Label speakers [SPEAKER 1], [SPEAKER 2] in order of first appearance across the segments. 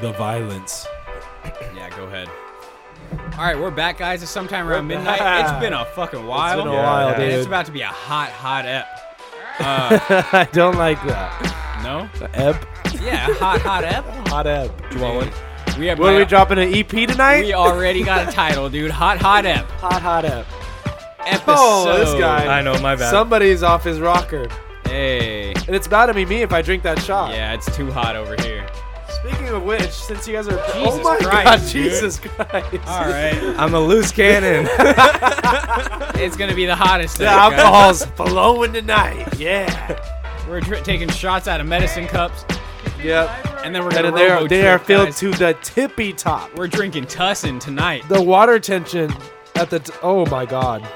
[SPEAKER 1] the violence.
[SPEAKER 2] Yeah, go ahead. All right, we're back, guys. It's sometime around midnight. It's been a fucking while.
[SPEAKER 3] been a while,
[SPEAKER 2] and
[SPEAKER 3] dude.
[SPEAKER 2] It's about to be a hot, hot ep.
[SPEAKER 3] I don't like that.
[SPEAKER 2] No?
[SPEAKER 3] Ep.
[SPEAKER 2] Yeah, a hot, hot ep.
[SPEAKER 3] Hot ep. Do you want one?
[SPEAKER 2] We have.
[SPEAKER 3] What are
[SPEAKER 2] my-
[SPEAKER 3] we dropping an EP tonight?
[SPEAKER 2] We already got a title, dude. Hot, hot ep.
[SPEAKER 3] hot hot ep.
[SPEAKER 2] Episode.
[SPEAKER 3] Oh, this guy.
[SPEAKER 4] I know, my bad.
[SPEAKER 3] Somebody's off his rocker,
[SPEAKER 2] Hey.
[SPEAKER 3] and it's bound to be me if I drink that shot.
[SPEAKER 2] Yeah, it's too hot over here.
[SPEAKER 3] Speaking of which, since you guys are oh
[SPEAKER 2] Jesus
[SPEAKER 3] my god,
[SPEAKER 2] Christ, dude.
[SPEAKER 3] Jesus Christ!
[SPEAKER 2] All right.
[SPEAKER 4] I'm a loose cannon.
[SPEAKER 2] It's going to be the hottest.
[SPEAKER 3] The
[SPEAKER 2] ep, guys.
[SPEAKER 3] alcohol's flowing tonight. Yeah.
[SPEAKER 2] We're dri taking shots out of medicine cups,
[SPEAKER 3] Yep.
[SPEAKER 2] and then we're going
[SPEAKER 3] And
[SPEAKER 2] to
[SPEAKER 3] they are, they are filled
[SPEAKER 2] guys.
[SPEAKER 3] to the tippy top.
[SPEAKER 2] We're drinking Tussin tonight.
[SPEAKER 3] The water tension at the t- oh my god.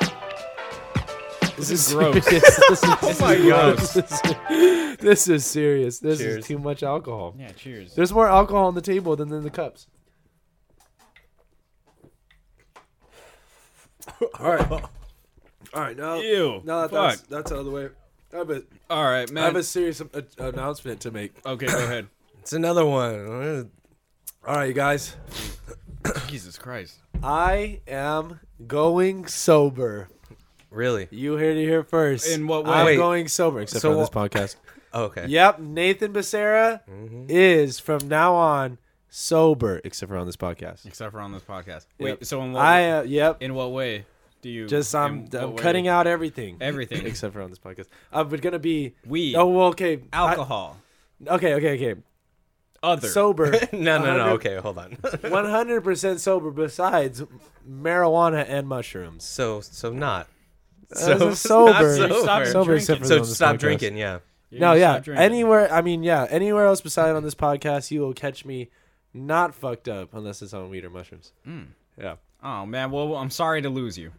[SPEAKER 3] This is
[SPEAKER 2] gross.
[SPEAKER 3] serious. This is, oh
[SPEAKER 4] my God.
[SPEAKER 3] This is serious. This
[SPEAKER 4] Cheers.
[SPEAKER 3] is too much alcohol.
[SPEAKER 2] Yeah, cheers.
[SPEAKER 3] There's more alcohol on the table than in the cups. All right. All right. Now,
[SPEAKER 2] Ew,
[SPEAKER 3] now that that's,
[SPEAKER 2] fuck.
[SPEAKER 3] that's out of the way, I have a,
[SPEAKER 2] All right,
[SPEAKER 3] I have
[SPEAKER 2] man.
[SPEAKER 3] a serious uh, announcement to make.
[SPEAKER 2] okay, go ahead.
[SPEAKER 4] it's another one.
[SPEAKER 3] All right, you guys.
[SPEAKER 2] Jesus Christ.
[SPEAKER 3] I am going sober.
[SPEAKER 4] Really?
[SPEAKER 3] You heard it here first.
[SPEAKER 2] In what way?
[SPEAKER 3] I'm
[SPEAKER 4] Wait.
[SPEAKER 3] going sober, except
[SPEAKER 4] So
[SPEAKER 3] on this
[SPEAKER 4] wha-
[SPEAKER 3] podcast.
[SPEAKER 4] Oh, Okay.
[SPEAKER 3] yep, Nathan Becerra
[SPEAKER 4] Mm-hmm.
[SPEAKER 3] is from now on sober, except for on this podcast.
[SPEAKER 2] Except for on this podcast.
[SPEAKER 3] Yep.
[SPEAKER 2] Wait, so in what,
[SPEAKER 3] I uh, yep.
[SPEAKER 2] in what way do you.
[SPEAKER 3] Just I'm,
[SPEAKER 2] in
[SPEAKER 3] I'm
[SPEAKER 2] what way-
[SPEAKER 3] cutting out everything.
[SPEAKER 2] Everything.
[SPEAKER 3] except for on this podcast. I'm gonna be
[SPEAKER 2] Weed.
[SPEAKER 3] Oh well, okay. I-
[SPEAKER 2] alcohol.
[SPEAKER 3] okay, okay, okay.
[SPEAKER 2] other.
[SPEAKER 3] Sober.
[SPEAKER 4] No, no, no.
[SPEAKER 3] 100
[SPEAKER 4] Okay, hold on.
[SPEAKER 3] 100% sober. Besides marijuana and mushrooms.
[SPEAKER 4] so, so not.
[SPEAKER 3] this
[SPEAKER 4] So
[SPEAKER 3] is sober.
[SPEAKER 4] Not
[SPEAKER 2] You stopped
[SPEAKER 4] sober.
[SPEAKER 3] Sober,
[SPEAKER 2] drinking.
[SPEAKER 3] except for
[SPEAKER 4] So
[SPEAKER 3] on this
[SPEAKER 4] stop
[SPEAKER 3] podcast.
[SPEAKER 4] drinking. Yeah.
[SPEAKER 2] You
[SPEAKER 3] No,
[SPEAKER 2] stop
[SPEAKER 3] yeah.
[SPEAKER 2] drinking.
[SPEAKER 3] Anywhere, I mean, yeah. Anywhere else beside on this podcast, you will catch me not fucked up unless it's on weed or mushrooms.
[SPEAKER 2] Mm.
[SPEAKER 3] Yeah,
[SPEAKER 2] Oh, man. Well, I'm sorry to lose you.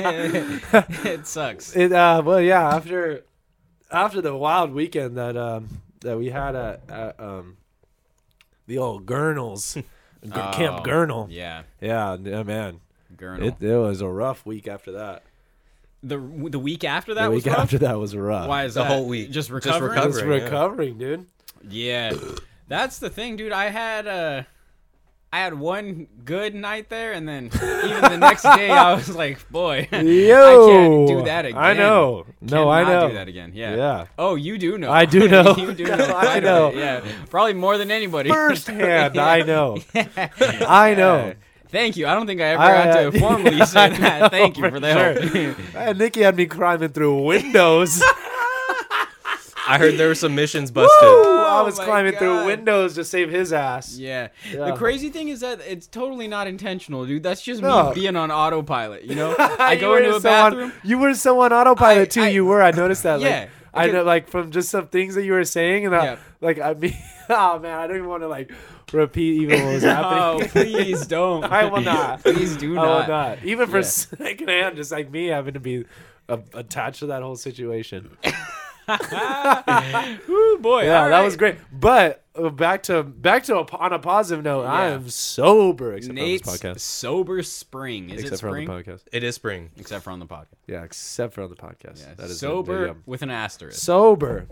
[SPEAKER 2] it sucks.
[SPEAKER 3] it. Uh, well, yeah. After, after the wild weekend that um that we had at, at um, the old Gurnals, Gur-
[SPEAKER 2] Oh,
[SPEAKER 3] Camp Gurnal.
[SPEAKER 2] Yeah.
[SPEAKER 3] Yeah, yeah, man.
[SPEAKER 2] Gurnal.
[SPEAKER 3] It, it was a rough week after that.
[SPEAKER 2] the, the week after that
[SPEAKER 3] the
[SPEAKER 2] was
[SPEAKER 3] week
[SPEAKER 2] rough?
[SPEAKER 3] after that was rough.
[SPEAKER 2] Why is
[SPEAKER 4] The
[SPEAKER 2] that?
[SPEAKER 4] whole week.
[SPEAKER 2] Just
[SPEAKER 4] Just
[SPEAKER 2] recovering?
[SPEAKER 3] I was
[SPEAKER 4] Recovering, yeah.
[SPEAKER 3] recovering, dude.
[SPEAKER 2] Yeah. That's the thing, dude. I had uh I had one good night there and then even the next day I was like, boy, I can't do that again.
[SPEAKER 3] I know. No, I
[SPEAKER 2] Cannot
[SPEAKER 3] know.
[SPEAKER 2] do that again. Yeah.
[SPEAKER 3] Yeah.
[SPEAKER 2] Oh, you do know.
[SPEAKER 3] I do know.
[SPEAKER 2] you do know.
[SPEAKER 3] I
[SPEAKER 2] quite a
[SPEAKER 3] know.
[SPEAKER 2] bit, Yeah. Probably more than anybody.
[SPEAKER 3] firsthand. I know. I know.
[SPEAKER 2] Thank you. I don't think I ever
[SPEAKER 3] I-
[SPEAKER 2] had to
[SPEAKER 3] I-
[SPEAKER 2] formally
[SPEAKER 3] I
[SPEAKER 2] say that.
[SPEAKER 3] know,
[SPEAKER 2] Thank you for the
[SPEAKER 3] sure.
[SPEAKER 2] help.
[SPEAKER 3] Uh, Nikki had me climbing through windows.
[SPEAKER 4] I heard there were some missions busted.
[SPEAKER 3] Ooh, I
[SPEAKER 2] Oh
[SPEAKER 3] was
[SPEAKER 2] my
[SPEAKER 3] climbing through
[SPEAKER 2] God.
[SPEAKER 3] windows to save his ass.
[SPEAKER 2] Yeah.
[SPEAKER 3] Yeah.
[SPEAKER 2] The crazy thing is that it's totally not intentional, dude. That's just
[SPEAKER 3] No.
[SPEAKER 2] me being on autopilot, you know? I
[SPEAKER 3] You
[SPEAKER 2] go
[SPEAKER 3] were
[SPEAKER 2] into a
[SPEAKER 3] so on-
[SPEAKER 2] bathroom.
[SPEAKER 3] you were so on autopilot
[SPEAKER 2] I-
[SPEAKER 3] too.
[SPEAKER 2] I-
[SPEAKER 3] you were. I noticed that. Like,
[SPEAKER 2] Yeah,
[SPEAKER 3] I
[SPEAKER 2] okay.
[SPEAKER 3] know, like from just some things that you were saying, and I,
[SPEAKER 2] Yeah.
[SPEAKER 3] like I mean, oh man, I don't even want to like repeat even what was
[SPEAKER 2] Oh,
[SPEAKER 3] happening.
[SPEAKER 2] please don't.
[SPEAKER 3] I will not.
[SPEAKER 2] Please
[SPEAKER 3] I
[SPEAKER 2] do not.
[SPEAKER 3] will not. Even for
[SPEAKER 2] Yeah.
[SPEAKER 3] second hand, just like me having to be uh, attached to that whole situation.
[SPEAKER 2] Woo, boy.
[SPEAKER 3] Yeah,
[SPEAKER 2] all
[SPEAKER 3] that
[SPEAKER 2] right.
[SPEAKER 3] was great. But uh, back to back to a, on a positive note, I
[SPEAKER 2] Yeah.
[SPEAKER 3] am sober except for on this
[SPEAKER 2] Nate's
[SPEAKER 3] podcast.
[SPEAKER 2] sober spring. Is
[SPEAKER 3] Except
[SPEAKER 2] it spring?
[SPEAKER 3] for on the podcast.
[SPEAKER 4] It is spring.
[SPEAKER 2] Except for on the podcast.
[SPEAKER 3] Yeah, except for on the podcast.
[SPEAKER 2] Yeah.
[SPEAKER 3] That is
[SPEAKER 2] sober
[SPEAKER 3] yeah.
[SPEAKER 2] with an asterisk.
[SPEAKER 3] Sober,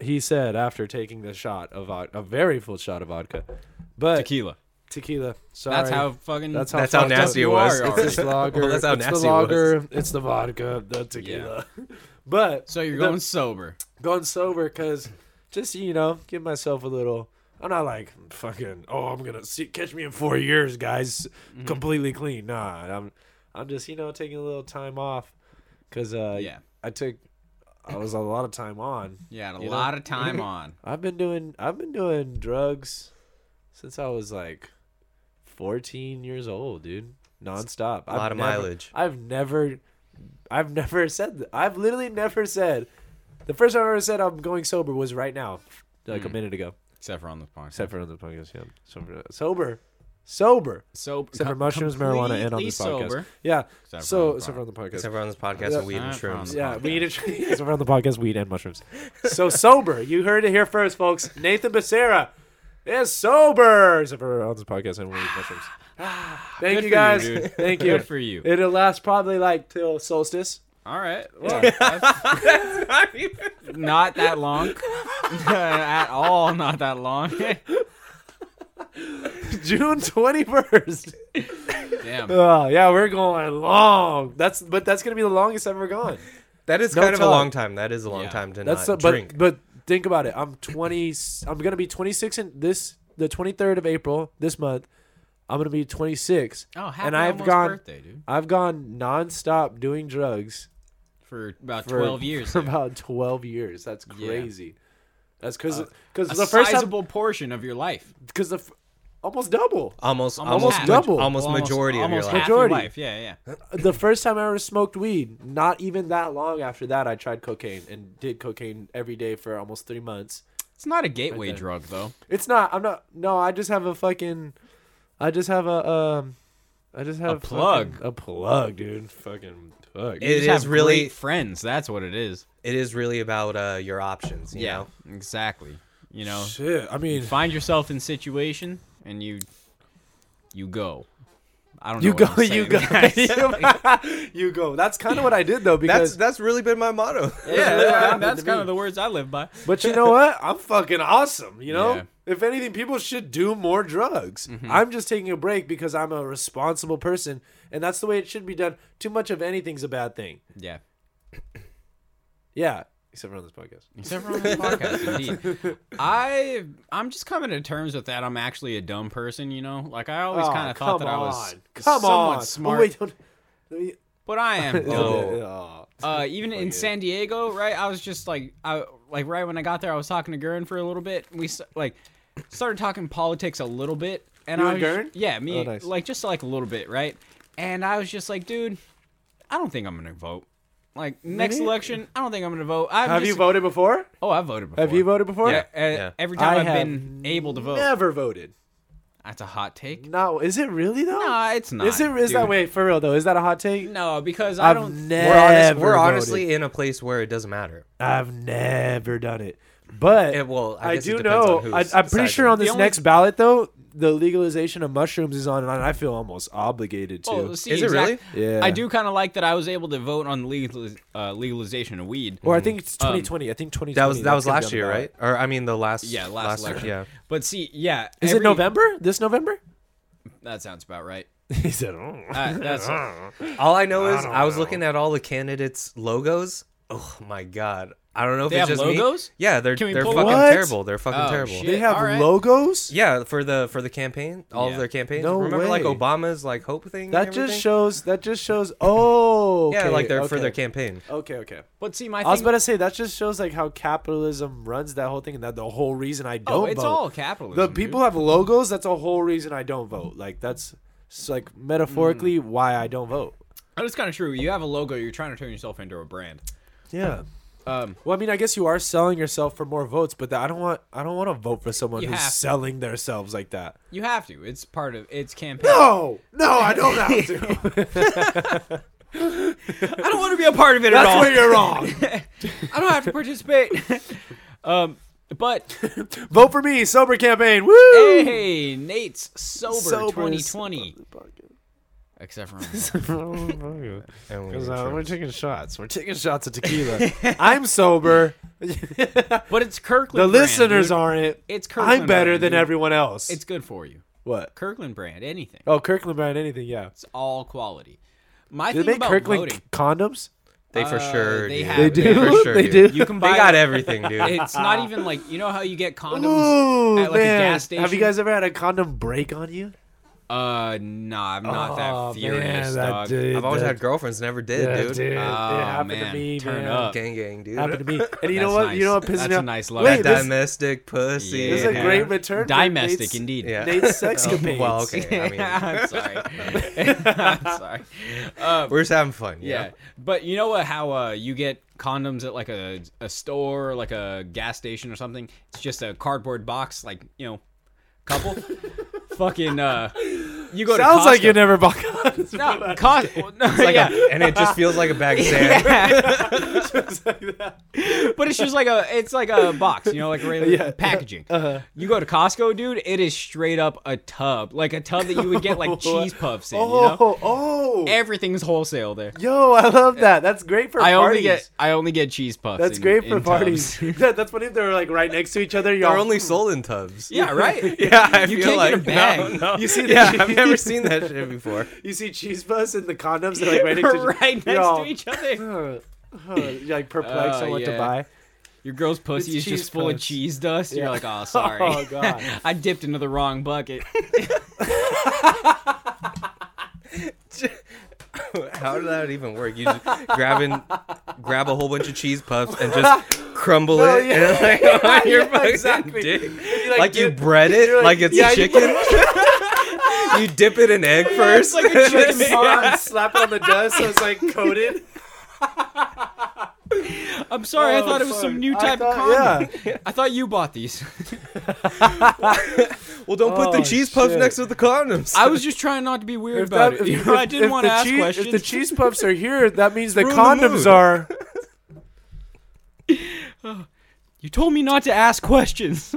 [SPEAKER 3] he said after taking the shot of vod- a very full shot of vodka, but tequila.
[SPEAKER 2] Tequila.
[SPEAKER 3] sorry.
[SPEAKER 2] That's how fucking.
[SPEAKER 3] That's how,
[SPEAKER 4] That's how
[SPEAKER 3] fucked up
[SPEAKER 4] nasty it
[SPEAKER 3] you
[SPEAKER 4] was.
[SPEAKER 3] are
[SPEAKER 2] It's
[SPEAKER 3] already.
[SPEAKER 2] just
[SPEAKER 3] lager.
[SPEAKER 4] Well, that's how
[SPEAKER 3] it's
[SPEAKER 4] nasty
[SPEAKER 3] the
[SPEAKER 4] it was.
[SPEAKER 3] lager. It's the vodka. The tequila. but
[SPEAKER 2] So you're
[SPEAKER 3] the-
[SPEAKER 2] going sober.
[SPEAKER 3] going sober because just you know give myself a little i'm not like fucking oh i'm gonna see, catch me in four years guys
[SPEAKER 2] Mm-hmm.
[SPEAKER 3] completely clean nah i'm i'm just you know taking a little time off because uh
[SPEAKER 2] Yeah.
[SPEAKER 3] i took i was a lot of time on
[SPEAKER 2] You had a
[SPEAKER 3] You know?
[SPEAKER 2] lot of time on.
[SPEAKER 3] i've been doing i've been doing drugs since i was like 14 years old dude nonstop
[SPEAKER 4] A lot of mileage.
[SPEAKER 3] I've never, I've never said. That. I've literally never said. The first time I ever said I'm going sober was right now, like a
[SPEAKER 4] Mm.
[SPEAKER 3] minute ago.
[SPEAKER 2] Except for on the podcast.
[SPEAKER 3] Except for on the podcast, yeah. So- Sober, sober.
[SPEAKER 2] sober.
[SPEAKER 3] Except for mushrooms, marijuana, and on
[SPEAKER 2] completely
[SPEAKER 3] this podcast.
[SPEAKER 2] sober.
[SPEAKER 3] Yeah.
[SPEAKER 2] Except for on
[SPEAKER 3] so
[SPEAKER 2] the
[SPEAKER 3] except for on the podcast.
[SPEAKER 4] Except for on this podcast
[SPEAKER 3] Yeah.
[SPEAKER 4] and weed and
[SPEAKER 2] Not from
[SPEAKER 4] shrooms.
[SPEAKER 2] the
[SPEAKER 3] yeah,
[SPEAKER 2] podcast.
[SPEAKER 3] weed and except for on the podcast, weed and mushrooms. So sober. You heard it here first, folks. Nathan Becerra is sober. Except for on this podcast and weed and mushrooms. Thank
[SPEAKER 2] Ah, Good
[SPEAKER 3] you
[SPEAKER 2] for
[SPEAKER 3] guys.
[SPEAKER 2] you, dude.
[SPEAKER 3] Thank you.
[SPEAKER 2] Good for you.
[SPEAKER 3] It'll last probably like till solstice.
[SPEAKER 2] All right. Well, that's not that long. at all, not that long.
[SPEAKER 3] June twenty first.
[SPEAKER 2] Damn.
[SPEAKER 3] Oh yeah, we're going long. That's but that's gonna be the longest I've ever gone.
[SPEAKER 4] That is
[SPEAKER 3] No
[SPEAKER 4] kind of a
[SPEAKER 3] talk.
[SPEAKER 4] long time. That is a long
[SPEAKER 2] Yeah.
[SPEAKER 4] time to
[SPEAKER 3] That's
[SPEAKER 4] not
[SPEAKER 3] the- but
[SPEAKER 4] drink.
[SPEAKER 3] but think about it. I'm twenty. I'm gonna be twenty six in this the twenty third of April this month. I'm gonna be twenty six.
[SPEAKER 2] Oh, happy
[SPEAKER 3] and I've
[SPEAKER 2] almost
[SPEAKER 3] gone.
[SPEAKER 2] birthday, dude.
[SPEAKER 3] I've gone nonstop doing drugs
[SPEAKER 2] For about
[SPEAKER 3] for
[SPEAKER 2] 12 years.
[SPEAKER 3] For
[SPEAKER 2] dude.
[SPEAKER 3] about twelve years. That's
[SPEAKER 2] Yeah. Uh,
[SPEAKER 3] crazy. That's because
[SPEAKER 2] A
[SPEAKER 3] the first time
[SPEAKER 2] sizable portion of your life.
[SPEAKER 3] because the f- almost double.
[SPEAKER 2] Almost
[SPEAKER 4] almost, almost,
[SPEAKER 2] half.
[SPEAKER 4] ma-
[SPEAKER 3] Double.
[SPEAKER 4] almost majority of your
[SPEAKER 2] almost
[SPEAKER 4] life.
[SPEAKER 2] half your
[SPEAKER 3] Majority.
[SPEAKER 2] life. Yeah, yeah.
[SPEAKER 3] the first time I ever smoked weed, not even that long after that, I tried cocaine and did cocaine every day for almost three months.
[SPEAKER 2] It's not a gateway
[SPEAKER 3] there.
[SPEAKER 2] drug though.
[SPEAKER 3] It's not. I'm not. No, I just have a fucking. I just have a. Um, I just have
[SPEAKER 2] plug.
[SPEAKER 3] fucking- a plug, dude. Fucking plug.
[SPEAKER 4] It
[SPEAKER 2] Just
[SPEAKER 4] is
[SPEAKER 2] have
[SPEAKER 4] really-
[SPEAKER 2] great friends. That's what it is.
[SPEAKER 4] It is really about uh, your options. You know?
[SPEAKER 2] exactly. You know,
[SPEAKER 3] Shit. I mean,
[SPEAKER 2] find yourself in situation and you you go. I don't know.
[SPEAKER 3] you
[SPEAKER 2] what
[SPEAKER 3] go,
[SPEAKER 2] I'm
[SPEAKER 3] you
[SPEAKER 2] saying,
[SPEAKER 3] go,
[SPEAKER 2] guys.
[SPEAKER 3] you go. That's kind of what I did though,
[SPEAKER 4] That's
[SPEAKER 3] because.
[SPEAKER 4] that's really been my motto.
[SPEAKER 2] yeah,
[SPEAKER 3] what
[SPEAKER 2] that-
[SPEAKER 3] happened
[SPEAKER 2] that's
[SPEAKER 3] to
[SPEAKER 2] kind
[SPEAKER 3] me.
[SPEAKER 2] of the words I live by.
[SPEAKER 3] but you know what? I'm fucking awesome. You know,
[SPEAKER 2] Yeah. Mm-hmm.
[SPEAKER 3] if anything, people should do more drugs. I'm just taking a break because I'm a responsible person, and that's the way it should be done. Too much of anything's a bad thing.
[SPEAKER 2] Yeah.
[SPEAKER 3] Yeah, except for on this podcast.
[SPEAKER 2] Except for on the podcast, indeed. I I'm just coming to terms with that. I'm actually a dumb person, you know. Like I always
[SPEAKER 3] Oh,
[SPEAKER 2] kind of thought
[SPEAKER 3] come
[SPEAKER 2] that I was
[SPEAKER 3] on. come
[SPEAKER 2] somewhat
[SPEAKER 3] on.
[SPEAKER 2] smart,
[SPEAKER 3] Oh, wait, don't. let me-
[SPEAKER 2] but I am dumb.
[SPEAKER 3] Oh.
[SPEAKER 2] uh, even in San Diego, right? I was just like, I like right when I got there, I was talking to Gurren for a little bit. We s- like started talking politics a little bit, and
[SPEAKER 3] You
[SPEAKER 2] I
[SPEAKER 3] and
[SPEAKER 2] was
[SPEAKER 3] Gurren?
[SPEAKER 2] yeah, me
[SPEAKER 3] Oh, nice.
[SPEAKER 2] like just like a little bit, right? And I was just like, dude, I don't think I'm gonna vote. Like next
[SPEAKER 3] Really?
[SPEAKER 2] election, I don't think I'm gonna vote. i
[SPEAKER 3] Have you voted before?
[SPEAKER 2] Oh, I voted before.
[SPEAKER 3] Have you voted before?
[SPEAKER 2] Yeah, uh,
[SPEAKER 4] Yeah.
[SPEAKER 2] Every time
[SPEAKER 3] I
[SPEAKER 2] I have
[SPEAKER 3] have
[SPEAKER 2] been able to vote,
[SPEAKER 3] Never voted.
[SPEAKER 2] that's a hot take.
[SPEAKER 3] No, is it really though?
[SPEAKER 2] Nah, it's not.
[SPEAKER 3] is it is that
[SPEAKER 2] dude.
[SPEAKER 3] wait for real though? Is that a hot take?
[SPEAKER 2] No, because I
[SPEAKER 3] I've
[SPEAKER 2] don't.
[SPEAKER 4] We're, honest,
[SPEAKER 3] never
[SPEAKER 4] we're
[SPEAKER 3] voted.
[SPEAKER 4] honestly in a place where it doesn't matter.
[SPEAKER 3] I've never done it, but
[SPEAKER 4] It- well, I
[SPEAKER 3] I,
[SPEAKER 4] guess it
[SPEAKER 3] do
[SPEAKER 4] depends
[SPEAKER 3] know.
[SPEAKER 4] on who's
[SPEAKER 3] I, I'm pretty
[SPEAKER 4] deciding.
[SPEAKER 3] sure on this
[SPEAKER 2] The only-
[SPEAKER 3] next ballot though, the legalization of mushrooms is on, and I feel almost obligated to.
[SPEAKER 2] Oh, see,
[SPEAKER 4] Is it
[SPEAKER 2] exact-
[SPEAKER 3] really? Yeah.
[SPEAKER 2] I do kind of like that I was able to vote on legal, uh, legalization of weed.
[SPEAKER 3] or I think it's 2020. I think 2020.
[SPEAKER 4] um, That was that
[SPEAKER 3] that's
[SPEAKER 4] was
[SPEAKER 3] gonna be
[SPEAKER 4] last
[SPEAKER 3] on the
[SPEAKER 4] year,
[SPEAKER 3] ballot.
[SPEAKER 4] right? Or I mean, the last
[SPEAKER 2] yeah, last, election.
[SPEAKER 4] Yeah.
[SPEAKER 2] But see, yeah.
[SPEAKER 3] Is
[SPEAKER 2] every-
[SPEAKER 3] it November? This November?
[SPEAKER 2] That sounds about right.
[SPEAKER 3] he said, oh.
[SPEAKER 2] Uh, that's,
[SPEAKER 4] All I know is I, was looking at all the candidates' logos. Oh my god! I don't know if
[SPEAKER 2] They
[SPEAKER 4] it's
[SPEAKER 2] have
[SPEAKER 4] just me.
[SPEAKER 2] logos?
[SPEAKER 4] Yeah, they're
[SPEAKER 2] Can we
[SPEAKER 4] they're
[SPEAKER 2] pull
[SPEAKER 4] fucking
[SPEAKER 2] it up?
[SPEAKER 3] What?
[SPEAKER 4] terrible. They're fucking
[SPEAKER 2] Oh,
[SPEAKER 4] terrible.
[SPEAKER 2] shit.
[SPEAKER 3] They have
[SPEAKER 2] All right.
[SPEAKER 3] logos?
[SPEAKER 4] Yeah, for the for the campaign, all
[SPEAKER 2] Yeah.
[SPEAKER 4] of their campaigns.
[SPEAKER 3] No
[SPEAKER 4] Remember, like
[SPEAKER 3] way.
[SPEAKER 4] Obama's like hope thing. and
[SPEAKER 3] That just
[SPEAKER 4] everything?
[SPEAKER 3] shows. That just shows. Oh, okay,
[SPEAKER 4] Yeah, like they're for
[SPEAKER 3] okay.
[SPEAKER 4] their campaign.
[SPEAKER 3] Okay, okay.
[SPEAKER 2] but see, my
[SPEAKER 3] I, was
[SPEAKER 2] thing.
[SPEAKER 3] about to say that just shows like how capitalism runs that whole thing, and that the whole reason I don't
[SPEAKER 2] oh, it's
[SPEAKER 3] vote.
[SPEAKER 2] all capitalism.
[SPEAKER 3] the
[SPEAKER 2] dude.
[SPEAKER 3] people have logos. That's a whole reason I don't vote. Like that's it's like metaphorically why I don't vote.
[SPEAKER 2] That is kind of true. You have a logo. You're trying to turn yourself into a brand.
[SPEAKER 3] Yeah.
[SPEAKER 2] Um,
[SPEAKER 3] Well, I mean, I guess you are selling yourself for more votes, but that, I don't want. I don't want to vote for someone
[SPEAKER 2] You
[SPEAKER 3] who's
[SPEAKER 2] have to.
[SPEAKER 3] selling themselves like that.
[SPEAKER 2] you have to. It's part of. It's campaign.
[SPEAKER 3] No, no, I don't have to.
[SPEAKER 2] I don't want to be a part of it at
[SPEAKER 3] that's
[SPEAKER 2] all.
[SPEAKER 3] where you're wrong.
[SPEAKER 2] I don't have to participate. um, but
[SPEAKER 3] Vote for me, sober campaign. Woo!
[SPEAKER 2] hey, Nate's sober,
[SPEAKER 3] Sober
[SPEAKER 2] 2020. Except for
[SPEAKER 4] And we
[SPEAKER 3] Because
[SPEAKER 4] were
[SPEAKER 3] uh,
[SPEAKER 4] sure.
[SPEAKER 3] we're taking shots. We're taking shots of tequila. I'm sober. the
[SPEAKER 2] but it's Kirkland. brand,
[SPEAKER 3] listeners
[SPEAKER 2] dude.
[SPEAKER 3] aren't.
[SPEAKER 2] It's Kirkland.
[SPEAKER 3] I'm better
[SPEAKER 2] brand,
[SPEAKER 3] than
[SPEAKER 2] dude.
[SPEAKER 3] everyone else.
[SPEAKER 2] It's good for you.
[SPEAKER 3] what?
[SPEAKER 2] Kirkland brand, anything.
[SPEAKER 3] Oh, Kirkland brand anything? Yeah.
[SPEAKER 2] It's all quality. My
[SPEAKER 3] Do
[SPEAKER 2] thing
[SPEAKER 3] they make
[SPEAKER 2] about
[SPEAKER 3] Kirkland
[SPEAKER 2] voting,
[SPEAKER 3] c- condoms?
[SPEAKER 4] They for
[SPEAKER 2] Uh,
[SPEAKER 4] sure.
[SPEAKER 2] they
[SPEAKER 4] do.
[SPEAKER 2] have They it. do?
[SPEAKER 4] For sure
[SPEAKER 3] They do? You
[SPEAKER 2] can
[SPEAKER 4] They
[SPEAKER 2] buy-
[SPEAKER 4] got everything, dude.
[SPEAKER 2] it's not even like you know how you get condoms
[SPEAKER 3] Ooh,
[SPEAKER 2] at like
[SPEAKER 3] man.
[SPEAKER 2] a gas station.
[SPEAKER 3] Have you guys ever had a condom break on you?
[SPEAKER 2] Uh, nah, I'm not
[SPEAKER 3] Oh,
[SPEAKER 2] that furious,
[SPEAKER 3] man, that
[SPEAKER 2] dog.
[SPEAKER 3] dude,
[SPEAKER 4] I've always
[SPEAKER 3] that-
[SPEAKER 4] had girlfriends, never did,
[SPEAKER 3] yeah,
[SPEAKER 4] dude.
[SPEAKER 3] It
[SPEAKER 2] Oh,
[SPEAKER 3] happened to
[SPEAKER 2] man.
[SPEAKER 3] me,
[SPEAKER 2] Turn
[SPEAKER 3] man.
[SPEAKER 2] up.
[SPEAKER 4] Gang, gang, dude.
[SPEAKER 3] Happened to me. And you know
[SPEAKER 2] That's
[SPEAKER 3] what? You
[SPEAKER 2] nice.
[SPEAKER 3] know what pisses
[SPEAKER 2] That's
[SPEAKER 3] me
[SPEAKER 2] a
[SPEAKER 3] off?
[SPEAKER 2] nice love.
[SPEAKER 3] Wait,
[SPEAKER 4] that
[SPEAKER 3] this,
[SPEAKER 4] domestic pussy.
[SPEAKER 3] this is a
[SPEAKER 2] Yeah.
[SPEAKER 3] great return. for
[SPEAKER 2] Domestic,
[SPEAKER 3] Nate's-
[SPEAKER 2] indeed.
[SPEAKER 4] Yeah.
[SPEAKER 3] Nate's sex
[SPEAKER 4] Oh, well,
[SPEAKER 3] capades.
[SPEAKER 4] okay. I mean,
[SPEAKER 2] I'm sorry. I'm sorry. Um,
[SPEAKER 4] we're just having fun.
[SPEAKER 2] yeah.
[SPEAKER 4] Yeah.
[SPEAKER 2] but you know what? How uh, you get condoms at like a a store, like a gas station or something? It's just a cardboard box, like you know, couple. Fucking uh, you go
[SPEAKER 3] Sounds
[SPEAKER 2] to Costco.
[SPEAKER 3] like you never bought condoms.
[SPEAKER 2] no, Cost- well, no,
[SPEAKER 4] It's like
[SPEAKER 2] yeah.
[SPEAKER 4] a, and it just feels like a bag of sand.
[SPEAKER 3] Just like that.
[SPEAKER 2] but it's just like a it's like a box, you know, like regular
[SPEAKER 3] Yeah. Uh-huh.
[SPEAKER 2] packaging. You go to Costco, dude, it is straight up a tub, like a tub that you would get like cheese puffs in.
[SPEAKER 3] Oh,
[SPEAKER 2] You know,
[SPEAKER 3] oh.
[SPEAKER 2] everything's wholesale there.
[SPEAKER 3] Yo, I love that. That's great for
[SPEAKER 2] I
[SPEAKER 3] parties.
[SPEAKER 2] only get I only get cheese puffs.
[SPEAKER 3] That's
[SPEAKER 2] in-
[SPEAKER 3] great
[SPEAKER 2] in
[SPEAKER 3] for
[SPEAKER 2] tubs.
[SPEAKER 3] parties. that, that's funny if they're like right next to each other. Y'all
[SPEAKER 4] They're only sold in tubs.
[SPEAKER 2] Yeah, right.
[SPEAKER 4] Yeah, I
[SPEAKER 2] You
[SPEAKER 4] feel
[SPEAKER 2] can't
[SPEAKER 4] like
[SPEAKER 2] get a bag.
[SPEAKER 4] No, no.
[SPEAKER 3] You see
[SPEAKER 4] yeah,
[SPEAKER 3] that-
[SPEAKER 4] I've never seen that shit before.
[SPEAKER 3] You see cheese puffs and the condoms. They're like right next to
[SPEAKER 2] right next to each other.
[SPEAKER 3] other. You're like perplexed
[SPEAKER 2] Oh,
[SPEAKER 3] on what to
[SPEAKER 2] yeah.
[SPEAKER 3] buy.
[SPEAKER 2] Your girl's pussy
[SPEAKER 3] It's
[SPEAKER 2] is
[SPEAKER 3] cheese
[SPEAKER 2] just full of
[SPEAKER 3] puffs.
[SPEAKER 2] cheese dust.
[SPEAKER 3] Yeah.
[SPEAKER 2] You're like, oh, sorry.
[SPEAKER 3] Oh, God.
[SPEAKER 2] I dipped into the wrong bucket.
[SPEAKER 4] How did that even work? You just grab and grab a whole bunch of cheese puffs and just crumble
[SPEAKER 3] No,
[SPEAKER 4] it
[SPEAKER 3] yeah.
[SPEAKER 4] and like on your
[SPEAKER 3] Yeah,
[SPEAKER 4] fucking
[SPEAKER 3] exactly.
[SPEAKER 4] dick.
[SPEAKER 3] like,
[SPEAKER 4] Like, you
[SPEAKER 3] dip-
[SPEAKER 4] bread it like, it's
[SPEAKER 3] yeah, you-
[SPEAKER 4] chicken. you dip it in egg first.
[SPEAKER 2] like a chicken
[SPEAKER 3] Yeah. Slap it on the dust. So it's like coated.
[SPEAKER 2] I'm sorry. I
[SPEAKER 3] Oh,
[SPEAKER 2] thought it was
[SPEAKER 3] fuck.
[SPEAKER 2] some new
[SPEAKER 3] I
[SPEAKER 2] type of
[SPEAKER 3] thought-
[SPEAKER 2] condom. I thought you bought these.
[SPEAKER 4] well, don't put
[SPEAKER 3] Oh,
[SPEAKER 4] the cheese puffs
[SPEAKER 3] shit. next
[SPEAKER 4] next to the condoms.
[SPEAKER 2] I was just trying not to be weird about
[SPEAKER 3] that-
[SPEAKER 2] it. you know, I
[SPEAKER 3] if
[SPEAKER 2] didn't want to
[SPEAKER 3] the
[SPEAKER 2] ask
[SPEAKER 3] cheese-
[SPEAKER 2] questions.
[SPEAKER 3] If the cheese puffs are here, that means the
[SPEAKER 4] Ruin the
[SPEAKER 3] condoms
[SPEAKER 4] mood.
[SPEAKER 3] are.
[SPEAKER 2] you told me not to ask questions.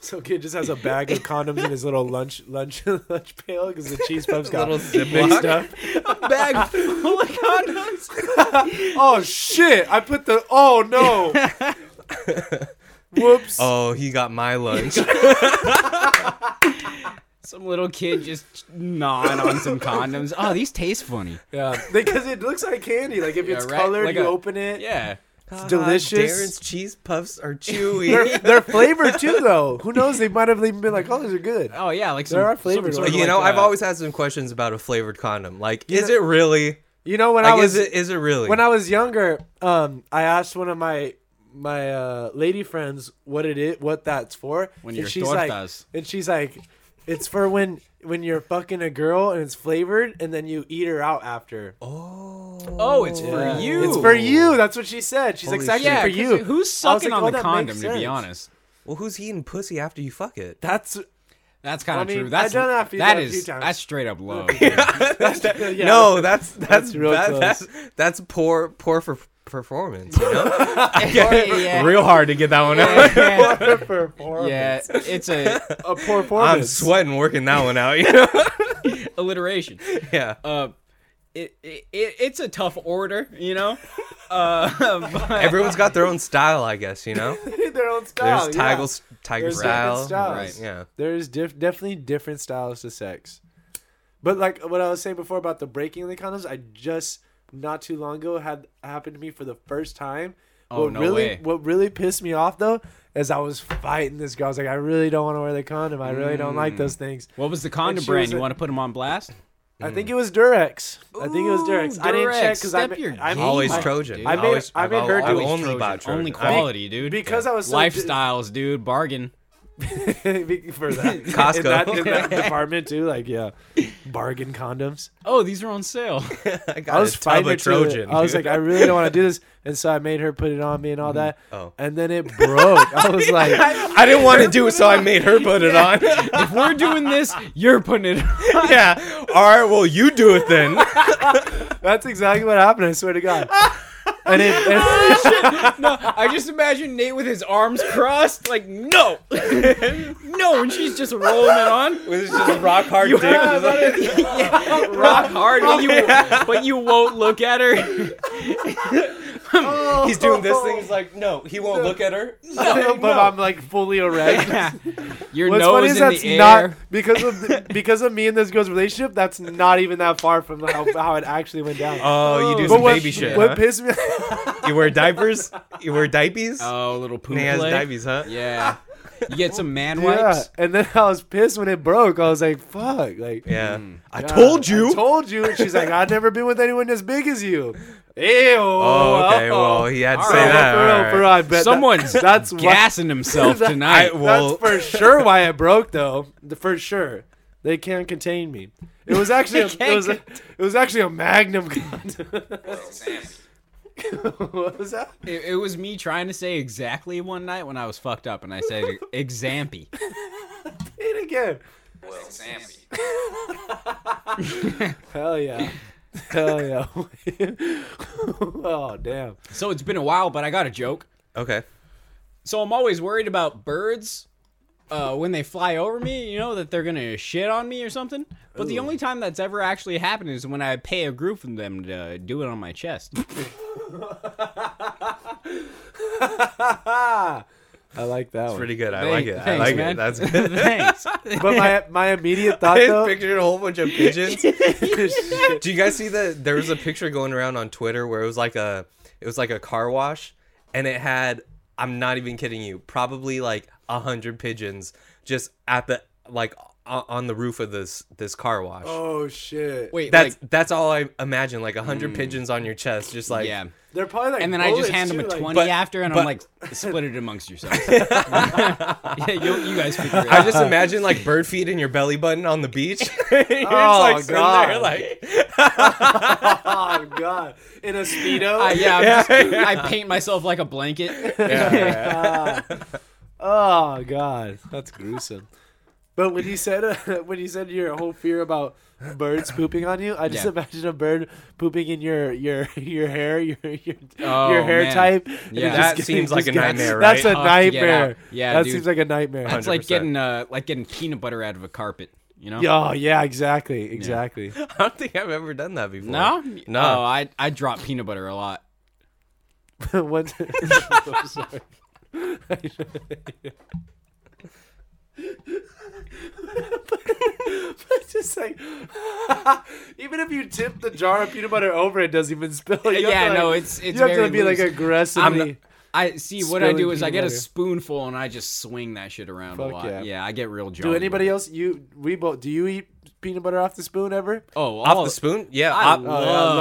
[SPEAKER 3] So kid just has a bag of condoms in his little lunch lunch lunch pail because the cheese puffs got
[SPEAKER 4] Little Ziploc.
[SPEAKER 3] mixed up.
[SPEAKER 4] bag.
[SPEAKER 2] oh my god.
[SPEAKER 3] Oh shit! I put the oh no. Whoops.
[SPEAKER 4] Oh, he got my lunch.
[SPEAKER 2] Some little kid just gnawing on some condoms. Oh, these taste funny.
[SPEAKER 3] Yeah, because it looks like candy. Like if
[SPEAKER 2] Yeah,
[SPEAKER 3] it's
[SPEAKER 2] right?
[SPEAKER 3] colored,
[SPEAKER 2] Like
[SPEAKER 3] you
[SPEAKER 2] a-
[SPEAKER 3] open it.
[SPEAKER 2] Yeah.
[SPEAKER 3] It's
[SPEAKER 4] God,
[SPEAKER 3] delicious.
[SPEAKER 4] Darren's cheese puffs are
[SPEAKER 3] They're,
[SPEAKER 4] chewy.
[SPEAKER 3] they're flavored too, though. Who knows? They might have even been like, "Oh, these are good."
[SPEAKER 2] Oh yeah, like some,
[SPEAKER 3] There are
[SPEAKER 2] some
[SPEAKER 3] flavors
[SPEAKER 2] sort of
[SPEAKER 4] you
[SPEAKER 2] like,
[SPEAKER 4] know, I've
[SPEAKER 2] uh,
[SPEAKER 4] always had some questions about a flavored condom. Like,
[SPEAKER 3] You
[SPEAKER 4] is
[SPEAKER 3] know-
[SPEAKER 4] it really?
[SPEAKER 3] You know, when
[SPEAKER 4] Like,
[SPEAKER 3] I was
[SPEAKER 4] is it is it really?
[SPEAKER 3] when I was younger, um, I asked one of my my uh, lady friends what it is, what that's for,
[SPEAKER 2] When
[SPEAKER 3] and
[SPEAKER 2] your
[SPEAKER 3] she's
[SPEAKER 2] tortas.
[SPEAKER 3] like, and she's like, "It's for when when you're fucking a girl and it's flavored, and then you eat her out after."
[SPEAKER 4] oh,
[SPEAKER 2] Oh, it's for
[SPEAKER 3] Yeah.
[SPEAKER 2] you.
[SPEAKER 3] It's for you. That's what she said. She's
[SPEAKER 4] Holy
[SPEAKER 3] exactly
[SPEAKER 4] shit.
[SPEAKER 2] yeah,
[SPEAKER 3] for
[SPEAKER 2] 'cause
[SPEAKER 3] you.
[SPEAKER 2] Who's
[SPEAKER 3] I was
[SPEAKER 2] sucking
[SPEAKER 3] like,
[SPEAKER 2] on
[SPEAKER 3] oh,
[SPEAKER 2] the
[SPEAKER 3] that
[SPEAKER 2] condom?
[SPEAKER 3] makes
[SPEAKER 2] To be
[SPEAKER 3] sense.
[SPEAKER 2] honest,
[SPEAKER 4] Well, who's eating pussy after you fuck it?
[SPEAKER 3] That's
[SPEAKER 2] that's kind
[SPEAKER 3] I
[SPEAKER 2] of
[SPEAKER 3] mean,
[SPEAKER 2] true. That's
[SPEAKER 3] I've done that a few-
[SPEAKER 2] that
[SPEAKER 3] a few
[SPEAKER 2] is-
[SPEAKER 3] times.
[SPEAKER 2] that's straight up low.
[SPEAKER 3] yeah.
[SPEAKER 4] no, that's that's
[SPEAKER 3] That's real
[SPEAKER 4] that-
[SPEAKER 3] close.
[SPEAKER 4] that's that's poor poor for performance. You know?
[SPEAKER 2] yeah.
[SPEAKER 4] Real hard to get that one out.
[SPEAKER 2] yeah.
[SPEAKER 3] performance.
[SPEAKER 2] yeah, it's a
[SPEAKER 3] a
[SPEAKER 4] I'm
[SPEAKER 3] performance.
[SPEAKER 4] sweating working that one out. You know?
[SPEAKER 2] alliteration.
[SPEAKER 4] yeah.
[SPEAKER 2] Uh, it, it, it it's a tough order, you know. Uh, but-
[SPEAKER 4] Everyone's got their own style, I guess. You know,
[SPEAKER 3] their own
[SPEAKER 4] there's
[SPEAKER 3] style. Oh, yeah.
[SPEAKER 4] tiger tiger
[SPEAKER 3] There's different
[SPEAKER 4] style.
[SPEAKER 3] styles.
[SPEAKER 4] Right. Yeah.
[SPEAKER 3] There's diff- definitely different styles to sex. But like what I was saying before about the breaking of the condoms, I just not too long ago had happened to me for the first time.
[SPEAKER 2] Oh,
[SPEAKER 3] what
[SPEAKER 2] no
[SPEAKER 3] really
[SPEAKER 2] way.
[SPEAKER 3] what really pissed me off though is I was fighting this girl. I was like, I really don't want to wear the condom. I really don't like
[SPEAKER 2] Mm.
[SPEAKER 3] those things.
[SPEAKER 2] what was the condom
[SPEAKER 3] she
[SPEAKER 2] brand?
[SPEAKER 3] was
[SPEAKER 2] You
[SPEAKER 3] a-
[SPEAKER 2] want to put them on blast?
[SPEAKER 3] I think it was Durex. I think it was
[SPEAKER 2] Mm. Ooh,
[SPEAKER 3] Durex. I didn't check
[SPEAKER 2] Durex.
[SPEAKER 3] because I
[SPEAKER 2] Step your
[SPEAKER 3] I
[SPEAKER 2] game
[SPEAKER 4] Always
[SPEAKER 2] I-
[SPEAKER 4] Trojan.
[SPEAKER 2] dude.
[SPEAKER 3] I made-
[SPEAKER 4] always,
[SPEAKER 3] I made
[SPEAKER 4] I've
[SPEAKER 3] her
[SPEAKER 4] al- I've
[SPEAKER 3] do it.
[SPEAKER 4] only bought Trojan.
[SPEAKER 2] only
[SPEAKER 4] I-
[SPEAKER 2] quality, dude.
[SPEAKER 3] because I was so
[SPEAKER 2] Lifestyles, dude. Bargain.
[SPEAKER 3] for that
[SPEAKER 4] Costco.
[SPEAKER 3] in that, in that department too. Like yeah, bargain condoms.
[SPEAKER 2] Oh, these are on sale.
[SPEAKER 4] I got
[SPEAKER 3] I was
[SPEAKER 4] a tub
[SPEAKER 3] fighting
[SPEAKER 4] of
[SPEAKER 3] it to it.
[SPEAKER 4] Trojan.
[SPEAKER 3] I was like, I really don't want to do this, and so I made her put it on me and all that.
[SPEAKER 4] Oh.
[SPEAKER 3] and then it broke. I was like,
[SPEAKER 4] I didn't want to do it, so I made her put it on.
[SPEAKER 2] if we're doing this, you're putting it. on.
[SPEAKER 4] yeah. All right. Well, you do it then.
[SPEAKER 3] that's exactly what happened. I swear to God. And it, and-
[SPEAKER 2] I just imagine Nate with his arms crossed, like no, no, and she's just rolling it on.
[SPEAKER 4] It was just rock hard dick.
[SPEAKER 3] Yeah, but it-
[SPEAKER 2] rock hard, but you, but you won't look at her.
[SPEAKER 4] He's doing this thing. He's like, no, he won't look at her.
[SPEAKER 3] but I'm like fully erect.
[SPEAKER 2] Your
[SPEAKER 3] What's funny
[SPEAKER 2] nose
[SPEAKER 3] is
[SPEAKER 2] in
[SPEAKER 3] that's
[SPEAKER 2] the air.
[SPEAKER 3] not because of the- because of me and this girl's relationship. That's not even that far from how, how it actually went down.
[SPEAKER 4] Oh, you do
[SPEAKER 3] But
[SPEAKER 4] some
[SPEAKER 3] what,
[SPEAKER 4] baby shit.
[SPEAKER 3] What
[SPEAKER 4] huh?
[SPEAKER 3] pissed me?
[SPEAKER 4] You wear diapers? You wear diapers?
[SPEAKER 2] oh, little poop
[SPEAKER 4] and he has
[SPEAKER 2] play.
[SPEAKER 4] diapers, huh?
[SPEAKER 2] Yeah, you get some man
[SPEAKER 3] yeah,
[SPEAKER 2] wipes.
[SPEAKER 3] and then I was pissed when it broke. I was like, "Fuck!" Like,
[SPEAKER 4] Yeah. Mm. I
[SPEAKER 3] God,
[SPEAKER 4] told you.
[SPEAKER 3] Uh, I told you. And she's like, I've never been with anyone as big as you. Ew.
[SPEAKER 4] oh, okay. Well, he had to
[SPEAKER 2] All
[SPEAKER 4] say
[SPEAKER 2] right,
[SPEAKER 4] that.
[SPEAKER 3] For
[SPEAKER 4] all
[SPEAKER 3] real,
[SPEAKER 4] right.
[SPEAKER 3] for real, I bet that-
[SPEAKER 2] Someone's
[SPEAKER 3] that's why-
[SPEAKER 2] gassing himself
[SPEAKER 3] That-
[SPEAKER 2] tonight.
[SPEAKER 4] I- well-
[SPEAKER 3] that's for sure why it broke, though. The- For sure, they can't contain me. It was actually a, it
[SPEAKER 2] can't
[SPEAKER 3] was a, it was actually a Magnum condom. what was that?
[SPEAKER 2] it, it was me trying to say exactly one night when I was fucked up, and I said exampy.
[SPEAKER 3] Say it again.
[SPEAKER 2] Well, Sammy.
[SPEAKER 3] Hell yeah. Hell yeah. oh, damn.
[SPEAKER 2] So it's been a while, but I got a joke.
[SPEAKER 4] Okay.
[SPEAKER 2] So I'm always worried about birds uh, when they fly over me, you know, that they're going to shit on me or something. But the only time that's ever actually happened is when I pay a group of them to do it on my chest.
[SPEAKER 3] Ah! I like that one.
[SPEAKER 4] Pretty good. I like it. I like it. That's good.
[SPEAKER 2] Thanks.
[SPEAKER 3] But my my immediate thought
[SPEAKER 4] I
[SPEAKER 3] though,
[SPEAKER 4] just pictured a whole bunch of pigeons. Do you guys see that? There was a picture going around on Twitter where it was like a, it was like a car wash, and it had. I'm not even kidding you. Probably like a hundred pigeons just at the like o- on the roof of this this car wash.
[SPEAKER 3] oh shit.
[SPEAKER 2] Wait,
[SPEAKER 4] that's
[SPEAKER 2] like, Hmm.
[SPEAKER 4] that's all I imagine. Like a hundred pigeons on your chest, just like
[SPEAKER 2] yeah.
[SPEAKER 3] They're probably like
[SPEAKER 2] And then I just
[SPEAKER 3] bullets,
[SPEAKER 2] hand them a
[SPEAKER 3] too, like-
[SPEAKER 2] 20
[SPEAKER 4] But-
[SPEAKER 2] after, and I'm
[SPEAKER 4] but-
[SPEAKER 2] like, split it amongst yourselves. yeah, you, you guys figure it
[SPEAKER 4] I
[SPEAKER 2] out.
[SPEAKER 4] just imagine like bird feet in your belly button on the beach. You're just,
[SPEAKER 3] Oh,
[SPEAKER 4] like, sitting there,
[SPEAKER 3] God.
[SPEAKER 4] like
[SPEAKER 3] oh god. In a speedo.
[SPEAKER 2] I- yeah, I'm just- I paint myself like a blanket.
[SPEAKER 3] Oh god, that's gruesome. But when you said uh, when you said your whole fear about birds pooping on you, I just
[SPEAKER 2] Yeah.
[SPEAKER 3] imagine a bird pooping in your your your hair, your your,
[SPEAKER 2] Oh,
[SPEAKER 3] your hair
[SPEAKER 2] man.
[SPEAKER 3] type. and
[SPEAKER 2] Yeah.
[SPEAKER 3] it
[SPEAKER 2] That
[SPEAKER 3] just
[SPEAKER 4] seems
[SPEAKER 3] just
[SPEAKER 4] like a
[SPEAKER 3] gets-
[SPEAKER 4] nightmare,
[SPEAKER 3] That's
[SPEAKER 4] right?
[SPEAKER 3] a
[SPEAKER 2] Tough to get out.
[SPEAKER 3] nightmare.
[SPEAKER 2] Yeah,
[SPEAKER 3] that
[SPEAKER 2] dude.
[SPEAKER 3] seems like a nightmare.
[SPEAKER 2] It's like
[SPEAKER 4] 100%.
[SPEAKER 2] getting uh, like getting peanut butter out of a carpet. You know?
[SPEAKER 3] Oh yeah, exactly, exactly.
[SPEAKER 4] I don't think I've ever done that before.
[SPEAKER 2] No,
[SPEAKER 4] no.
[SPEAKER 2] Oh, I I drop peanut butter a lot.
[SPEAKER 3] One t- I'm sorry. But just like, even if you tip the jar of peanut butter over, it doesn't even spill. You have
[SPEAKER 2] Yeah,
[SPEAKER 3] to,
[SPEAKER 2] no,
[SPEAKER 3] like-
[SPEAKER 2] it's- it's
[SPEAKER 3] you have
[SPEAKER 2] very
[SPEAKER 3] to be like
[SPEAKER 2] loose.
[SPEAKER 3] aggressively.
[SPEAKER 2] I'm- I see what I
[SPEAKER 3] Spilling
[SPEAKER 2] do is I
[SPEAKER 3] peanut
[SPEAKER 2] get a
[SPEAKER 3] butter.
[SPEAKER 2] spoonful and I just swing that shit around a
[SPEAKER 3] Fuck
[SPEAKER 2] lot. Yeah.
[SPEAKER 3] yeah.
[SPEAKER 2] I get real jolly.
[SPEAKER 3] do anybody
[SPEAKER 2] with it.
[SPEAKER 3] else? You we both. Do you eat peanut butter off the spoon ever?
[SPEAKER 2] Oh,
[SPEAKER 4] Off
[SPEAKER 2] all-
[SPEAKER 4] the spoon? Yeah.
[SPEAKER 2] I
[SPEAKER 4] I,
[SPEAKER 3] yeah, I
[SPEAKER 2] love,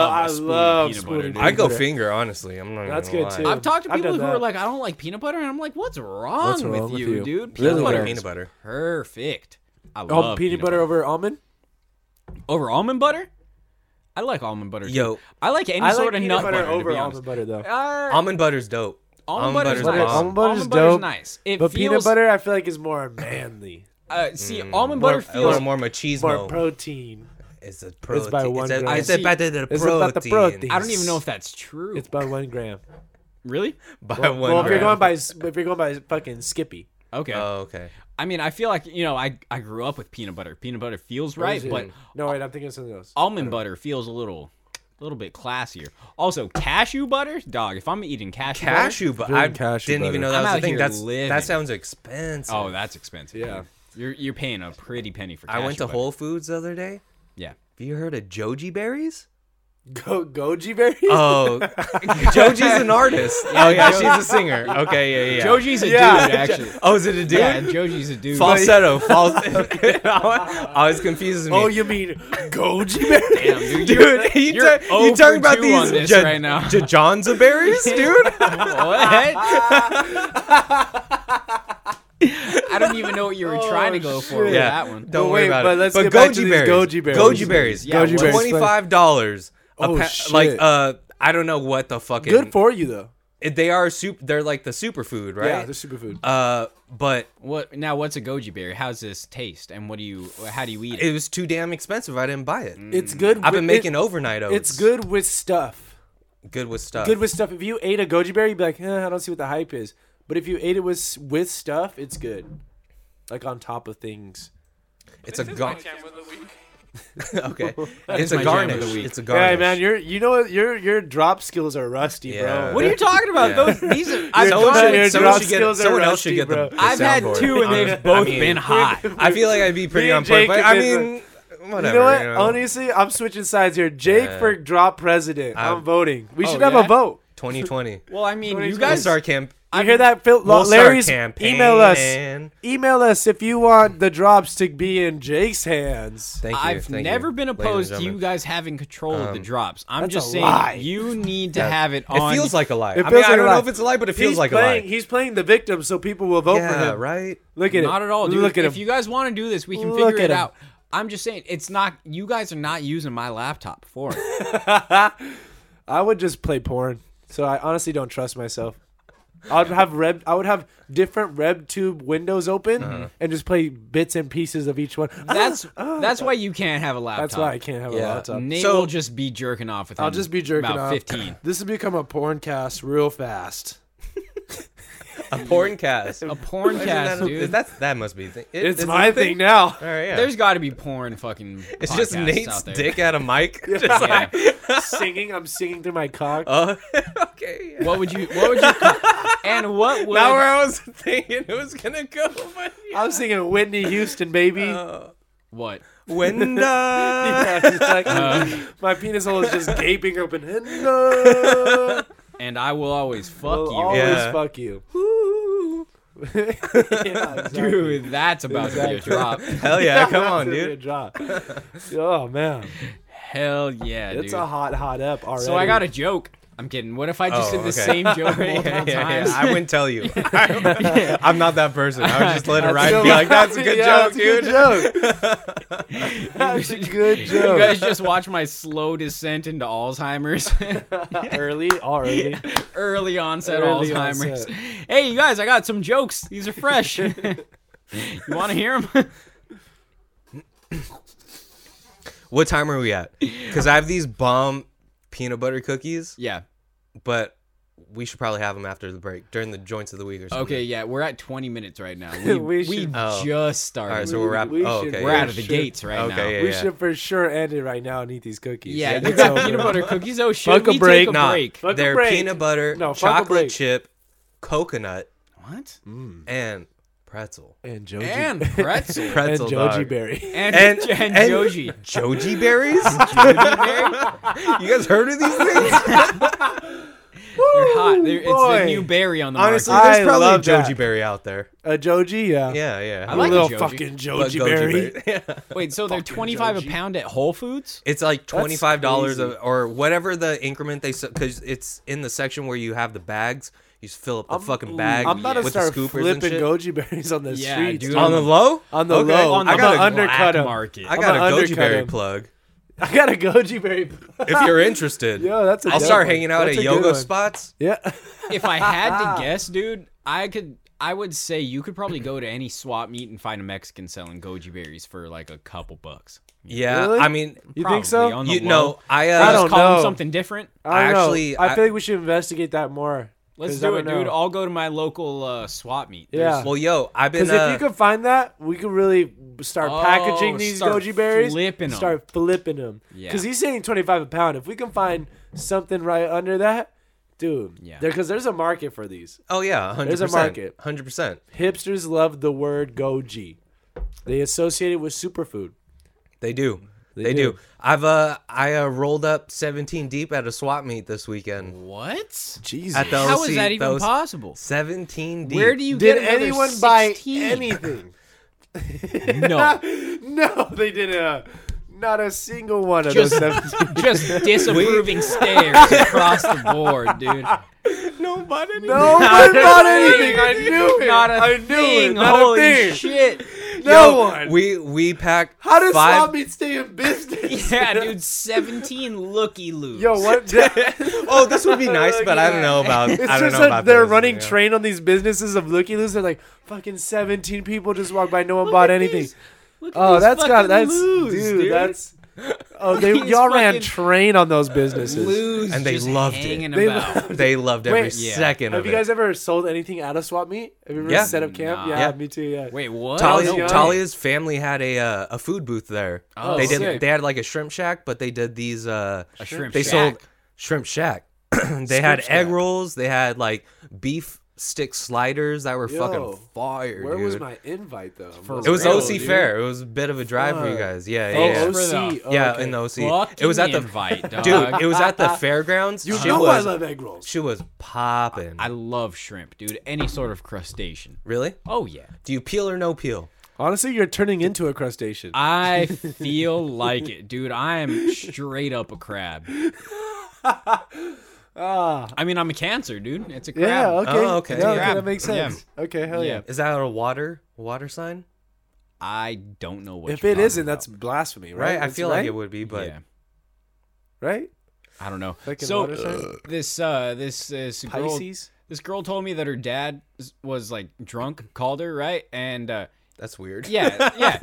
[SPEAKER 3] lo- I
[SPEAKER 2] a spoon of
[SPEAKER 3] love
[SPEAKER 2] peanut
[SPEAKER 3] spooning it.
[SPEAKER 2] butter. dude.
[SPEAKER 4] I go
[SPEAKER 3] Peanut.
[SPEAKER 4] finger, honestly. I'm not even
[SPEAKER 3] That's
[SPEAKER 4] gonna
[SPEAKER 3] good,
[SPEAKER 4] lie.
[SPEAKER 3] too.
[SPEAKER 2] I've talked to
[SPEAKER 3] I've
[SPEAKER 2] people
[SPEAKER 3] done
[SPEAKER 2] who are
[SPEAKER 3] that.
[SPEAKER 2] like, I don't like peanut butter, and I'm like, what's wrong,
[SPEAKER 3] What's
[SPEAKER 2] with,
[SPEAKER 3] wrong with
[SPEAKER 2] you,
[SPEAKER 3] you?
[SPEAKER 2] dude? Peanut
[SPEAKER 3] Really
[SPEAKER 2] butter,
[SPEAKER 4] Peanut
[SPEAKER 2] is
[SPEAKER 4] butter.
[SPEAKER 2] perfect. I love
[SPEAKER 3] Oh, peanut, butter, over almond.
[SPEAKER 2] over almond butter. I like almond butter. too.
[SPEAKER 4] Yo.
[SPEAKER 2] I like any
[SPEAKER 3] I like
[SPEAKER 2] sort of
[SPEAKER 3] peanut
[SPEAKER 2] nut
[SPEAKER 3] butter,
[SPEAKER 2] butter,
[SPEAKER 3] over
[SPEAKER 2] to be honest.
[SPEAKER 3] almond butter though.
[SPEAKER 2] Uh,
[SPEAKER 4] Almond butter's dope.
[SPEAKER 2] Almond butter's
[SPEAKER 4] butter's
[SPEAKER 2] nice.
[SPEAKER 4] bomb.
[SPEAKER 3] Almond butter's
[SPEAKER 2] Almond butter's
[SPEAKER 3] dope,
[SPEAKER 2] nice. It
[SPEAKER 3] But
[SPEAKER 2] feels,
[SPEAKER 3] peanut butter, Mm. I feel like is more manly,
[SPEAKER 2] Uh, see, almond
[SPEAKER 3] More-
[SPEAKER 2] butter
[SPEAKER 4] A little
[SPEAKER 2] feels.
[SPEAKER 4] more
[SPEAKER 3] more
[SPEAKER 4] machismo.
[SPEAKER 3] protein.
[SPEAKER 4] it's a protein.
[SPEAKER 3] by one
[SPEAKER 4] it's, a,
[SPEAKER 3] gram.
[SPEAKER 4] it's a
[SPEAKER 2] See,
[SPEAKER 4] better than
[SPEAKER 3] it's
[SPEAKER 4] protein.
[SPEAKER 3] about the protein.
[SPEAKER 2] I don't even know if that's true.
[SPEAKER 3] It's by one gram.
[SPEAKER 2] really?
[SPEAKER 4] By one
[SPEAKER 3] well, if you're
[SPEAKER 4] gram.
[SPEAKER 3] going by s- if you're going by fucking Skippy,
[SPEAKER 2] Okay.
[SPEAKER 4] Oh, okay.
[SPEAKER 2] Uh, I mean, I feel like you know, I I grew up with peanut butter. Peanut butter feels right,
[SPEAKER 3] Is it-
[SPEAKER 2] but
[SPEAKER 3] no, wait, I'm thinking of something else.
[SPEAKER 2] almond butter feels a little, a little bit classier. Also, cashew butter, dog. If I'm eating cashew, butter-
[SPEAKER 4] Cashew, but I
[SPEAKER 3] cashew
[SPEAKER 4] didn't even
[SPEAKER 3] butter.
[SPEAKER 4] know that
[SPEAKER 2] I'm
[SPEAKER 4] was
[SPEAKER 2] out
[SPEAKER 4] a thing.
[SPEAKER 2] here
[SPEAKER 4] That's
[SPEAKER 2] living.
[SPEAKER 4] that sounds expensive.
[SPEAKER 2] oh, that's expensive.
[SPEAKER 3] Yeah.
[SPEAKER 2] dude. you're you're paying a pretty penny for.
[SPEAKER 4] I
[SPEAKER 2] cashew
[SPEAKER 4] went to
[SPEAKER 2] butter.
[SPEAKER 4] Whole Foods the other day.
[SPEAKER 2] Yeah.
[SPEAKER 4] Have you heard of Joji berries?
[SPEAKER 3] Go goji berries.
[SPEAKER 4] Oh, Joji's an artist. Oh yeah, she's a singer. Okay, yeah, yeah.
[SPEAKER 2] Joji's a
[SPEAKER 3] Yeah.
[SPEAKER 2] dude, actually.
[SPEAKER 4] Oh, is it a dude?
[SPEAKER 2] yeah, Joji's a dude.
[SPEAKER 4] Falsetto. Fal- I was confused as me.
[SPEAKER 3] oh, you mean goji berries?
[SPEAKER 2] Damn, dude. you-
[SPEAKER 4] dude, you,
[SPEAKER 2] you're
[SPEAKER 4] ta-
[SPEAKER 2] 0 for
[SPEAKER 4] you talking about
[SPEAKER 2] 2 on
[SPEAKER 4] these
[SPEAKER 2] this right now.
[SPEAKER 4] John's berries, dude?
[SPEAKER 2] what? I don't even know what you were trying to go for with
[SPEAKER 4] yeah,
[SPEAKER 2] that one.
[SPEAKER 4] Don't
[SPEAKER 3] But
[SPEAKER 4] worry
[SPEAKER 3] wait,
[SPEAKER 4] about
[SPEAKER 3] but
[SPEAKER 4] it.
[SPEAKER 3] let's
[SPEAKER 4] but
[SPEAKER 3] get
[SPEAKER 4] goji
[SPEAKER 3] back to these
[SPEAKER 4] berries,
[SPEAKER 3] goji berries.
[SPEAKER 4] goji berries,
[SPEAKER 2] Yeah, Goji
[SPEAKER 3] berries.
[SPEAKER 4] twenty five dollars.
[SPEAKER 3] Oh,
[SPEAKER 4] a pa-
[SPEAKER 3] shit.
[SPEAKER 4] like uh, I don't know what the fucking
[SPEAKER 3] Good for you though.
[SPEAKER 4] it- they are soup. They're like the superfood,
[SPEAKER 3] Yeah,
[SPEAKER 4] right?
[SPEAKER 3] they're superfood.
[SPEAKER 4] uh, but
[SPEAKER 2] What now? What's a goji berry? How's this taste? And what do you? How do you eat it?
[SPEAKER 4] it was too damn expensive. I didn't buy it.
[SPEAKER 3] it's good.
[SPEAKER 4] I've been
[SPEAKER 3] with-
[SPEAKER 4] making overnight oats.
[SPEAKER 3] Mm. It, it's good with stuff.
[SPEAKER 4] Good with stuff.
[SPEAKER 3] Good with stuff. If you ate a goji berry, you'd be like, eh, I don't see what the hype is. But if you ate it with s- with stuff, it's good. Like on top of things.
[SPEAKER 4] it's a gar- okay.
[SPEAKER 2] is
[SPEAKER 4] It's
[SPEAKER 2] my
[SPEAKER 4] a
[SPEAKER 2] jam of
[SPEAKER 4] garnish.
[SPEAKER 2] the week.
[SPEAKER 4] It's a
[SPEAKER 3] Yeah,
[SPEAKER 4] garnish.
[SPEAKER 3] man, you're you know what your your drop skills are rusty,
[SPEAKER 4] Yeah.
[SPEAKER 3] bro.
[SPEAKER 2] What are you talking about?
[SPEAKER 4] Yeah.
[SPEAKER 2] Those these are. I've,
[SPEAKER 4] someone
[SPEAKER 3] God, your
[SPEAKER 4] should, someone
[SPEAKER 3] drop
[SPEAKER 4] should get,
[SPEAKER 3] skills are
[SPEAKER 4] someone else should
[SPEAKER 3] rusty,
[SPEAKER 4] get the,
[SPEAKER 3] bro.
[SPEAKER 4] the
[SPEAKER 2] I've had
[SPEAKER 4] soundboard.
[SPEAKER 2] two and
[SPEAKER 4] I
[SPEAKER 2] they've
[SPEAKER 4] mean-
[SPEAKER 2] both
[SPEAKER 4] I mean,
[SPEAKER 2] been hot.
[SPEAKER 4] I feel like I'd be pretty
[SPEAKER 3] Me
[SPEAKER 4] on
[SPEAKER 3] and
[SPEAKER 4] point, but
[SPEAKER 3] Jacob
[SPEAKER 4] I
[SPEAKER 3] is a-
[SPEAKER 4] mean, whatever.
[SPEAKER 3] You know what?
[SPEAKER 4] you know.
[SPEAKER 3] Honestly, I'm switching sides here. Jake
[SPEAKER 4] Yeah.
[SPEAKER 3] for drop president. I'm,
[SPEAKER 4] I'm-
[SPEAKER 3] voting. We
[SPEAKER 2] Oh,
[SPEAKER 3] should have
[SPEAKER 2] yeah?
[SPEAKER 3] a vote.
[SPEAKER 4] 2020.
[SPEAKER 2] well, I mean, you
[SPEAKER 3] Nobody's
[SPEAKER 4] We'll
[SPEAKER 2] guys are.
[SPEAKER 4] start camp.
[SPEAKER 3] You hear that, Phil?
[SPEAKER 4] We'll start
[SPEAKER 3] Larry's email us.
[SPEAKER 4] campaigning.
[SPEAKER 3] Email us if you want the drops to be in Jake's hands.
[SPEAKER 4] Thank you.
[SPEAKER 2] I've
[SPEAKER 4] thank
[SPEAKER 2] never
[SPEAKER 4] you,
[SPEAKER 2] been
[SPEAKER 4] ladies and
[SPEAKER 2] opposed to
[SPEAKER 4] gentlemen.
[SPEAKER 2] you guys having control of the drops. I'm
[SPEAKER 3] Um, that's
[SPEAKER 2] just
[SPEAKER 3] a
[SPEAKER 2] saying
[SPEAKER 3] lie.
[SPEAKER 2] you need to
[SPEAKER 4] Yeah.
[SPEAKER 2] have it on.
[SPEAKER 4] It feels like a lie. I
[SPEAKER 3] feels
[SPEAKER 4] mean, I
[SPEAKER 3] like a
[SPEAKER 4] don't
[SPEAKER 3] lie.
[SPEAKER 4] know if it's a lie, but it feels
[SPEAKER 3] he's
[SPEAKER 4] like
[SPEAKER 3] playing,
[SPEAKER 4] a lie.
[SPEAKER 3] He's playing the victim, so people will vote for
[SPEAKER 4] Yeah,
[SPEAKER 3] him.
[SPEAKER 4] right.
[SPEAKER 3] Look at it.
[SPEAKER 2] Not at all, dude.
[SPEAKER 3] Look at
[SPEAKER 2] if
[SPEAKER 3] him.
[SPEAKER 2] you guys want to do this, we can
[SPEAKER 3] Look
[SPEAKER 2] figure
[SPEAKER 3] at
[SPEAKER 2] it
[SPEAKER 3] him.
[SPEAKER 2] out. I'm just saying, it's not. You guys are not using my laptop for it.
[SPEAKER 3] I would just play porn. So I honestly don't trust myself. I'd have Reb. I would have different Reb tube windows open
[SPEAKER 4] Uh-huh.
[SPEAKER 3] and just play bits and pieces of each one.
[SPEAKER 2] That's that's why you can't have a laptop.
[SPEAKER 3] Oh,
[SPEAKER 2] Uh,
[SPEAKER 3] That's why I can't have a
[SPEAKER 4] Yeah.
[SPEAKER 3] laptop.
[SPEAKER 2] Nate
[SPEAKER 4] So-
[SPEAKER 2] will just be jerking off with.
[SPEAKER 3] I'll just be jerking
[SPEAKER 2] about
[SPEAKER 3] off.
[SPEAKER 2] fifteen.
[SPEAKER 3] This has become a porn cast real fast.
[SPEAKER 4] A porn cast.
[SPEAKER 2] A porn cast, dude.
[SPEAKER 4] That's that must be. The thing. It-
[SPEAKER 3] It's,
[SPEAKER 4] a
[SPEAKER 3] my thing now.
[SPEAKER 4] All right, yeah.
[SPEAKER 2] There's got to be porn fucking.
[SPEAKER 4] it's just
[SPEAKER 2] podcasts
[SPEAKER 4] Nate's
[SPEAKER 2] out there.
[SPEAKER 4] dick at a mic. Just like,
[SPEAKER 3] singing. I'm singing through my cock.
[SPEAKER 4] uh, okay. yeah.
[SPEAKER 2] What would you? What would you? and what would?
[SPEAKER 4] Not where I was thinking it was gonna go, but yeah.
[SPEAKER 3] I was singing Whitney Houston, baby.
[SPEAKER 2] what?
[SPEAKER 4] when
[SPEAKER 3] Yeah, it's like,
[SPEAKER 2] Uh,
[SPEAKER 3] my penis hole is just gaping open. And, uh,
[SPEAKER 2] And I will always fuck
[SPEAKER 3] will
[SPEAKER 2] you,
[SPEAKER 3] always
[SPEAKER 4] Yeah.
[SPEAKER 3] fuck you. Yeah, exactly.
[SPEAKER 2] dude. That's about to be a drop.
[SPEAKER 4] Hell yeah, come on,
[SPEAKER 3] Absolutely a
[SPEAKER 4] dude.
[SPEAKER 3] drop. Oh man,
[SPEAKER 2] Hell yeah,
[SPEAKER 3] it's
[SPEAKER 2] dude.
[SPEAKER 3] a hot, hot up already.
[SPEAKER 2] so I got a joke. I'm kidding. What if I just
[SPEAKER 4] Oh,
[SPEAKER 2] did the
[SPEAKER 4] okay.
[SPEAKER 2] same joke multiple
[SPEAKER 4] Yeah, yeah, yeah.
[SPEAKER 2] times?
[SPEAKER 4] I wouldn't tell you. I'm not that person. I would just let it ride and be
[SPEAKER 3] Yeah,
[SPEAKER 4] like, "That's a good joke,
[SPEAKER 3] that's
[SPEAKER 4] dude."
[SPEAKER 3] A good joke. that's a good
[SPEAKER 2] You guys
[SPEAKER 3] joke.
[SPEAKER 2] just watch my slow descent into Alzheimer's,
[SPEAKER 3] early, already.
[SPEAKER 2] early onset
[SPEAKER 3] Early
[SPEAKER 2] Alzheimer's.
[SPEAKER 3] onset.
[SPEAKER 2] Hey, you guys, I got some jokes. These are fresh. you want to hear them?
[SPEAKER 4] What time are we at? Because I have these bomb peanut butter cookies,
[SPEAKER 2] yeah.
[SPEAKER 4] but we should probably have them after the break during the joints of the week or something.
[SPEAKER 2] Okay. Yeah, we're at 20 minutes right now. We,
[SPEAKER 3] We
[SPEAKER 2] we,
[SPEAKER 3] should-
[SPEAKER 4] Oh.
[SPEAKER 2] just started.
[SPEAKER 4] All right, so
[SPEAKER 3] We-
[SPEAKER 4] we're wrapping.
[SPEAKER 3] we
[SPEAKER 4] oh,
[SPEAKER 3] should-
[SPEAKER 4] okay.
[SPEAKER 2] we're
[SPEAKER 4] yeah.
[SPEAKER 2] out of the
[SPEAKER 3] should-
[SPEAKER 2] gates right
[SPEAKER 4] okay,
[SPEAKER 2] now.
[SPEAKER 4] yeah,
[SPEAKER 3] We
[SPEAKER 4] yeah.
[SPEAKER 3] should for sure end it right now and eat these cookies.
[SPEAKER 2] Yeah, you
[SPEAKER 3] It's
[SPEAKER 2] got
[SPEAKER 3] over.
[SPEAKER 2] peanut butter cookies. Oh shit,
[SPEAKER 3] Fuck a
[SPEAKER 2] we
[SPEAKER 3] break.
[SPEAKER 2] take a
[SPEAKER 4] Nah,
[SPEAKER 2] break.
[SPEAKER 3] Fuck a
[SPEAKER 4] they're
[SPEAKER 3] break.
[SPEAKER 4] peanut butter,
[SPEAKER 3] No, fuck a break.
[SPEAKER 4] chocolate chip, coconut,
[SPEAKER 2] What?
[SPEAKER 4] and pretzel.
[SPEAKER 3] and Joji
[SPEAKER 2] And pretzel.
[SPEAKER 4] Pretzel
[SPEAKER 3] and Joji
[SPEAKER 4] dog.
[SPEAKER 3] Berry.
[SPEAKER 2] and,
[SPEAKER 4] And-
[SPEAKER 2] and,
[SPEAKER 4] and-
[SPEAKER 2] Joji.
[SPEAKER 4] Joji berries? you guys heard of these things?
[SPEAKER 2] They're hot. They're, it's
[SPEAKER 3] Oh, boy.
[SPEAKER 2] the new berry on the
[SPEAKER 4] Honestly,
[SPEAKER 2] market.
[SPEAKER 4] there's
[SPEAKER 3] I
[SPEAKER 4] probably
[SPEAKER 3] love
[SPEAKER 4] a Joji
[SPEAKER 3] that.
[SPEAKER 4] berry out there.
[SPEAKER 3] A Joji, yeah.
[SPEAKER 4] Yeah, yeah.
[SPEAKER 2] I
[SPEAKER 3] A
[SPEAKER 2] like
[SPEAKER 3] little
[SPEAKER 2] a Joji.
[SPEAKER 3] fucking
[SPEAKER 4] But
[SPEAKER 3] Joji
[SPEAKER 4] goji
[SPEAKER 3] Berry.
[SPEAKER 4] berry. Yeah.
[SPEAKER 2] Wait, so they're 25
[SPEAKER 3] Joji.
[SPEAKER 2] a pound at Whole Foods?
[SPEAKER 4] It's like twenty five dollars
[SPEAKER 3] crazy.
[SPEAKER 4] or whatever the increment they because it's in the section where you have the bags. You just fill up the fucking bag
[SPEAKER 3] I'm about to
[SPEAKER 4] with
[SPEAKER 3] start
[SPEAKER 4] the scoopers and
[SPEAKER 3] flipping
[SPEAKER 4] shit.
[SPEAKER 3] Goji berries on the
[SPEAKER 2] Yeah,
[SPEAKER 3] streets.
[SPEAKER 2] dude.
[SPEAKER 4] on the low,
[SPEAKER 3] On the
[SPEAKER 4] Okay.
[SPEAKER 3] low,
[SPEAKER 4] I
[SPEAKER 3] I'm
[SPEAKER 4] got
[SPEAKER 3] gonna
[SPEAKER 4] a
[SPEAKER 3] undercut him.
[SPEAKER 2] market.
[SPEAKER 4] I
[SPEAKER 3] I'm
[SPEAKER 4] got
[SPEAKER 3] gonna
[SPEAKER 4] a goji
[SPEAKER 3] undercut
[SPEAKER 4] berry
[SPEAKER 3] him.
[SPEAKER 4] plug.
[SPEAKER 3] I got a Goji Berry.
[SPEAKER 4] If you're interested,
[SPEAKER 3] Yo, that's a
[SPEAKER 4] I'll
[SPEAKER 3] dope
[SPEAKER 4] start
[SPEAKER 3] one.
[SPEAKER 4] hanging out
[SPEAKER 3] That's
[SPEAKER 4] at
[SPEAKER 3] a good
[SPEAKER 4] yoga
[SPEAKER 3] one.
[SPEAKER 4] spots.
[SPEAKER 3] Yeah,
[SPEAKER 2] if I had to guess, dude, I could I would say you could probably go to any swap meet and find a Mexican selling goji berries for like a couple bucks.
[SPEAKER 4] Yeah,
[SPEAKER 3] Really?
[SPEAKER 4] I mean,
[SPEAKER 3] you
[SPEAKER 2] Probably
[SPEAKER 3] think so?
[SPEAKER 2] on the
[SPEAKER 4] you
[SPEAKER 2] low.
[SPEAKER 4] know, I uh,
[SPEAKER 2] Let's
[SPEAKER 3] I don't
[SPEAKER 2] call
[SPEAKER 3] know.
[SPEAKER 2] them something different.
[SPEAKER 3] I don't know.
[SPEAKER 4] actually-
[SPEAKER 3] I,
[SPEAKER 4] I-
[SPEAKER 3] feel like we should investigate that more.
[SPEAKER 2] Let's
[SPEAKER 3] 'cause I
[SPEAKER 2] do it,
[SPEAKER 3] don't know.
[SPEAKER 2] dude. I'll go to my local uh, swap meet.
[SPEAKER 3] yeah,
[SPEAKER 4] Well, yo, I've been.
[SPEAKER 3] because
[SPEAKER 4] Uh,
[SPEAKER 3] if you could find that, we could really start
[SPEAKER 2] Oh,
[SPEAKER 3] packaging these
[SPEAKER 2] start
[SPEAKER 3] goji berries,
[SPEAKER 2] flipping 'em.
[SPEAKER 3] start flipping them.
[SPEAKER 2] Yeah.
[SPEAKER 3] Because he's saying twenty five a pound. If we can find something right under that, dude.
[SPEAKER 2] Yeah.
[SPEAKER 3] Because there's a market for these.
[SPEAKER 4] oh yeah, hundred
[SPEAKER 3] There's a market.
[SPEAKER 4] Hundred percent.
[SPEAKER 3] Hipsters love the word goji. They associate it with superfood.
[SPEAKER 4] They do. They,
[SPEAKER 3] do.
[SPEAKER 4] do. I've uh, I uh, rolled up seventeen deep at a swap meet this weekend.
[SPEAKER 2] What?
[SPEAKER 3] Jesus.
[SPEAKER 4] At the
[SPEAKER 2] How is
[SPEAKER 4] OC,
[SPEAKER 2] that even
[SPEAKER 4] those
[SPEAKER 2] possible?
[SPEAKER 4] Seventeen deep.
[SPEAKER 2] Where do you
[SPEAKER 3] Did
[SPEAKER 2] get another
[SPEAKER 3] anyone buy
[SPEAKER 2] 16?
[SPEAKER 3] anything?
[SPEAKER 2] No,
[SPEAKER 3] No, they didn't. Uh, not a single one of
[SPEAKER 2] Just-
[SPEAKER 3] those. 17.
[SPEAKER 2] just disapproving stares across the board, dude.
[SPEAKER 4] Nobody.
[SPEAKER 3] No,
[SPEAKER 2] Not
[SPEAKER 3] but
[SPEAKER 2] a
[SPEAKER 3] not
[SPEAKER 2] thing.
[SPEAKER 3] anything. I knew it.
[SPEAKER 2] Not a
[SPEAKER 3] I knew
[SPEAKER 2] thing.
[SPEAKER 3] it. Not
[SPEAKER 2] Holy
[SPEAKER 3] a thing.
[SPEAKER 2] shit!
[SPEAKER 3] No one.
[SPEAKER 4] We we packed.
[SPEAKER 3] How does
[SPEAKER 4] five,
[SPEAKER 3] swap meet stay in business?
[SPEAKER 2] Yeah, dude, seventeen looky loos.
[SPEAKER 3] Yo, what?
[SPEAKER 4] Oh, this would be nice, but I don't know about.
[SPEAKER 3] It's
[SPEAKER 4] I don't
[SPEAKER 3] just
[SPEAKER 4] know
[SPEAKER 3] that
[SPEAKER 4] about
[SPEAKER 3] they're
[SPEAKER 4] this,
[SPEAKER 3] running
[SPEAKER 4] you know?
[SPEAKER 3] train on these businesses of looky loos. They're like fucking seventeen people just walked by. No one bought
[SPEAKER 2] at
[SPEAKER 3] anything.
[SPEAKER 2] these- Look at
[SPEAKER 3] Oh,
[SPEAKER 2] these
[SPEAKER 3] that's got
[SPEAKER 2] fucking
[SPEAKER 3] that's
[SPEAKER 2] loos,
[SPEAKER 3] dude, That's oh they
[SPEAKER 2] These
[SPEAKER 3] y'all ran
[SPEAKER 2] fucking
[SPEAKER 3] train on those businesses.
[SPEAKER 2] loos,
[SPEAKER 4] And they
[SPEAKER 2] just
[SPEAKER 4] loved it.
[SPEAKER 2] hanging
[SPEAKER 3] They
[SPEAKER 2] about.
[SPEAKER 3] loved
[SPEAKER 4] They loved every
[SPEAKER 3] Wait,
[SPEAKER 2] yeah.
[SPEAKER 4] second
[SPEAKER 3] Have
[SPEAKER 4] of
[SPEAKER 3] you
[SPEAKER 4] it.
[SPEAKER 3] guys ever sold anything at a swap meet? Have you ever
[SPEAKER 4] Yeah.
[SPEAKER 3] set up camp?
[SPEAKER 2] Nah.
[SPEAKER 3] Yeah,
[SPEAKER 4] Yeah.
[SPEAKER 3] me too. Yeah.
[SPEAKER 2] Wait, what?
[SPEAKER 4] Talia's,
[SPEAKER 3] No way.
[SPEAKER 4] Talia's family had a uh, a food booth there.
[SPEAKER 2] Oh,
[SPEAKER 4] they did.
[SPEAKER 3] sick.
[SPEAKER 4] They had like a shrimp shack, but they did these. Uh,
[SPEAKER 2] A shrimp
[SPEAKER 4] they
[SPEAKER 2] shack.
[SPEAKER 4] sold shrimp shack. they had
[SPEAKER 3] Shrimp
[SPEAKER 4] egg
[SPEAKER 3] shack.
[SPEAKER 4] rolls. They had like beef stick sliders that were
[SPEAKER 3] Yo,
[SPEAKER 4] fucking fire,
[SPEAKER 3] Where
[SPEAKER 4] dude.
[SPEAKER 3] was my invite though?
[SPEAKER 2] For
[SPEAKER 4] it was
[SPEAKER 2] Really,
[SPEAKER 4] OC
[SPEAKER 2] dude?
[SPEAKER 4] Fair. It was a bit of a drive for you
[SPEAKER 3] Fuck.
[SPEAKER 4] guys. Yeah,
[SPEAKER 3] Oh,
[SPEAKER 4] yeah,
[SPEAKER 2] OC.
[SPEAKER 4] yeah.
[SPEAKER 3] OC. Oh,
[SPEAKER 4] yeah.
[SPEAKER 3] okay.
[SPEAKER 4] In the OC,
[SPEAKER 2] Fuck
[SPEAKER 4] it was at the
[SPEAKER 2] invite, dog.
[SPEAKER 4] dude. It was at the fairgrounds.
[SPEAKER 3] You
[SPEAKER 4] she
[SPEAKER 3] know
[SPEAKER 4] was,
[SPEAKER 3] I love egg rolls.
[SPEAKER 4] She was popping.
[SPEAKER 2] I love shrimp, dude. Any sort of crustacean.
[SPEAKER 4] Really?
[SPEAKER 2] Oh yeah.
[SPEAKER 4] Do you peel or no peel?
[SPEAKER 3] Honestly, you're turning into a crustacean.
[SPEAKER 2] I feel like it, dude. I am straight up a crab. I mean, I'm a cancer, dude. It's a crab.
[SPEAKER 3] Ah. yeah. Okay.
[SPEAKER 4] Oh, okay.
[SPEAKER 3] No,
[SPEAKER 4] Yeah.
[SPEAKER 3] that makes
[SPEAKER 2] Yeah.
[SPEAKER 3] sense. Okay. Hell yeah.
[SPEAKER 2] Yeah.
[SPEAKER 4] Is that a water water sign?
[SPEAKER 2] I don't know what.
[SPEAKER 3] If
[SPEAKER 2] you're
[SPEAKER 3] it
[SPEAKER 2] talking
[SPEAKER 3] isn't,
[SPEAKER 2] about.
[SPEAKER 3] that's blasphemy, right?
[SPEAKER 4] Right. I
[SPEAKER 3] It's
[SPEAKER 4] feel
[SPEAKER 3] right?
[SPEAKER 4] like it would be, but
[SPEAKER 2] yeah.
[SPEAKER 3] Right.
[SPEAKER 2] I don't know.
[SPEAKER 3] Like in
[SPEAKER 2] so
[SPEAKER 3] water sign?
[SPEAKER 2] this uh this this girl
[SPEAKER 3] Pisces.
[SPEAKER 2] this girl told me that her dad s- was like drunk, called her right, and uh,
[SPEAKER 4] That's weird.
[SPEAKER 2] yeah, yeah,